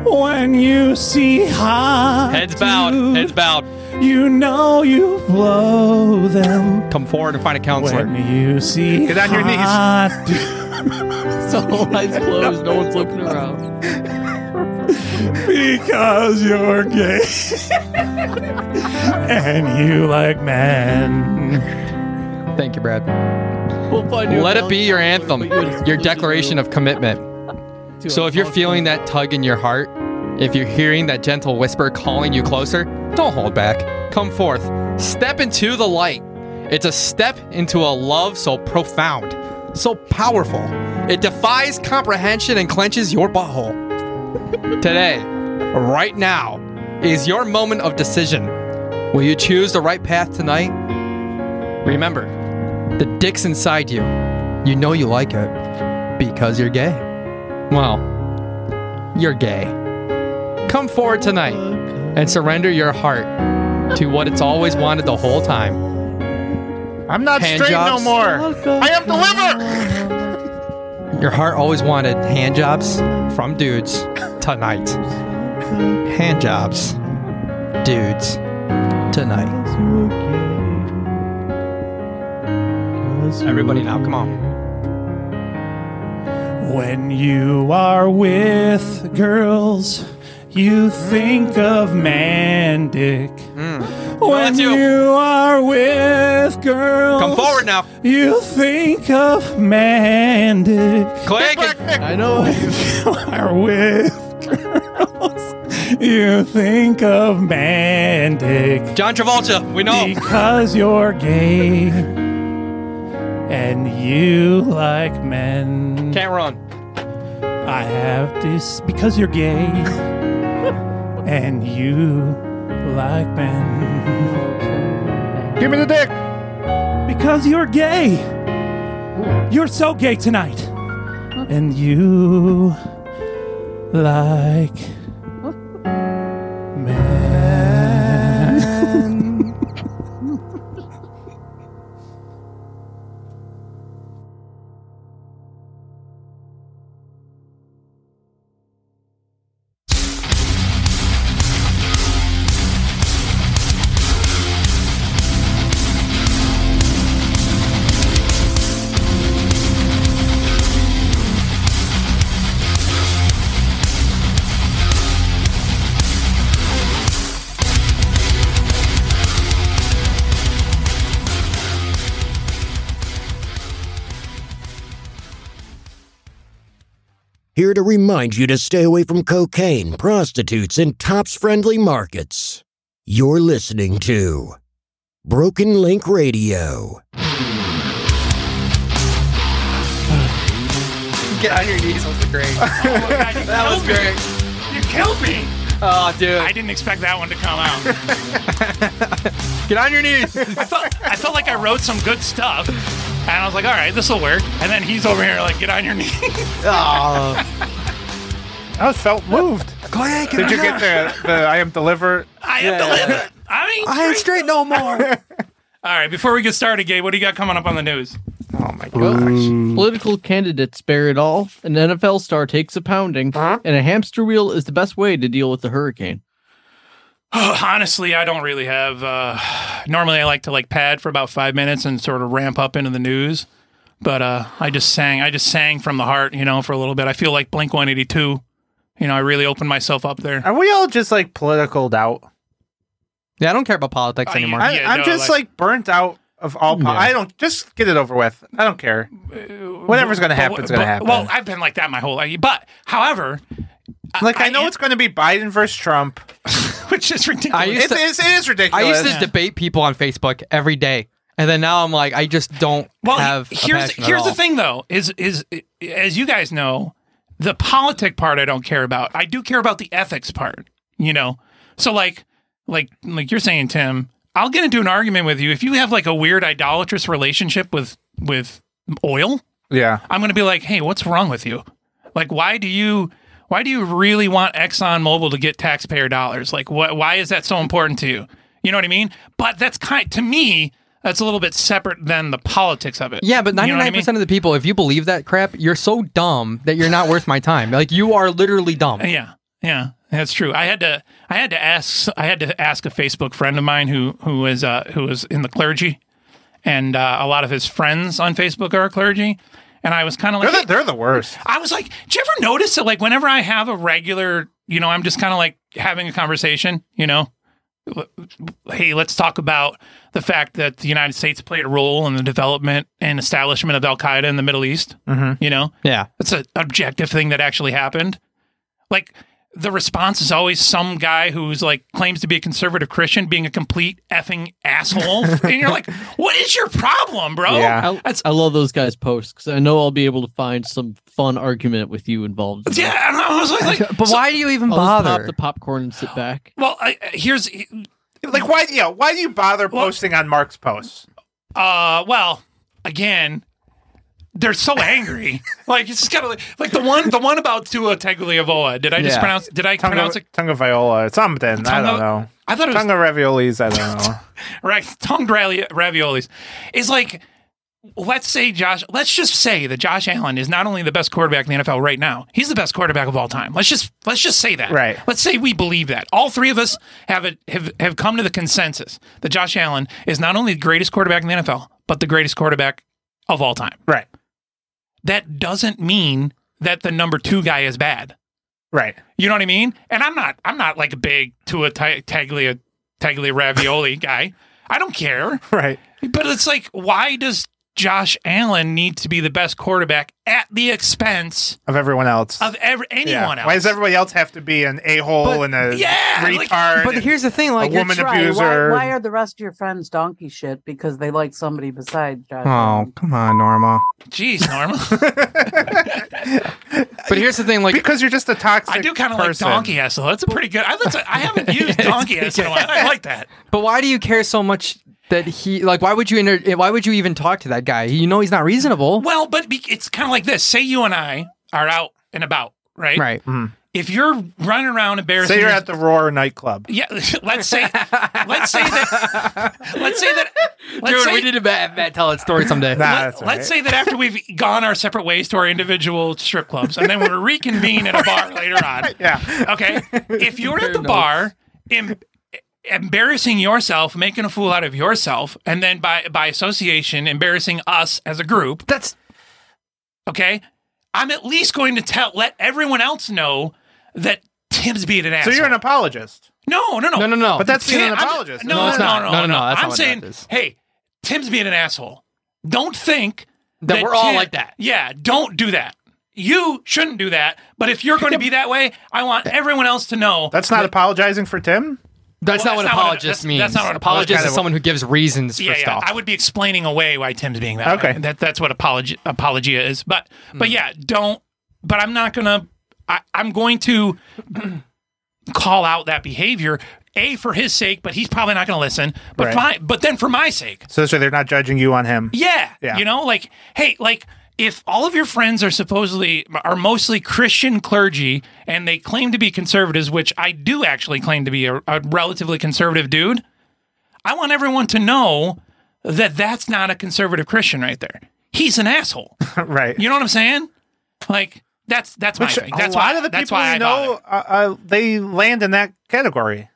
S5: When you see hot
S3: Heads bowed.
S5: dudes,
S3: Heads bowed.
S5: you know you blow them.
S3: Come forward and find a counselor.
S5: When you see
S1: Get on your knees.
S5: hot dudes
S8: So eyes closed, no one's looking around.
S5: because you're gay and you like men.
S3: Thank you, Brad.
S8: We'll find you a
S3: Let it
S8: valid
S3: be your
S8: counselor,
S3: anthem,
S8: but you're
S3: your
S8: supposed to
S3: declaration
S8: do-
S3: of commitment. So if you're feeling that tug in your heart, if you're hearing that gentle whisper calling you closer, don't hold back. Come forth. Step into the light. It's a step into a love so profound, so powerful. It defies comprehension and clenches your butthole. Today, right now, is your moment of decision. Will you choose the right path tonight? Remember, the dick's inside you. You know you like it because you're gay. Well, you're gay. Come forward tonight and surrender your heart to what it's always wanted the whole time.
S1: I'm not
S3: Hand
S1: straight
S3: jobs.
S1: no
S4: Oh,
S1: more. I am the liver.
S3: Your heart always wanted hand jobs from dudes tonight. Hand jobs, dudes tonight. Everybody now, come on.
S11: When you are with girls, you think of man dick.
S3: Hmm.
S11: When you. are with girls,
S3: Come forward now.
S11: You think of man dick.
S3: Clegg,
S11: I know. When you are with girls, you think of man dick.
S3: John Travolta, we know.
S11: Because you're gay and you like men.
S3: Can't run.
S11: I have this because you're gay and you like men.
S1: Give me the dick.
S11: Because you're gay. You're so gay tonight. And you like
S29: Here to remind you to stay away from cocaine, prostitutes, and tops friendly markets. You're listening to Broken Link Radio.
S3: Get on your knees. That was great.
S5: Oh,
S3: that was great.
S5: You killed me.
S3: Oh, dude.
S5: I didn't expect that one to come out.
S3: Get on your knees.
S5: I felt, I felt like I wrote some good stuff. And I was like, all right, this will work. And then he's over here like, get on your knees.
S1: I felt moved.
S5: get
S1: Did you
S5: on
S1: get the, the I am deliver?
S5: I am deliver. I mean,
S1: I am straight
S3: no more.
S5: All right, before we get started, Gabe, what do you got coming up on the news?
S8: Political candidates bear it all. An NFL star takes a pounding, and a hamster wheel is the best way to deal with the hurricane.
S5: Honestly, I don't really have. Uh, normally, I like to like pad for about five minutes and sort of ramp up into the news. But uh, I just sang. I just sang from the heart, you know, for a little bit. I feel like Blink One Eighty Two. You know, I really opened myself up there.
S1: Are we all just like politicaled out?
S3: Yeah, I don't care about politics anymore.
S1: I,
S5: yeah,
S1: am
S5: no,
S1: just
S5: like-
S1: like, burnt out of all. Po- I don't just get it over with. I don't care. Whatever's gonna
S5: Uh, But-
S1: happen's
S5: but-
S1: gonna happen.
S5: Well, I've been like that my whole life. But however,
S1: like I, know it's gonna be Biden versus Trump,
S5: which is ridiculous.
S3: I used
S1: It's-
S3: to-
S1: it's- it is ridiculous.
S3: I used to debate people on Facebook every day, and then now I'm like, I just don't
S5: Well,
S3: have. a
S5: here's
S3: passion at
S5: here's the
S3: all.
S5: thing though is is as you guys know, the politic part I don't care about. I do care about the ethics part. You know, so like like like you're saying, Tim, I'll get into an argument with you if you have like a weird idolatrous relationship with with oil.
S1: Yeah.
S5: I'm going to be like, hey, what's wrong with you? Like, why do you why do you really want ExxonMobil to get taxpayer dollars? Like, what? Why is that so important to you? You know what I mean? But that's kind to me. That's a little bit separate than the politics of it.
S3: Yeah, but
S5: You know what I
S3: ninety nine
S5: mean?
S3: percent of the people, if you believe that crap, you're so dumb that you're not worth my time. Like you are literally dumb.
S5: Uh, Yeah, yeah, that's true. I had to, I had to ask, I had to ask a Facebook friend of mine who who was uh, who was in the clergy, and uh, a lot of his friends on Facebook are clergy, and I was kind of like,
S1: they're the, they're the worst.
S5: I was like, did you ever notice that like whenever I have a regular, you know, I'm just kind of like having a conversation, you know, hey, let's talk about the fact that the United States played a role in the development and establishment of Al Qaeda in the Middle East.
S3: Mhm.
S5: You know,
S3: Yeah.
S5: that's an objective thing that actually happened. Like the response is always some guy who's like claims to be a conservative Christian being a complete effing asshole, and you're like, what is your problem, bro?
S8: I, I love those guys' posts because I know I'll be able to find some fun argument with you involved. in
S5: Yeah, and I was like, like
S3: but why do you even
S8: I'll just pop
S3: bother?
S8: the popcorn and sit back.
S5: Well, I, here's
S1: like why yeah why do you bother posting on Mark's posts?
S5: Uh, well, again, they're so angry. like it's just kind of like, like the one the one about Tua Tagovailoa. Did I just
S1: Yeah.
S5: pronounce? Did I
S1: Tongue
S5: pronounce
S1: of,
S5: it
S1: Tongue of viola. It's something. I
S5: Tongue
S1: don't
S5: of-
S1: know.
S5: I thought it was-
S1: tongue of raviolis. I don't know.
S5: right? Tongue ravi- raviolis is like. Let's say Josh. Let's just say that Josh Allen is not only the best quarterback in the NFL right now. He's the best quarterback of all time. Let's just let's just say that.
S1: Right.
S5: Let's say we believe that. All three of us have it have, have come to the consensus that Josh Allen is not only the greatest quarterback in the NFL, but the greatest quarterback of all time.
S1: Right.
S5: that doesn't mean that the number two guy is bad.
S1: Right.
S5: You know what I mean? And I'm not I'm not like a big Tua Ta- Taglia Taglia Ravioli guy. I don't care.
S1: Right.
S5: But it's like, why does Josh Allen need to be the best quarterback at the expense
S1: Of everyone else.
S5: of ever anyone
S1: Yeah.
S5: else?
S1: Why does everybody else have to be an a hole and a
S5: Yeah,
S1: retard?
S5: like-
S1: and
S3: the thing,
S1: like, a woman
S4: That's right.
S1: abuser.
S4: Why, why are the rest of your friends donkey shit because they like somebody besides Josh?
S3: Oh, come on, Norma.
S5: Jeez, Norma.
S3: But here's the thing, like
S1: because you're just a toxic.
S5: I do kind of like
S3: person.
S5: donkey asshole. That's a pretty good. I, that's a, I haven't used donkey asshole. I like that.
S3: But why do you care so much that he like? Why would you inter- eh, Why would you even talk to that guy? You know he's not reasonable.
S5: Well, but be, it's kind of like this. Say you and I are out and about, right?
S3: Right.
S5: If you're running around
S1: Mm-hmm.
S5: embarrassing,
S1: Say you're
S5: your-
S1: at the Roar nightclub.
S5: Yeah, let's say, let's say that, let's say that, let's
S3: Dude,
S5: say,
S3: we need to Matt, Matt tell that story someday.
S5: let, us say that after we've gone our separate ways to our individual strip clubs, and then we're reconvene at a bar later on.
S1: Yeah.
S5: Okay. If you're at the bar, em- embarrassing yourself, making a fool out of yourself, and then by by association, embarrassing us as a group.
S3: That's
S5: okay. I'm at least going to tell, let everyone else know that Tim's being an
S1: So
S5: asshole.
S1: you're an apologist.
S5: No, no, no,
S1: No, no, no. But that's being an
S5: I'm just-
S1: apologist.
S5: No,
S1: No,
S5: no,
S1: it's
S5: no,
S1: not. No,
S5: no,
S1: no, no, that's not
S5: I'm
S1: what
S5: saying,
S1: that is.
S5: hey, Tim's being an asshole. Don't think
S3: That we're all like that.
S5: Yeah, don't do that. You shouldn't do that. But if you're going to be that way, I want everyone else to know.
S1: That's not apologizing for Tim.
S3: That's
S5: Well,
S3: not what
S5: that's not what-
S3: apologist
S5: that's-
S3: means.
S5: that's not what
S3: apologist
S5: apologist-
S3: is someone who gives reasons for
S5: yeah, yeah.
S3: stuff.
S5: I would be explaining away why Tim's being that. Okay, that that's what apology apologia is. But but yeah, don't. But I'm not gonna. I, I'm going to call out that behavior. A for his sake, but he's probably not going to listen. But
S1: Right.
S5: my, but then for my sake.
S1: So this way they're not judging you on him.
S5: Yeah.
S1: Yeah.
S5: You know, like, hey, like if all of your friends are supposedly are mostly Christian clergy and they claim to be conservatives, which I do actually claim to be a, a relatively conservative dude, I want everyone to know that that's not a conservative Christian right there. He's an asshole.
S1: right.
S5: You know what I'm saying? Like that's that's
S1: Which
S5: my thing. That's
S1: a lot
S5: why,
S1: of the
S5: that's
S1: people
S5: why
S1: you
S5: I
S1: know, uh, uh, they land in that category.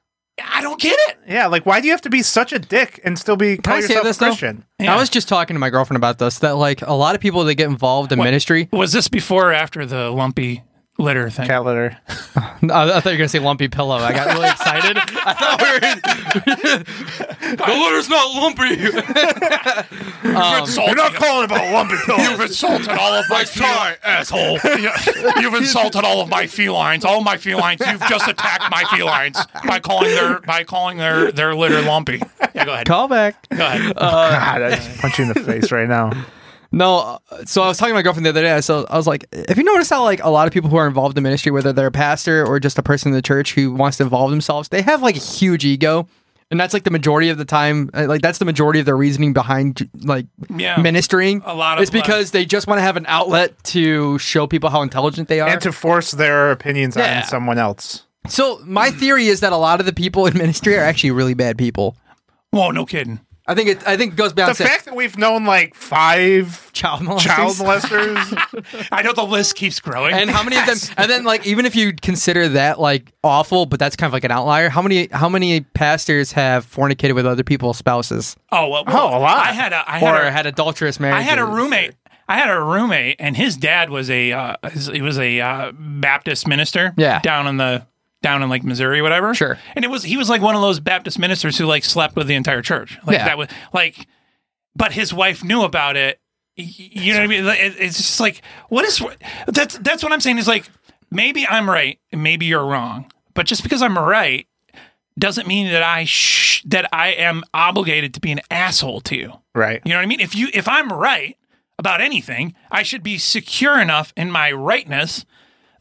S5: I don't get it.
S1: Yeah, like why do you have to be such a dick and still be
S3: Can
S1: call
S3: I say
S1: yourself
S3: this
S1: a
S3: though?
S1: Christian?
S3: I was just talking to my girlfriend about this. That like a lot of people that get involved in ministry.
S5: Was this before or after the lumpy litter thing?
S1: Cat litter.
S3: I, I thought you were gonna say lumpy pillow. I got really excited. I thought we were. the litter's not lumpy. Um,
S5: You're
S1: not calling about lumpy pillows.
S5: You've insulted all of my feline, asshole. You've insulted all of my felines. All my felines. You've just attacked my felines by calling their by calling their their litter lumpy. Yeah, go ahead.
S3: Call back. Oh,
S5: Go ahead. Uh,
S1: God, I just punch you in the face right now.
S3: No, uh, so I was talking to my girlfriend the other day. So I was like, "Have you noticed how like a lot of people who are involved in ministry, whether they're a pastor or just a person in the church who wants to involve themselves, they have like a huge ego, and that's like the majority of the time. uh, Like that's the majority of their reasoning behind like
S5: Yeah.
S3: ministering.
S5: A lot of-
S3: it's because they just want to have an outlet to show people how intelligent they are
S1: and to force their opinions
S3: Yeah.
S1: on someone else.
S3: So my theory is that a lot of the people in ministry are actually really bad people.
S5: Whoa, no kidding.
S3: I think it. I think it goes back
S1: The
S3: to
S1: fact that we've known like five
S3: child molesters.
S1: child molesters.
S5: I know the list keeps growing.
S3: and how many of them? And then, like, even if you consider that like awful, but that's kind of like an outlier. How many? How many pastors have fornicated with other people's spouses?
S5: Oh, well,
S3: Oh, a lot.
S5: I had a I had
S3: or
S5: a,
S3: had adulterous
S5: I
S3: marriages?
S5: had a roommate. I had a roommate, and his dad was a uh, his- he was a uh, Baptist minister.
S3: Yeah.
S5: down in the down in like Missouri, whatever. Sure. And it was he was like one of those Baptist ministers who like slept with the entire church. Like
S11: Yeah.
S5: that was like, but his wife knew about it. Y- You know what I mean? Like, it- It's just like what is that's that's what I'm saying is like maybe I'm right, and maybe you're wrong, but just because I'm right doesn't mean that I sh- that I am obligated to be an asshole to you.
S1: Right.
S5: You know what I mean? If you if I'm right about anything, I should be secure enough in my rightness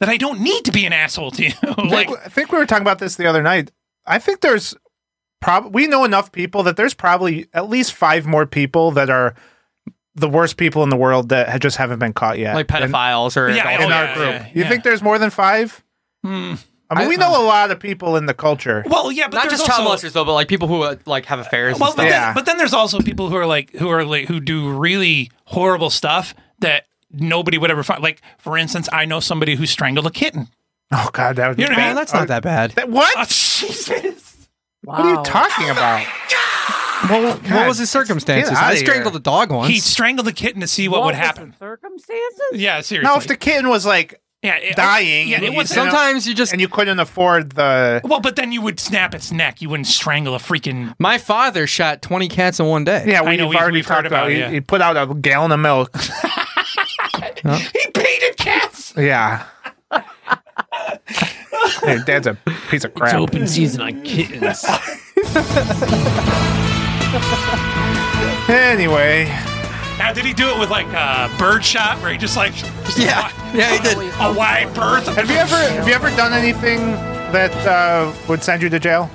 S5: that I don't need to be an asshole to you. like
S1: I think we were talking about this the other night. I think there's prob we know enough people that there's probably at least five more people that are the worst people in the world that ha- just haven't been caught yet.
S3: Like pedophiles or
S1: in,
S3: adults.
S1: in our
S3: Yeah,
S1: group.
S3: yeah,
S1: you think there's more than five? I mean, we know a lot of people in the culture.
S5: Hmm. Well, yeah, but
S3: not
S5: there's
S3: just child
S5: also-
S3: molesters though, but like people who uh, like have affairs.
S5: well,
S3: and
S5: but,
S3: stuff.
S5: then, but then there's also people who are like who are like who do really horrible stuff that nobody would ever find. Like for instance, I know somebody who strangled a kitten.
S1: Oh God, that would
S5: You know what I mean? That's not
S3: that bad.
S1: what?
S5: Jesus.
S1: What are you talking about?
S3: well, what was his circumstances? I strangled a dog once.
S5: He strangled the kitten to see what, would happen.
S4: circumstances?
S5: Yeah, seriously.
S1: No, if the kitten was like
S5: it-
S1: dying,
S5: yeah,
S1: and
S5: it
S1: you-
S5: was-
S1: you know,
S5: sometimes
S3: you just
S1: and you couldn't afford the.
S5: Well, but then you would snap its neck. You wouldn't strangle a freaking.
S3: Mm. My father shot twenty cats in one day.
S1: Yeah, we've already talked about. it. he, he put out a gallon of milk.
S5: he painted cats.
S1: Yeah. hey, Dad's a piece of crap.
S8: open season on kittens.
S1: anyway,
S5: Now, did he do it with like a bird shot where he just like yeah,
S3: yeah, he did
S5: a wide berth?
S1: have you ever have you ever done anything that uh, would send you to jail?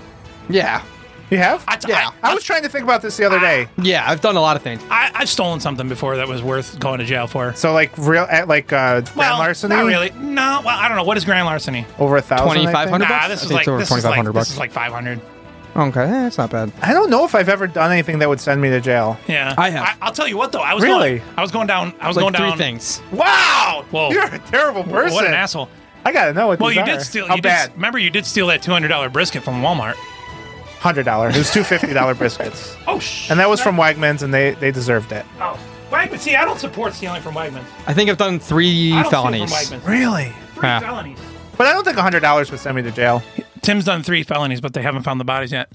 S3: Yeah.
S1: You have?
S5: yeah.
S1: I, was trying to think about this the other day.
S3: Yeah, I've done a lot of things.
S5: I, I've stolen something before that was worth going to jail for.
S1: So like real at like uh, grand
S5: Well,
S1: larceny.
S5: Not really. No. Well, I don't know. What is grand larceny?
S1: Over a thousand. I think?
S5: Nah, this is like this is like this is like five hundred.
S3: Okay, eh, that's not bad.
S1: I don't know if I've ever done anything that would send me to jail.
S5: Yeah,
S1: I have.
S5: I, will tell you what though. I was
S1: Really?
S5: Going, I was going down. I was
S1: Like
S5: going
S1: three
S5: down
S3: things.
S1: Wow.
S5: Whoa.
S1: You're a terrible
S5: Wha-
S1: person.
S5: What an asshole.
S1: I gotta know what.
S5: Well,
S1: these
S5: you
S1: are.
S5: did steal.
S1: How
S5: you
S1: bad?
S5: Did, remember, you did steal that two hundred dollar brisket from Walmart.
S1: Hundred dollar. It was two fifty dollar biscuits.
S5: Oh sh.
S1: And that was from Wegmans, and they they deserved it.
S5: Oh, Wegman. See, I don't support stealing from Wegman.
S3: I think I've done three
S5: I don't see it from
S3: felonies.
S5: Wegmans.
S1: Really?
S5: Three felonies.
S1: But I don't think hundred dollars would send me to jail.
S5: Tim's done three felonies, but they haven't found the bodies yet.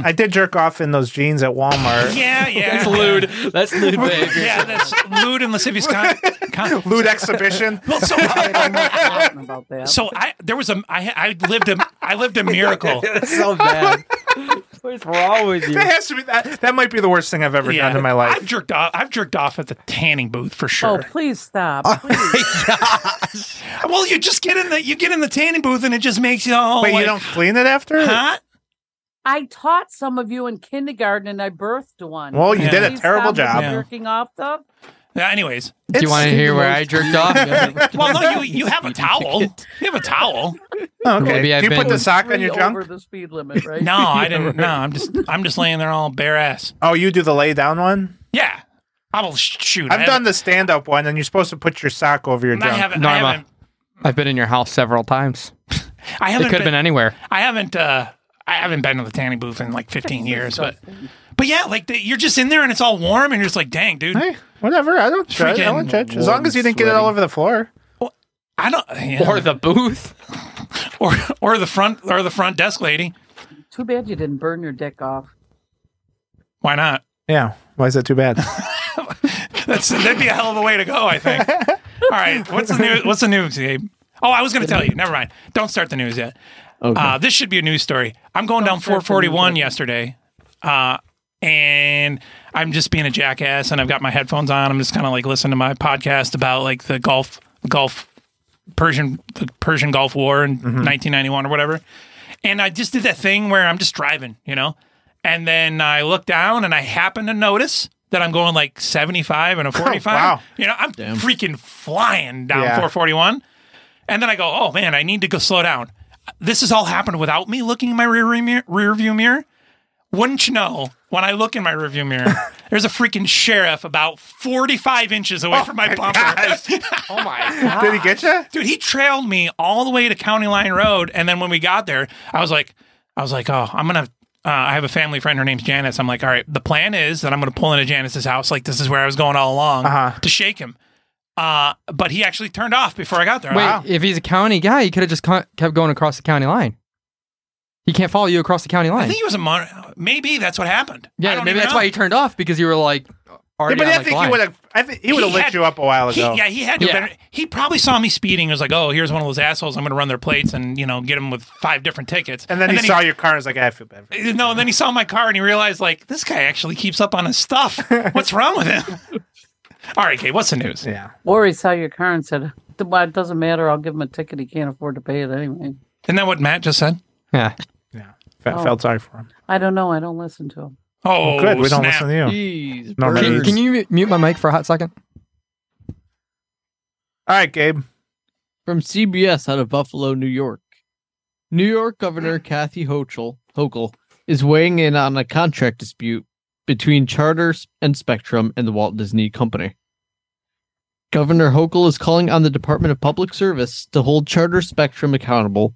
S1: I, d- I did jerk off in those jeans at Walmart.
S5: Yeah, yeah.
S1: That's
S3: lewd. That's lewd behavior.
S5: Yeah, that's lewd and lascivious con- con-
S1: Lewd exhibition.
S5: Well, so,
S4: about that.
S5: so I there was a I, I lived a I lived a miracle.
S3: so bad. What is wrong with you?
S1: That has to be that. That might be the worst thing I've ever done in my life.
S5: I've jerked off. I've jerked off at the tanning booth for sure.
S4: Oh, please stop.
S5: Well, you just get in the you get in the tanning booth and it just makes you all.
S1: Wait, you
S5: like-
S1: don't clean it after?
S5: Huh?
S4: I taught some of you in kindergarten and I birthed one.
S1: Well, you did a
S4: Please
S1: terrible
S4: stop with
S1: job.
S4: Jerking off though.
S5: Yeah, anyways,
S3: Do you want to hear where I jerked off?
S5: well, no, you you have a towel. You have a towel.
S1: Oh, okay.
S3: Maybe
S1: Do
S3: I've
S1: you put
S3: been-
S1: the sock on your
S4: Three
S1: junk?
S4: Over the speed limit, right?
S5: No, I didn't. No, I'm just I'm just laying there all bare ass.
S1: Oh, you do the lay down one?
S5: Yeah, I will Oh, sh- shoot. I
S1: I've
S5: haven't-
S1: done the stand up one, and you're supposed to put your sock over your
S5: I
S1: junk.
S5: haven't- I
S3: Norma,
S5: haven't-
S3: I've been in your house several times.
S5: I
S3: it
S5: haven't
S3: could have been anywhere.
S5: I haven't uh I haven't been to the tanning booth in like 15 years, but but yeah, like the, you're just in there and it's all warm and you're just like, dang, dude.
S1: Hey, whatever. I don't judge. I don't
S5: Freaking
S1: judge. As long as you didn't get it all over the floor.
S5: I don't. yeah.
S3: Or the booth,
S5: or or the front or the front desk lady.
S4: Too bad you didn't burn your dick off.
S5: Why not?
S1: Yeah. Why is that too bad?
S5: That's that'd be a hell of a way to go. I think. all right, what's the news? What's the news, Gabe? Oh, I was going to tell you. Never mind. Don't start the news yet. Uh, this should be a news story. I'm going down 441 yesterday, uh, and I'm just being a jackass, and I've got my headphones on. I'm just kind of like listening to my podcast about like the golf, golf, Persian, the Persian Gulf War in
S3: Mm-hmm.
S5: 1991 or whatever. And I just did that thing where I'm just driving, you know, and then I look down and I happen to notice that I'm going like 75 and a 45.
S1: Oh, wow.
S5: You know, I'm freaking flying down
S1: Yeah.
S5: 441. And then I go, oh man, I need to go slow down. This has all happened without me looking in my rear, rear, rear view mirror. Wouldn't you know, when I look in my rearview mirror, there's a freaking sheriff about 45 inches away from my, bumper.
S1: oh my! Did he get you?
S5: Dude, he trailed me all the way to County Line Road, and then when we got there, I was like, I was like, oh, I'm gonna. Uh, I have a family friend. Her name's Janice. I'm
S3: Uh-huh.
S5: like, all right. The plan is that I'm gonna pull into Janice's house. Like this is where I was going all along to shake him. Uh, but he actually turned off before I got there.
S3: Wait, if he's a county guy, he could have just co- kept going across the county line. He can't follow you across the county line.
S5: I think he was a mon- maybe that's what happened. I
S3: yeah,
S5: don't
S3: maybe
S5: even
S3: that's
S5: know.
S3: why he turned off because you were like
S5: Yeah,
S3: already.
S5: but
S3: on,
S5: I
S3: like,
S5: think he
S3: line.
S5: would've-
S1: I think he would have lit
S5: had-
S1: you up a while ago.
S5: He, yeah, he had to.
S1: Yeah.
S5: Better, he probably saw me speeding. and was like, "Oh, here's one of those assholes. I'm going to run their plates and you know get him with five different tickets."
S1: And then he saw your car and was like, I feel bad.
S5: No, and then he saw my car and he realized like this guy actually keeps up on his stuff. What's wrong with him? All right, Kate, what's the news?
S1: Yeah.
S4: Or he saw your car and said, "Well, it doesn't matter. I'll give him a ticket. He can't afford to pay it anyway."
S5: Isn't that what Matt just said?
S3: Yeah.
S1: Yeah.
S4: Oh.
S1: Felt sorry for him.
S4: I don't know. I don't listen to him.
S5: Oh,
S1: Well, good. We don't
S5: snap.
S1: listen to
S8: you.
S1: No,
S3: Can,
S1: matters.
S3: can you mu- mute my mic for a hot second?
S1: All right, Gabe.
S8: From CBS out of Buffalo, New York. New York Governor Kathy Hochul, Hochul is weighing in on a contract dispute between Charter and Spectrum and the Walt Disney Company. Governor Hochul is calling on the Department of Public Service to hold Charter Spectrum accountable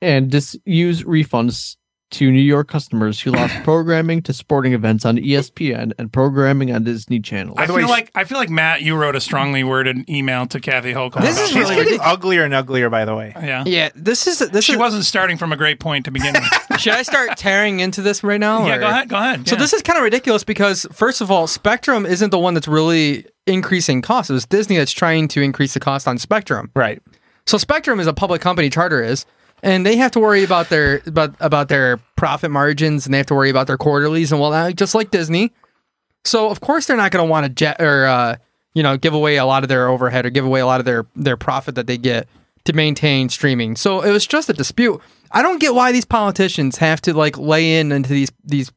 S8: and disuse refunds to New York customers who lost programming to sporting events on E ESPN and programming on Disney Channel.
S5: I feel like I feel like Matt, you wrote a strongly worded email to Kathy Hochul.
S1: This is
S5: about
S1: She's really getting uglier and uglier, by the way.
S5: Yeah.
S3: Yeah, this is this
S5: she
S3: is-
S5: wasn't starting from a great point to begin with.
S3: Should I start tearing into this right now?
S5: Yeah,
S3: or-
S5: go ahead, go ahead,
S3: So
S5: yeah.
S3: this is kind of ridiculous because first of all, Spectrum isn't the one that's really increasing costs. It was Disney that's trying to increase the cost on Spectrum.
S1: Right.
S3: So Spectrum is a public company, Charter is, and they have to worry about their about about their profit margins and they have to worry about their quarterlies and whatnot, just like Disney. So of course they're not going to want to jet or uh, you know give away a lot of their overhead or give away a lot of their their profit that they get to maintain streaming. So it was just a dispute. I don't get why these politicians have to like lay in into these these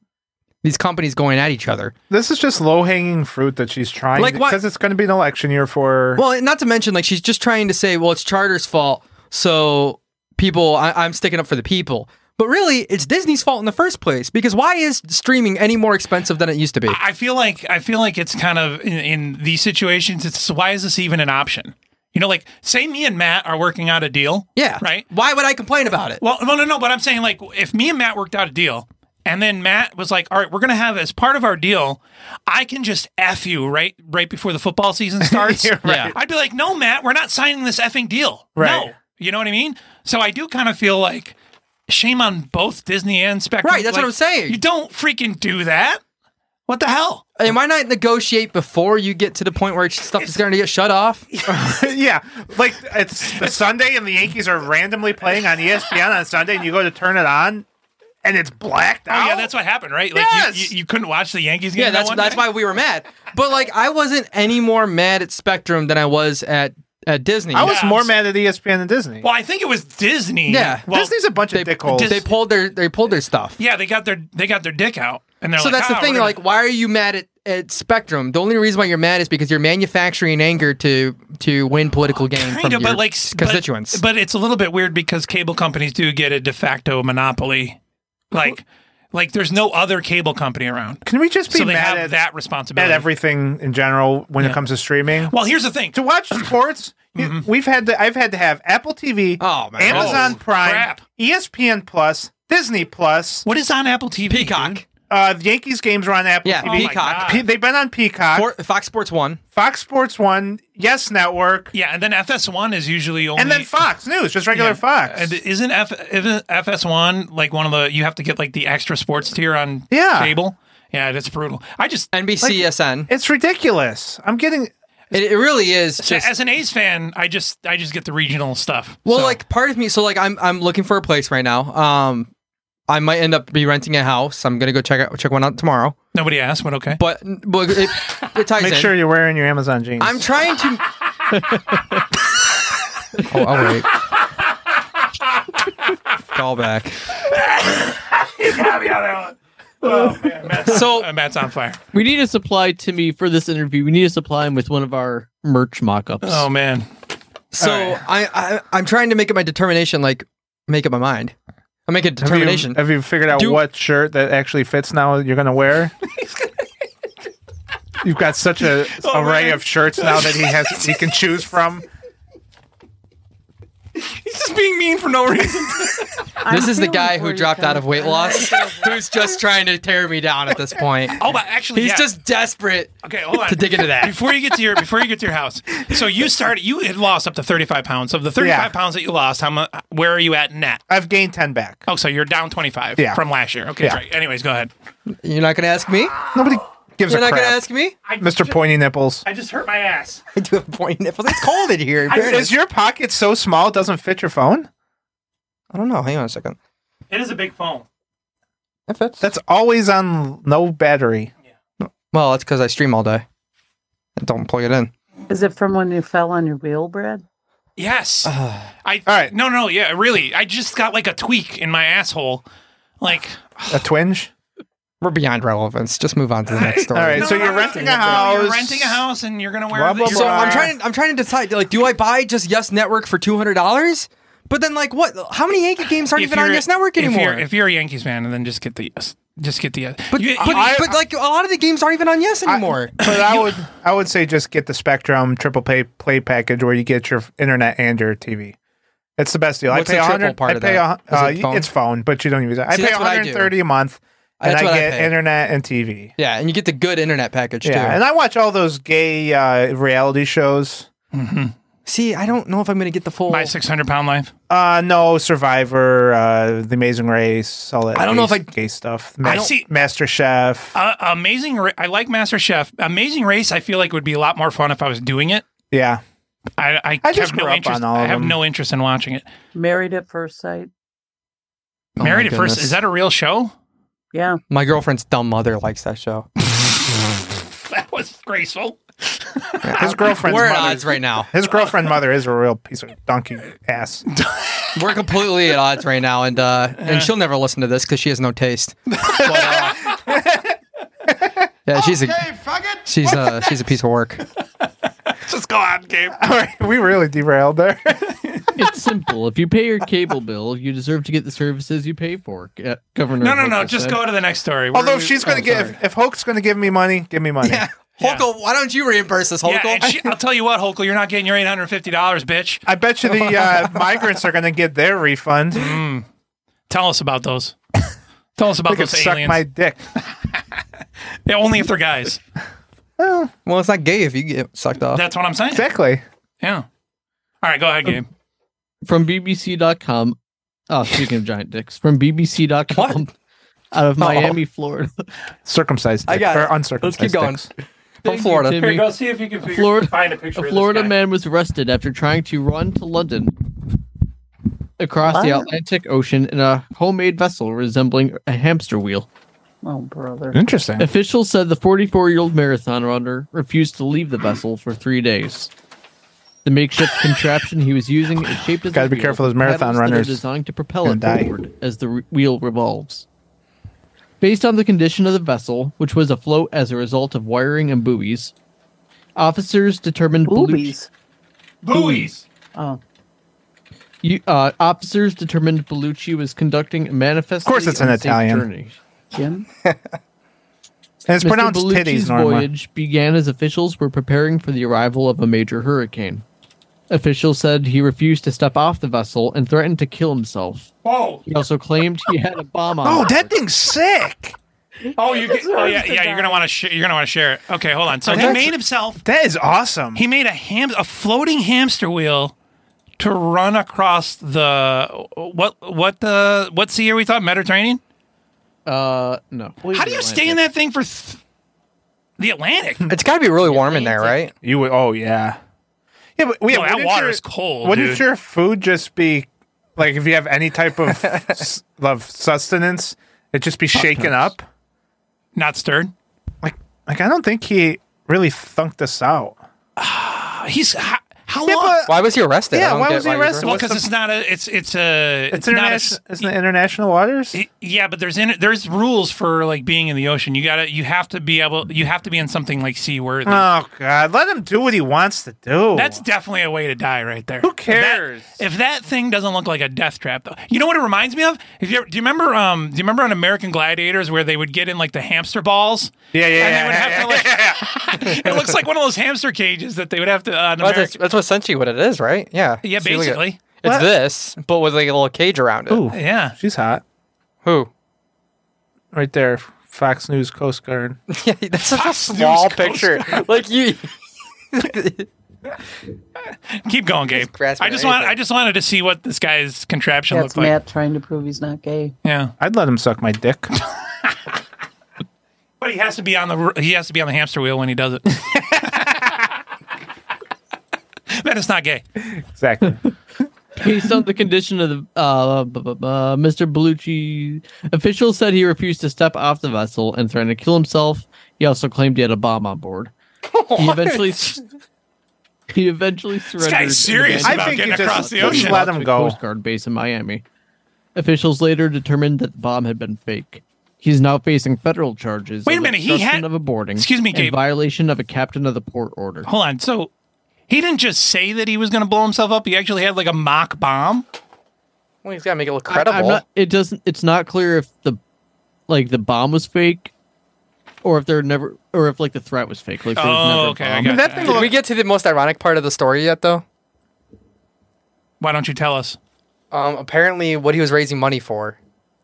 S3: these companies going at each other.
S1: This is just low hanging fruit that she's trying
S3: Like what-
S1: because it's going to be an election year for.
S3: Well, and not to mention, like she's just trying to say, well, it's Charter's fault, so people, I, I'm sticking up for the people. But really, it's Disney's fault in the first place because why is streaming any more expensive than it used to be?
S5: I feel like I feel like it's kind of in, in these situations. It's why is this even an option? You know, like say me and Matt are working out a deal.
S3: Yeah.
S5: Right.
S3: Why would I complain about it?
S5: Well, no, no, no. But I'm saying like if me and Matt worked out a deal. And then Matt was like, "All right, we're gonna have as part of our deal, I can just f you right right before the football season starts."
S1: Yeah, right.
S5: I'd be like, "No, Matt, we're not signing this effing deal."
S1: Right.
S5: No, you know what I mean. So I do kind of feel like shame on both Disney and Spectrum.
S3: Right, that's what
S5: Like,
S3: I'm saying.
S5: You don't freaking do that. What the hell?
S3: And why not negotiate before you get to the point where stuff is going to get shut off?
S1: yeah, like it's the Sunday and the Yankees are randomly playing on E ESPN on Sunday, and you go to turn it on, and it's blacked
S5: Oh
S1: out.
S5: yeah, that's what happened, right? Like
S1: Yes!
S5: you, you, you couldn't watch the Yankees game.
S3: Yeah,
S5: that
S3: that's
S5: one
S3: that's
S5: day?
S3: why we were mad. But like, I wasn't any more mad at Spectrum than I was at at Disney.
S1: I was more mad at E ESPN than Disney.
S5: Well, I think it was Disney.
S3: Yeah,
S5: Well,
S1: Disney's a bunch of dickholes.
S3: They pulled their they pulled their stuff.
S5: yeah, they got their they got their dick out, and they're
S3: So
S5: like,
S3: that's the
S5: "Ah,
S3: thing.
S5: we're gonna-"
S3: Like, why are you mad at, at Spectrum? The only reason why you're mad is because you're manufacturing anger to to win political gain from
S5: Kinda,
S3: your
S5: but like
S3: s-
S5: but-
S3: constituents.
S5: But, it's a little bit weird because cable companies do get a de facto monopoly. Like, like there's no other cable company around.
S1: Can we just be
S5: so they
S1: mad
S5: have
S1: at
S5: that
S1: at
S5: responsibility?
S1: everything in general when it comes to streaming?
S5: well, here's the thing. Mm-hmm.
S1: to watch sports, you- we've had to. I've had to have Apple TV,
S3: man.
S1: Amazon
S5: Oh,
S1: Prime, E
S5: crap.
S1: ESPN Plus, Disney Plus.
S5: What is on Apple TV?
S3: Peacock,
S1: Uh, the Yankees games are on Apple
S3: Yeah,
S1: TV.
S5: Oh,
S3: Peacock.
S1: Pe- they've been on Peacock,
S3: For- Fox Sports One.
S1: Fox Sports One, Yes Network,
S5: Yeah, and then FS1 is usually only
S1: and then Fox News, just regular
S5: Yeah.
S1: Fox.
S5: And isn't F isn't FS1 like one of the you have to get like the extra sports tier on
S1: Yeah.
S5: cable? Yeah, that's brutal. I just
S3: NBCSN.
S1: It's ridiculous. I'm getting.
S3: it, it really is just
S5: as an A's fan, I just I just get the regional stuff.
S3: Well,
S5: So-
S3: like part of me, so like I'm I'm looking for a place right now. Um, I might end up be renting a house. I'm gonna go check out check one out tomorrow.
S5: nobody asked, but okay.
S3: But but it, it ties
S1: Make
S3: in.
S1: sure you're wearing your Amazon jeans.
S3: I'm trying to. oh, all right. Call back.
S5: Oh man, Matt's,
S3: So-
S5: uh, Matt's on fire.
S8: We need to supply Timmy for this interview. We need to supply him with one of our merch mock-ups.
S5: Oh man.
S3: So I, I I'm trying to make up my determination, like make up my mind. I make a
S1: Have you-
S3: determination.
S1: Have you, figured out
S3: Do-
S1: what shirt that actually fits now you're going to wear? You've got such a
S5: Oh,
S1: array
S5: man.
S1: of shirts now that he has he can choose from.
S5: He's just just being mean for no reason.
S3: this is the guy who dropped out of weight loss, who's just trying to tear me down at this point.
S5: Oh, but actually,
S3: he's
S5: yeah.
S3: just desperate.
S5: Okay, hold on.
S3: To dig into that.
S5: before you get to your before you get to your house. So you started. You had lost up to thirty five pounds. Of the thirty five
S1: Yeah.
S5: pounds that you lost, how much? Where are you at net?
S1: I've gained ten back.
S5: Oh, so you're down twenty five
S1: Yeah.
S5: from last year. Okay,
S1: Yeah.
S5: right. Anyways, go ahead.
S3: You're not gonna ask me.
S1: Nobody gives
S3: You're
S1: a
S3: not
S1: crap.
S3: gonna ask me,
S1: Mr. Pointy Nipples.
S5: I just hurt my ass.
S3: I do have pointy nipples. It's cold in here.
S1: Is, is your pocket so small it doesn't fit your phone?
S3: I don't know. Hang on a second.
S5: It is a big phone.
S3: It fits.
S1: That's always on no battery.
S3: Well, that's because I stream all day. I don't plug it in.
S4: Is it from when you fell on your wheel, Brad?
S5: Yes. I. All right. No, no, yeah, really. I just got like a tweak in my asshole. Like,
S1: A twinge?
S3: We're beyond relevance. Just move on to the next story.
S1: All right, so you're renting a house.
S5: you're renting a house and you're gonna wear.
S1: Blah,
S5: the-
S1: blah,
S5: you're-
S3: So I'm trying. I'm trying to decide. Like, do I buy just Yes Network for two hundred dollars? But then, like, what? How many Yankee games aren't
S5: If
S3: even on
S5: you're-
S3: Yes Network
S5: if you're-
S3: anymore?
S5: If you're, a Yankees fan, then just get the just get the.
S3: but,
S5: you-
S3: but,
S5: I-
S3: but like, a lot of the games aren't even on Yes anymore.
S1: But I would I would say just get the Spectrum triple pay play package where you get your internet and your TV. It's the best deal.
S3: What's
S1: I pay
S3: the
S1: a
S3: triple
S1: hundred.
S3: part
S1: I
S3: of
S1: pay
S3: that?
S1: a,
S3: Is
S1: uh,
S3: it phone?
S1: it's phone, but you don't use it. I
S3: See,
S1: pay
S3: that's what I do.
S1: 130 a month, and
S3: That's
S1: I
S3: what I
S1: get
S3: pay.
S1: internet and TV.
S3: yeah, and you get the good internet package
S1: Yeah,
S3: too.
S1: and I watch all those gay uh, reality shows.
S3: See, I don't know if I'm going to get the full.
S5: Mm-hmm. my 600 pound life.
S1: Uh, no, Survivor, uh, The Amazing Race, all that.
S5: I don't
S1: gay,
S5: know if I-
S1: gay stuff.
S5: I don't- see-
S1: Master Chef.
S5: Uh, amazing. Ra- I like Master Chef. Amazing Race. I feel like would be a lot more fun if I was doing it.
S1: Yeah,
S5: I, I,
S1: I just
S5: have
S1: grew
S5: no
S1: up
S5: interest.
S1: on all
S5: I
S1: of
S5: have
S1: them.
S5: no interest in watching it.
S4: Married at first sight.
S3: Oh my
S5: Married at First.
S3: goodness.
S5: Is that a real show?
S4: Yeah.
S3: My girlfriend's dumb mother likes that show.
S5: That was graceful.
S1: His girlfriend's
S3: We're at
S1: mother-
S3: odds right now.
S1: His girlfriend mother is a real piece of donkey ass.
S3: We're completely at odds right now, and uh, and she'll never listen to this because she has no taste. But, uh, yeah, she's a she's a she's a piece of work.
S5: Just go on, Gabe.
S1: All right, we really derailed there.
S8: It's simple. If you pay your cable bill, you deserve to get the services you pay for. Go- Governor.
S5: No, no, no.
S8: Hochul
S5: Just
S8: said.
S5: go to the next story. Where
S1: Although
S5: we-
S1: she's gonna
S5: Oh,
S1: give,
S5: sorry.
S1: if Hulk's gonna give me money, give me money.
S3: Holko, why don't you reimburse us,
S5: Yeah,
S3: Holko?
S5: and she, I'll tell you what, Holkel, you're not getting your eight hundred fifty dollars, bitch.
S1: I bet you the uh, migrants are gonna get their refund.
S5: Hmm. Tell us about those. Tell us
S1: They
S5: about
S1: could
S5: those
S1: suck
S5: aliens.
S1: my dick.
S5: Yeah, only if they're guys.
S3: well, it's not gay if you get sucked off.
S5: That's what I'm saying.
S1: Exactly.
S5: Yeah. All right, go ahead, Gabe.
S8: from BBC.com. Oh, speaking of giant dicks, from BBC.com out of Miami, Florida.
S1: Circumcised
S8: Oh. I
S1: dick,
S8: got it.
S1: or
S8: Let's
S1: uncircumcised.
S8: keep going.
S1: dicks.
S8: From Florida.
S5: Here, go see if you can figure,
S8: Florida-
S5: find a picture.
S8: A
S5: of
S8: Florida
S5: this guy.
S8: man was arrested after trying to run to London across the
S4: Wow.
S8: Atlantic Ocean in a homemade vessel resembling a hamster wheel.
S4: Oh, brother.
S1: Interesting.
S8: Officials said the 44 year old marathon runner refused to leave the vessel for three days. The makeshift contraption he was using is shaped as
S1: Gotta
S8: a
S1: be
S8: wheel
S1: careful, those
S8: with
S1: marathon
S8: paddles that are
S1: runners
S8: designed to propel
S1: gonna
S8: it
S1: die.
S8: forward as the re- wheel revolves. Based on the condition of the vessel, which was afloat as a result of wiring and buoys, officers determined
S4: Boobies.
S5: Buoys.
S4: Oh.
S8: You, uh, officers determined Bellucci was conducting a manifest.
S1: Of course it's an Italian.
S8: Journey.
S4: Jim?
S1: And it's
S8: Mr.
S1: pronounced
S8: Bellucci's
S1: titties, Norma.
S8: voyage began as officials were preparing for the arrival of a major hurricane. Officials said he refused to step off the vessel and threatened to kill himself.
S5: Whoa!
S8: He also claimed he had a bomb on.
S1: Oh,
S8: board.
S1: that thing's sick.
S5: Oh, you. Get, oh, yeah,
S4: Deserves to
S5: yeah. You're gonna want to. Sh- you're gonna want to share it. Okay, hold on. So he
S1: That's-
S5: made himself.
S1: That is awesome.
S5: He made a ham, a floating hamster wheel, to run across the what? What the? What sea are we talking? Mediterranean.
S8: Uh, no.
S5: How do you stay in that thing for th- the Atlantic?
S3: It's got to be really warm in there, right?
S1: You would. Oh yeah. Yeah, but we
S5: No, that
S1: wouldn't
S5: water
S1: your-
S5: is cold,
S1: Wouldn't
S5: dude.
S1: your food just be like if you have any type of s- of sustenance, it just be shaken up?
S5: Not stirred.
S1: Like, like I don't think he really thunked us out.
S5: Uh, He's how, how
S1: Yeah,
S5: long?
S1: but-
S3: Why was he arrested? I
S1: Yeah,
S3: don't
S1: why
S3: get
S1: was he arrested?
S5: well,
S1: what's
S5: because
S1: the-
S5: it's not a. It's it's a.
S1: It's,
S5: not a.
S1: international.
S5: s-
S1: Isn't it international waters?
S5: Yeah, but there's in there's rules for like being in the ocean. You gotta you have to be able you have to be in something like seaworthy.
S1: Oh God, let him do what he wants to do.
S5: That's definitely a way to die right there.
S1: Oh. Who cares?
S5: If that, if that thing doesn't look like a death trap, though, you know what it reminds me of? If you ever, do you remember? Um, do you remember on American Gladiators where they would get in like the hamster balls?
S1: yeah, yeah,
S5: And they
S1: yeah,
S5: would have to like. it looks like one of those hamster cages that they would have to. Uh, in
S3: Well,
S5: America-
S3: that's, that's what essentially what it is, right? Yeah.
S5: Yeah,
S3: So you look at-
S5: basically.
S3: It's this, but with like a little cage around it.
S1: Ooh,
S5: yeah,
S1: she's hot.
S3: Who?
S1: Right there, Fox News Coast Guard.
S3: yeah, that's such a small picture. Like you,
S5: Keep going, Gabe.
S4: grasping
S5: I just
S4: at
S5: want
S4: anything.
S5: I just wanted to see what this guy's contraption
S4: That's
S5: looked like.
S4: Matt trying to prove he's not gay.
S5: Yeah,
S1: I'd let him suck my dick.
S5: But he has to be on the he has to be on the hamster wheel when he does it. then it's not gay.
S1: Exactly.
S8: Based on the condition of the uh, bu- bu- bu- Mr. Bellucci, officials said he refused to step off the vessel and threatened to kill himself. He also claimed he had a bomb on board. He eventually he eventually surrendered.
S5: guy's serious
S8: and abandoned
S5: about I think getting you just- across the
S8: boat
S5: ocean.
S8: to
S5: let him
S8: the
S5: go.
S8: Coast Guard base in Miami. Officials later determined that the bomb had been fake. He's now facing federal charges.
S5: Wait a
S8: of
S5: minute, he
S8: obstruction
S5: had-
S8: of a boarding.
S5: Excuse me,
S8: and
S5: Gabe.
S8: Violation of a captain of the port order.
S5: Hold on. So he didn't just say that he was going to blow himself up. He actually had like a mock bomb.
S3: well, he's got to make it look
S8: I- I'm
S3: credible.
S8: not- it doesn't. It's not clear if the like the bomb was fake, or if they're never, or if like the threat was fake.
S5: Oh,
S8: Like, there was never a bomb.
S3: Did we get to the most ironic part of the story yet, though?
S5: Why don't you tell us?
S3: Um, apparently, what he was raising money for.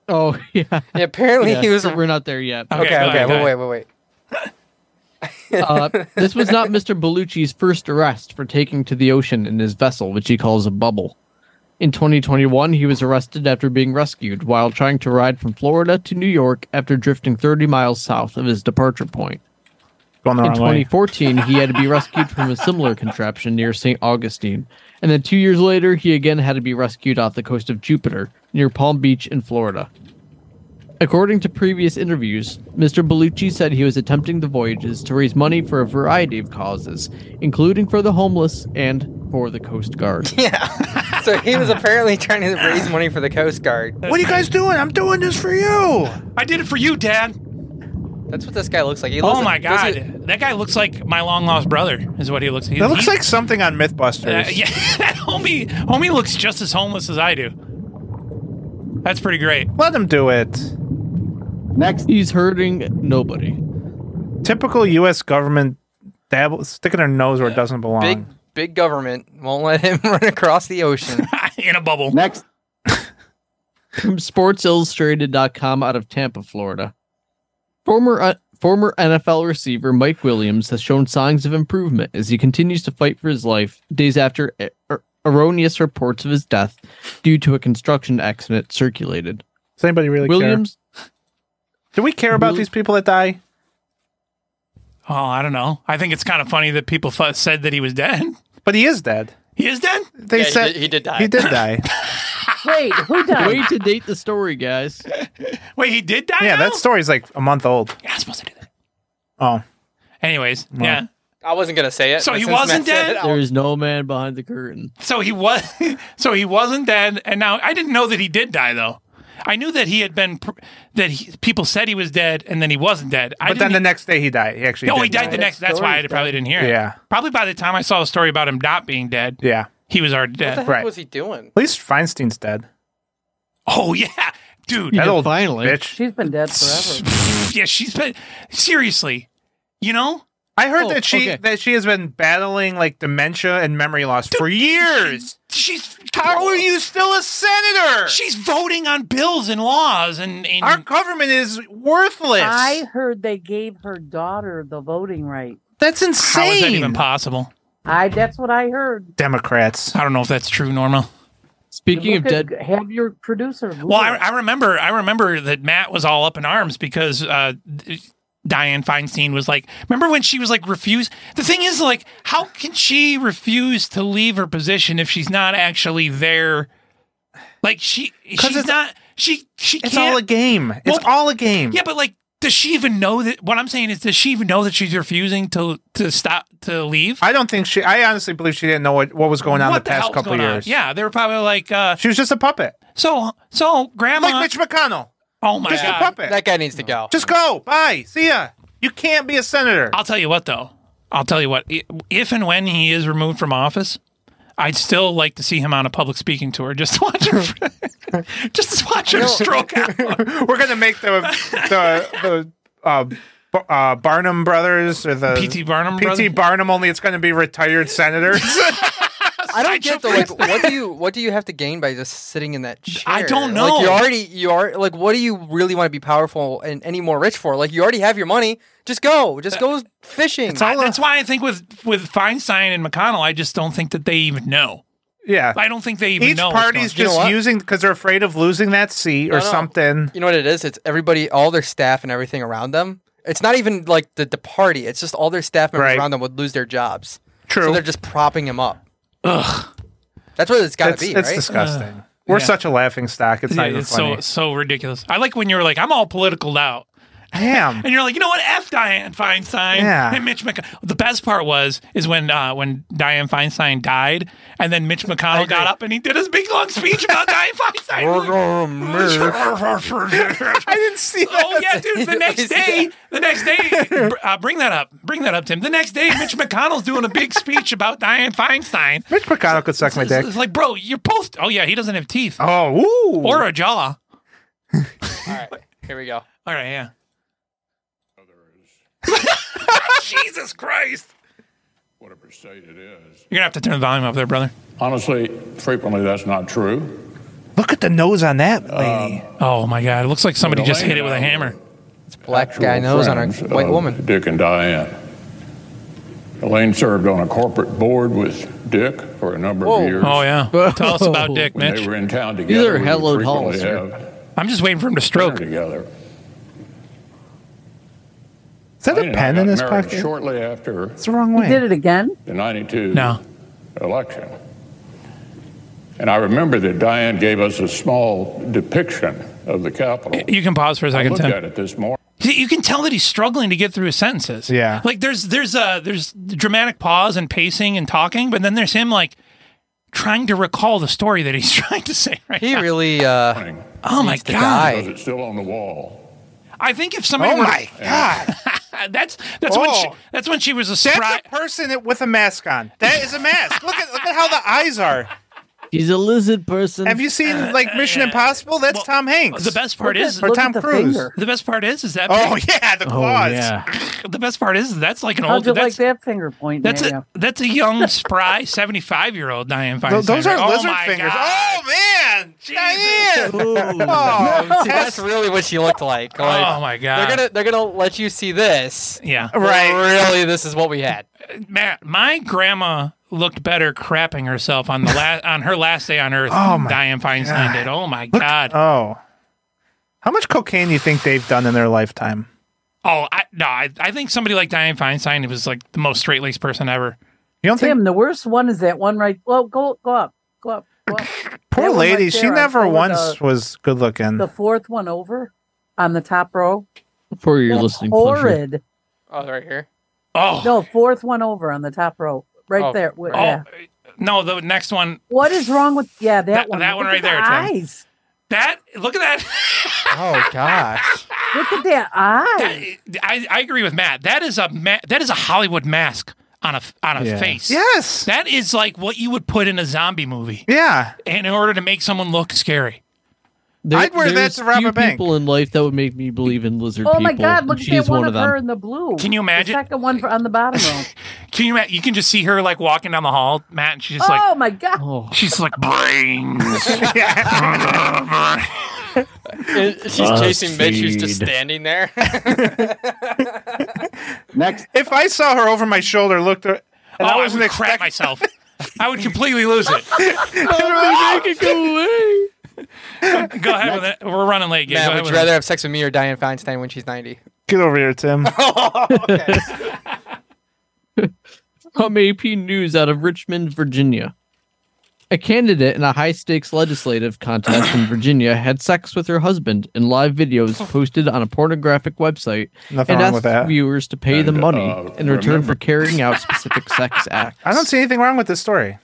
S8: Oh yeah.
S3: apparently he was-
S8: We're not there yet.
S3: Okay, okay, wait, wait, wait, wait.
S8: uh, this was not Mr. Bellucci's first arrest for taking to the ocean in his vessel, which he calls a bubble. In 2021, he was arrested after being rescued while trying to ride from Florida to New York after drifting 30 miles south of his departure point.
S1: the
S8: in
S1: wrong way.
S8: 2014, he had to be rescued from a similar contraption near St. Augustine. And then two years later, he again had to be rescued off the coast of Jupiter near Palm Beach in Florida. According to previous interviews, Mr. Bellucci said he was attempting the voyages to raise money for a variety of causes, including for the homeless and for the Coast Guard.
S3: So he was apparently trying to raise money for the Coast Guard.
S1: What are you guys doing? I'm doing this for you.
S5: I did it for you, Dad.
S3: That's what this guy looks like. He looks
S5: oh my
S3: like- does
S5: god,
S3: he-
S5: that guy looks like my long lost brother. Is what he looks. He,
S1: That looks
S5: he-
S1: like something on Mythbusters.
S5: Uh, yeah, that homie, homie looks just as homeless as I do. That's pretty great.
S1: Let him do it.
S8: Next, he's hurting nobody.
S1: Typical U.S. government dabble, sticking their nose where it doesn't belong.
S3: Big, big government won't let him run across the ocean
S5: in a bubble.
S8: Next. From SportsIllustrated.com out of Tampa, Florida. Former uh, former NFL receiver Mike Williams has shown signs of improvement as he continues to fight for his life days after er- erroneous reports of his death due to a construction accident circulated.
S1: Does anybody really
S8: Williams?
S1: Do we care about these people that die?
S5: Oh, I don't know. I think it's kind of funny that people thought, said that he was dead.
S1: But he is dead.
S5: He is dead.
S1: They Yeah, he said- did- he did die. he did die.
S4: Wait, who
S1: died?
S8: Way to date the story, guys.
S5: Wait, he did die.
S1: yeah, that story's like a month old.
S5: Yeah, I'm supposed to do that.
S1: Oh,
S5: Anyways, yeah.
S3: I wasn't gonna say it.
S5: So
S3: but
S5: he
S3: since Matt
S5: wasn't
S3: said it,
S5: dead?
S3: I'll-
S8: There is no man behind the curtain.
S5: So he was. so he wasn't dead, and now I didn't know that he did die though. I knew that he had been pr- that he, people said he was dead, and then he wasn't dead. I
S1: but then
S5: didn't- e-
S1: the next day he died. He actually.
S5: no,
S1: did
S5: he died
S1: die.
S5: the next. That's why I probably didn't hear. it.
S1: Yeah.
S5: Probably by the time I saw a story about him not being dead,
S1: Yeah.
S5: he was already
S3: What
S5: dead.
S3: the heck was he doing?
S1: At least Feinstein's dead.
S5: Oh yeah, dude.
S1: that old bitch.
S4: She's been dead forever.
S5: yeah, she's been seriously. You know,
S1: I heard
S5: Oh,
S1: that she
S5: okay.
S1: that she has been battling like dementia and memory loss for years.
S5: she's
S1: How are you still a senator?
S5: She's voting on bills and laws, and, and
S1: Our government is worthless.
S4: I heard they gave her daughter the voting right.
S1: That's insane.
S5: How is that even possible?
S4: I that's what I heard.
S1: Democrats.
S5: I don't know if that's true, Norma.
S8: Speaking
S4: Look at- have your producer.
S5: Well, I, I remember, I remember that Matt was all up in arms because uh, Diane Feinstein was like, remember when she was like refuse? The thing is, like, how can she refuse to leave her position if she's not actually there? Like she, she's not. She, she.
S1: It's
S5: can't-
S1: all a game. It's
S5: Well,
S1: all a game.
S5: Yeah, but like, does she even know that? What I'm saying is, does she even know that she's refusing to to stop to leave?
S1: I don't think she. I honestly believe she didn't know what, what was going on
S5: What
S1: the past
S5: hell's
S1: couple
S5: going on?
S1: years.
S5: Yeah, they were probably like, uh,
S1: she was just a puppet.
S5: So, so grandma,
S1: Like Mitch McConnell.
S5: Oh my
S1: Just a
S5: god,
S1: puppet.
S3: That guy needs to go.
S1: Just go. Bye. See ya. You can't be a senator.
S5: I'll tell you what, though. I'll tell you what. i- If and when he is removed from office, I'd still like to see him on a public speaking tour. Just to watch her, just to watch her stroke out.
S1: We're gonna make the the the uh, B- uh, Barnum brothers or the
S5: P.T. Barnum
S1: PT
S5: brother?
S1: Barnum. Only it's gonna be retired senators.
S3: I don't get though. Like, what do you what do you have to gain by just sitting in that chair?
S5: I don't
S3: Like,
S5: know.
S3: you already you are like, what do you really want to be powerful and any more rich for? Like, you already have your money. Just go. Just go fishing.
S5: I- that's why I think with with Feinstein and McConnell, I just don't think that they even know.
S1: Yeah.
S5: I don't think they even
S1: Each
S5: know.
S1: party's just using because they're afraid of losing that seat or
S3: No, no.
S1: something.
S3: You know what it is? It's everybody, all their staff and everything around them. It's not even like the, the party. It's just all their staff members
S1: Right.
S3: around them would lose their jobs.
S1: True.
S3: So they're just propping him up.
S5: Ugh.
S3: That's what it's got to
S1: It's-
S3: be,
S1: it's
S3: right?
S1: disgusting. We're
S5: yeah.
S1: such a laughing stock. It's
S5: Yeah,
S1: not even
S5: it's so
S1: funny.
S5: so ridiculous. I like when you're like, I'm all political out.
S1: I am.
S5: And you're like, you know what? F Diane Feinstein
S1: Yeah.
S5: and Mitch McConnell. The best part was is when uh, when Diane Feinstein died, and then Mitch McConnell got up and he did his big long speech about Diane Feinstein.
S1: I didn't see that.
S5: Oh yeah, dude. The next day, the next day, br- uh, bring that up. Bring that up, Tim. The next day, Mitch McConnell's doing a big speech about Diane Feinstein.
S1: Mitch McConnell could suck my dick.
S5: It's, it's like, bro, you're both. Oh yeah, he doesn't have teeth.
S1: Oh, ooh.
S5: or a jaw.
S3: Here we go.
S5: All right, yeah. Jesus Christ.
S12: Whatever state it is.
S5: You're gonna have to turn the volume up there, brother.
S12: Honestly, frequently that's not true. Uh,
S1: Look at the nose on that lady.
S5: Oh my God! It looks like somebody just hit it with a hammer.
S3: It's black
S12: Actual friends of Dick and Diane. Elaine served on a corporate board with Dick for a number
S5: Whoa.
S12: of years.
S5: Oh, yeah. Whoa. Tell us about Dick,
S12: when
S5: Mitch.
S12: They were in town
S5: These
S12: together.
S5: are
S12: we would
S5: hallowed
S12: frequently
S5: halls here.
S12: have
S5: I'm just waiting for him to stroke.
S12: dinner together.
S1: Is that
S12: a
S1: pen in his pocket?
S12: Shortly after
S1: It's the wrong way.
S4: Did it again?
S12: the 92 election. And I remember that Diane gave us a small depiction of the Capitol.
S5: You can pause for a
S12: I
S5: second,
S12: looked
S5: Tim.
S12: at it this morning.
S5: See, You can tell that he's struggling to get through his sentences.
S12: Yeah.
S5: Like there's there's a there's dramatic pause and pacing and talking, but then there's him like trying to recall the story that he's trying to say right
S3: He
S5: now.
S3: really. Uh,
S5: Oh my
S3: needs to
S5: God.
S12: It's still on the wall.
S5: I think if somebody
S1: Oh
S5: were-
S1: my
S5: God. that's that's when she
S1: Oh.
S5: that's when she was a
S1: That's
S5: spry
S1: a person with a mask on. That is a mask. look at look at how the eyes are.
S8: He's a lizard person.
S1: Have you
S4: Uh,
S1: seen like Mission Impossible? That's Tom Hanks.
S5: Uh, The best part is
S1: or Tom Cruise.
S5: The best part is is that
S1: Oh, yeah, the Oh, claws. yeah.
S5: The best part is that's like an
S4: How'd
S5: old
S4: you like
S5: that's,
S4: that finger point?
S5: that's
S4: Naya?
S5: a that's a young spry 75 year old Diane Feinstein.
S1: Th- those are
S5: right? oh
S1: lizard
S5: my
S1: fingers.
S5: God.
S1: Oh man, Diane.
S3: Oh,
S1: Oh,
S3: see, that's really what she looked like. Like,
S5: Oh, my God.
S3: They're gonna they're gonna let you see this.
S5: Yeah.
S3: but
S5: Right.
S3: Really, this is what we had.
S5: Matt, my grandma looked better crapping herself on the la- on her last day on earth.
S1: Oh,
S5: than
S1: my
S5: Diane Feinstein
S1: God.
S5: did. Oh my
S1: Look-
S5: god.
S1: Oh, how much cocaine do you think they've done in their lifetime?
S5: Oh, I, no, I, I think somebody like Diane Feinstein was like the most straight laced person ever.
S1: You don't
S4: Tim, the worst one is that one right. Well, go go up, go up, go up.
S1: Poor
S4: That one right
S1: lady. she
S4: there, I
S1: never
S4: pulled
S1: once
S4: the-
S1: was good looking.
S4: the fourth one over on the top row.
S8: For your
S4: That's
S8: listening pleasure.
S4: horrid.
S3: Oh, right here.
S5: Oh
S4: No, fourth one over on the top row, right
S5: Oh,
S4: there. Wh-
S5: oh,
S4: yeah.
S5: no, the next one.
S4: What is wrong with yeah that,
S5: That-
S4: one?
S5: that one
S4: Look
S5: right
S4: at the
S5: there, Tim.
S4: Eyes.
S5: That look at that.
S3: Oh gosh.
S4: Look at that eye.
S5: I, I agree with Matt. That is a ma- that is a Hollywood mask on a on a
S1: Yeah.
S5: face.
S1: Yes.
S5: That is like what you would put in a zombie movie
S1: yeah.
S5: in order to make someone look scary.
S1: I'd wear that
S8: there's
S1: to rob
S8: few
S1: a bank.
S8: people in life that would make me believe in lizard
S4: Oh
S8: people.
S4: my God!
S8: and
S4: Look at
S8: she's
S4: that one, of
S8: them.
S4: her in the blue.
S5: Can you imagine?
S4: The second one for- on the bottom row.
S5: Can you? ma- You can just see her like walking down the hall, Matt, and she's just like
S4: oh my God!
S5: she's like brains.
S3: She's chasing Mitch, who's just standing there.
S1: Next, if I saw her over my shoulder, looked her, and
S5: oh,
S1: I
S5: I,
S1: wasn't
S5: would crap myself. I would completely lose it. Go ahead with it. We're running late. Gabe. Go
S3: Matt,
S5: ahead
S3: would
S5: with
S3: you
S5: it.
S3: rather have sex with me or Diane Feinstein when she's ninety?
S1: Get over here, Tim.
S8: From AP News out of Richmond, Virginia. A candidate in a high stakes legislative contest in Virginia had sex with her husband in live videos posted on a pornographic website
S1: Oh. Nothing
S8: and
S1: wrong
S8: asked
S1: with that.
S8: viewers to pay the
S12: And,
S8: money
S12: uh,
S8: in return
S12: remember-
S8: for carrying out specific sex acts.
S1: I don't see anything wrong with this story.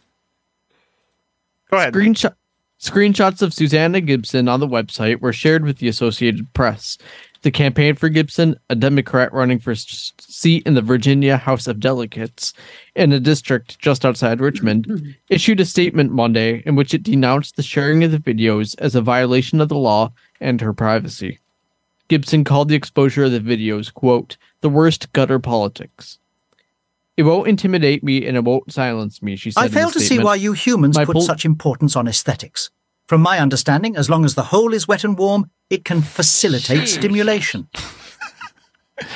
S1: Go ahead.
S8: Screenshot- screenshots of Susanna Gibson on the website were shared with the Associated Press. The campaign for Gibson, a Democrat running for s- seat in the Virginia House of Delegates in a district just outside Richmond, issued a statement Monday in which it denounced the sharing of the videos as a violation of the law and her privacy. Gibson called the exposure of the videos, quote, the worst gutter politics. It won't intimidate me and it won't silence me, she said.
S31: I
S8: in the
S31: fail to see
S8: statement.
S31: why you humans
S8: My
S31: put
S8: pol-
S31: such importance on aesthetics. From my understanding, as long as the hole is wet and warm, it can facilitate
S5: Jeez.
S31: stimulation.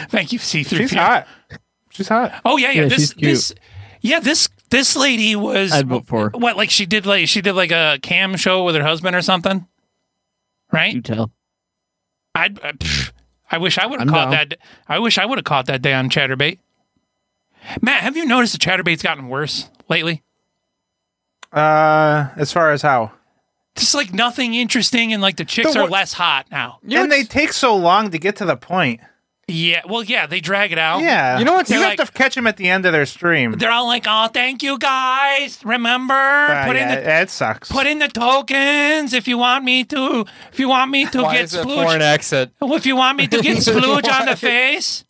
S5: Thank you, C3PO.
S31: She's hot.
S1: She's hot.
S5: Oh yeah, yeah.
S31: Yeah,
S5: this
S31: she's cute.
S5: this yeah, this this lady was
S8: I'd vote for her.
S5: what like she did like she did like a cam show with her husband or something. Right? You
S8: tell.
S5: I'd uh, pff, I wish I would have
S8: I'm
S5: caught
S8: down.
S5: that I wish I would have caught that day on Chatterbait. Matt, have you noticed the Chatterbait's gotten worse lately?
S1: Uh, as far as how?
S5: Just like nothing interesting and like the chicks
S1: The
S5: are
S1: wor-
S5: less hot now.
S1: and they take so long to get to the point.
S5: Yeah, well yeah, they drag it out.
S1: Yeah. You
S5: They're
S1: have
S5: like,
S1: to catch them at the end of their stream.
S5: they're all like, "Oh, thank you guys. Remember,
S1: Ah,
S5: put in
S1: yeah,
S5: the
S1: yeah, it sucks.
S5: Put in the tokens if you want me to. If you want me to
S13: Why
S5: get
S13: is it
S5: splooge.
S13: foreign accent?
S5: Well, If you want me to get splooge
S13: Why?
S5: on the face,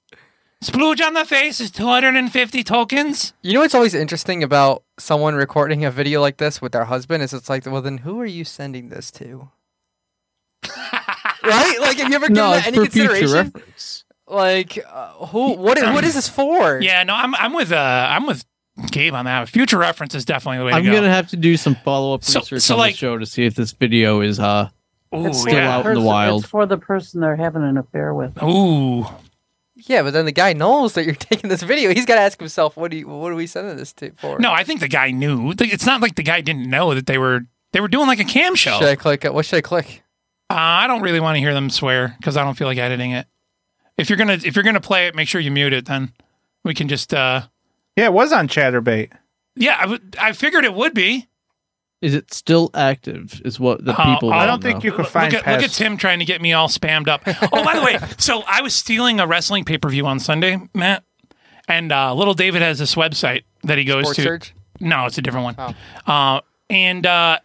S5: splooge on the face is two hundred and fifty tokens.
S3: You know what's always interesting about someone recording a video like this with their husband is it's like, well, then who are you sending this to? right? Like, have you ever given
S8: No, it's
S3: that any
S8: for future
S3: consideration? Like, uh, who? What? i- What is this for?
S5: Yeah, no, I'm I'm with uh I'm with Gabe on that. Future reference is definitely the way to
S8: I'm
S5: go.
S8: gonna have to do some follow up
S5: So-
S8: research
S5: so,
S8: on
S5: like-
S8: the show to see if this video is uh
S5: Ooh,
S8: still
S5: yeah.
S8: out in the
S5: Person-
S8: wild.
S4: It's for the person they're having an affair with.
S5: Ooh.
S3: Yeah, but then the guy knows that you're taking this video. He's got to ask himself, what do you? What are we sending this to for?
S5: No, I think the guy knew. It's not like the guy didn't know that they were they were doing like a cam show.
S3: Should I click? it? What should I click?
S5: Uh, I don't really want to hear them swear because I don't feel like editing it. If you're gonna if you're gonna play it, make sure you mute it. Then we can just. uh
S1: Yeah, it was on Chatterbait.
S5: Yeah, I would- I figured it would be.
S8: Is it still active? Is what the
S5: Oh,
S8: people.
S5: oh,
S8: know.
S5: Look- Look at, look at Tim trying to get me all spammed up. Oh, by the way, so I was stealing a wrestling pay per view on Sunday, Matt, and uh, little David has this website that he goes
S3: Sports
S5: to.
S3: Surge? Oh.
S5: No, it's a different one. Uh, and uh,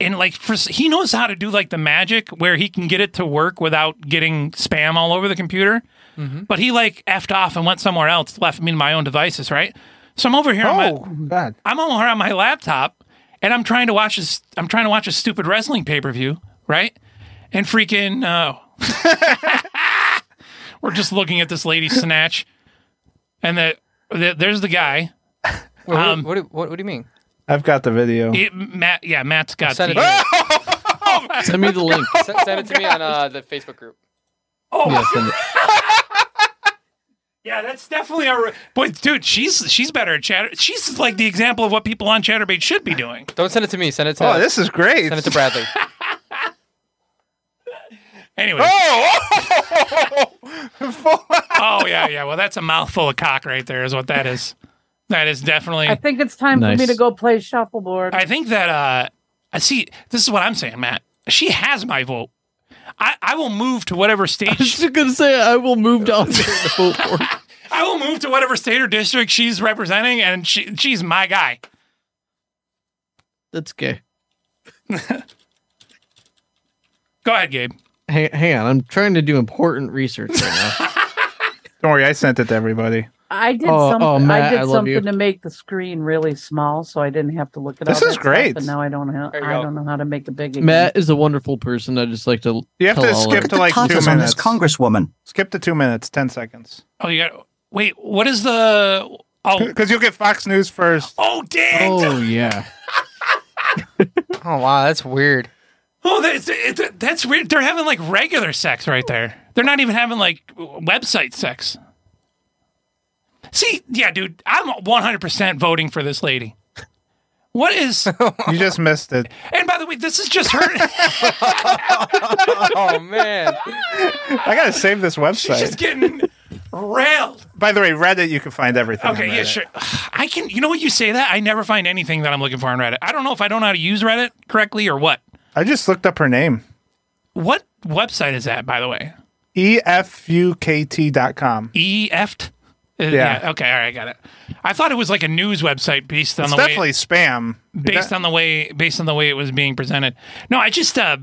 S5: and like for, he knows how to do like the magic where he can get it to work without getting spam all over the computer. But he like effed off and went somewhere else, left me to my own devices, right? So I'm over here.
S1: Oh,
S5: on my,
S1: God.
S5: I'm over here on my laptop, and I'm trying to watch this. I'm trying to watch a stupid wrestling pay per view, right? And freaking, uh, we're just looking at this lady snatch, and the, the there's the guy.
S3: Wait, what-
S5: Um,
S3: what, do- what, what do you mean?
S1: I've got the video.
S5: It, Matt, yeah, Matt's got
S3: Send it
S5: the.
S3: to
S8: Send me the link.
S3: S- send it to me on uh, the Facebook group.
S8: Yeah, send it.
S5: Oh. Yeah, that's definitely our boy, dude. She's she's better at chatter. She's like the example of what people on ChatterBait should be doing.
S3: Don't send it to me. Send it to.
S5: Oh, this is great.
S3: Send it to Bradley.
S5: Anyway. Oh! oh yeah, yeah. Well, that's a mouthful of cock right there, is what that is. That is definitely.
S4: I think it's time for
S5: Nice.
S4: me to go play shuffleboard.
S5: I think that uh, I see. This is what I'm saying, Matt. She has my vote. I, I will move to
S8: I
S5: whatever
S8: was
S5: stage.
S8: just gonna say I will move down there to vote for. it.
S5: I will move to whatever state or district she's representing, and she, she's my guy.
S8: That's gay.
S5: Go ahead, Gabe.
S8: Hang, hang on, I'm trying to do important research right now.
S1: Don't worry, I sent it to everybody.
S4: I did
S8: Oh,
S4: some,
S8: oh, Matt,
S4: I did
S8: I love
S4: something
S8: you.
S4: to make the screen really small, so I didn't have to look at
S1: This
S4: all
S1: is
S4: that
S1: great.
S4: Stuff, and now I don't know. I don't know how to make it big. Again.
S8: Matt is a wonderful person. I just like to.
S1: You have
S8: tell
S1: to
S8: all
S1: skip
S8: of-
S1: to like two minutes.
S31: Congresswoman.
S1: Skip to two minutes, ten seconds.
S5: Oh, you got. Wait, what is the? Oh,
S1: because you'll get Fox News first.
S5: Oh, dang!
S8: Oh yeah.
S3: oh wow, that's weird.
S5: Oh, that's it- that's weird. They're having like regular sex right there. They're not even having like website sex. See, yeah, dude, I'm 100% voting for this lady. What is?
S1: You just missed it.
S5: And by the way, this is just her.
S3: oh man,
S1: I gotta save this website.
S5: just getting railed.
S1: By the way, Reddit, you can find everything. on
S5: Okay, yeah,
S1: Reddit.
S5: sure. I can. You know what you say that I never find anything that I'm looking for on Reddit. I don't know if I don't know how to use Reddit correctly or what.
S1: I just looked up her name.
S5: What website is that, by the way?
S1: E EFUKT.com.
S5: EFT. E Uh,
S1: Yeah.
S5: Okay. All right. I got it. I thought it was like a news website based on
S1: It's
S5: the way-
S1: definitely spam.
S5: based on the way based on the way it was being presented. No, I just uh,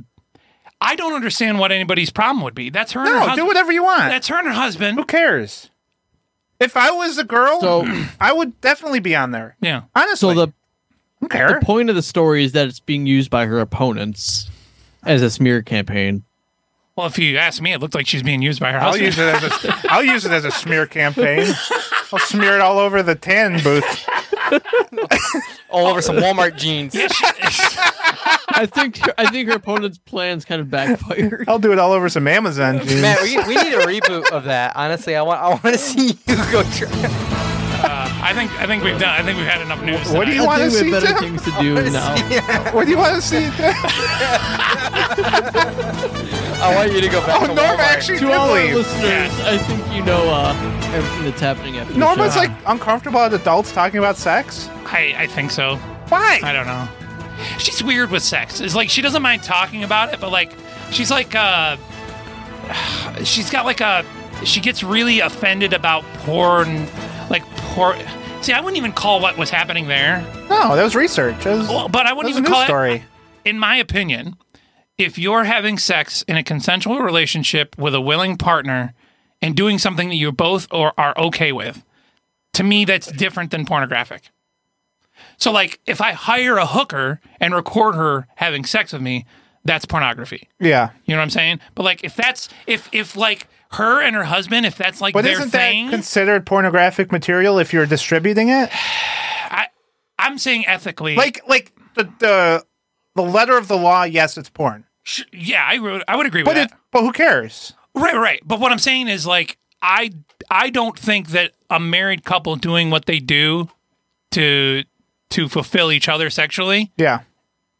S5: I don't understand what anybody's problem would be. That's her. and her
S1: No,
S5: hus-
S1: do whatever you want.
S5: That's her and her husband.
S1: Who cares? If I was a girl, I would definitely be on there.
S5: Yeah.
S1: Honestly.
S8: So the
S1: care.
S8: the point of the story is that it's being used by her opponents as a smear campaign.
S5: Well, if you ask me, it looked like she's being used by her
S1: I'll
S5: husband.
S1: use it as a I'll use it as a smear campaign. I'll smear it all over the tan booth.
S3: all over some Walmart jeans.
S8: I think I think her opponent's plans kind of backfired.
S1: I'll do it all over some Amazon jeans.
S3: Man, we, we need a reboot of that. Honestly, I want I want to see you go. Try.
S5: Uh, I think I think we've done. I think we've had enough news.
S1: What do you
S5: tonight.
S1: want to see? Tim? What do you want to see? Tim?
S3: I want you to go back.
S1: Oh,
S8: to
S1: Norm
S8: Walmart.
S1: actually
S8: to
S1: did
S8: all
S1: leave.
S8: Our listeners, I think you know uh, everything that's happening after. the
S1: Norma's
S8: show.
S1: like uncomfortable at adults talking about sex.
S5: I, I think so.
S1: Why?
S5: I don't know. She's weird with sex. It's like she doesn't mind talking about it, but like she's like uh she's got like a she gets really offended about porn like porn See, I wouldn't even call what was happening there.
S1: No, that was research. That was-
S5: Well, but I
S1: that
S5: wouldn't
S1: was
S5: even
S1: a news
S5: call
S1: story.
S5: it. In my opinion, if you're having sex in a consensual relationship with a willing partner and doing something that you both or are okay with, to me that's different than pornographic. So, like, if I hire a hooker and record her having sex with me, that's pornography.
S1: Yeah.
S5: You know what I'm saying? But like, if that's if if like her and her husband, if that's like
S1: But
S5: their
S1: isn't
S5: thing,
S1: that considered pornographic material if you're distributing it?
S5: I'm saying ethically,
S1: Like, like the the the letter of the law. Yes, it's porn.
S5: sh- yeah, I would I would agree
S1: But
S5: with
S1: it,
S5: that.
S1: but who cares?
S5: Right, right. But what I'm saying is like I I don't think that a married couple doing what they do to to fulfill each other sexually
S1: Yeah.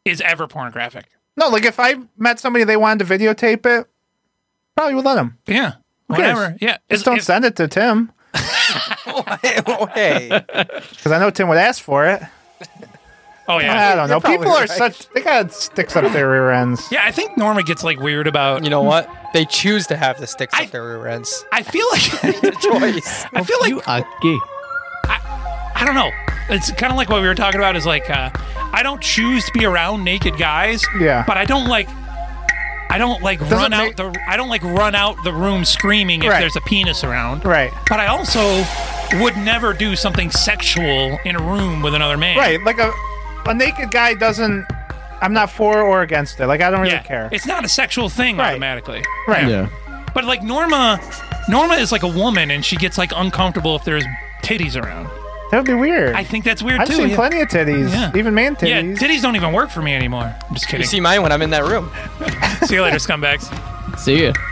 S5: is ever pornographic.
S1: No, like if I met somebody they wanted to videotape it, probably would let them.
S5: Yeah.
S1: Who cares?
S5: Whatever. Yeah.
S1: Just don't send it to Tim
S3: Hey.
S1: because I know Tim would ask for it.
S5: Oh yeah.
S1: I don't know. People are such they got sticks up their rear ends.
S5: Yeah, I think Norma gets like weird about
S3: You know what? They choose to have the sticks up their rear ends.
S5: I feel like
S3: it's a choice.
S5: I feel like
S8: you are gay.
S5: I don't know. It's kind of like what we were talking about is like, uh, I don't choose to be around naked guys.
S1: Yeah.
S5: But I don't like, I don't like
S1: Doesn't
S5: run
S1: make-
S5: out the, I don't like run out the room screaming if
S1: Right.
S5: there's a penis around.
S1: Right.
S5: But I also would never do something sexual in a room with another man.
S1: Right. Like a a naked guy doesn't. I'm not for or against it. Like I don't really
S5: yeah.
S1: care.
S5: It's not a sexual thing automatically.
S1: Right.
S8: Yeah.
S5: But like Norma, Norma is like a woman and she gets like uncomfortable if there's titties around.
S1: That would be weird.
S5: I think that's weird
S1: I've
S5: too.
S1: seen
S5: yeah.
S1: plenty of titties,
S5: Yeah.
S1: even man titties.
S5: Yeah, titties don't even work for me anymore. I'm just kidding.
S3: You see mine when I'm in that room.
S5: See you later, scumbags.
S8: See ya.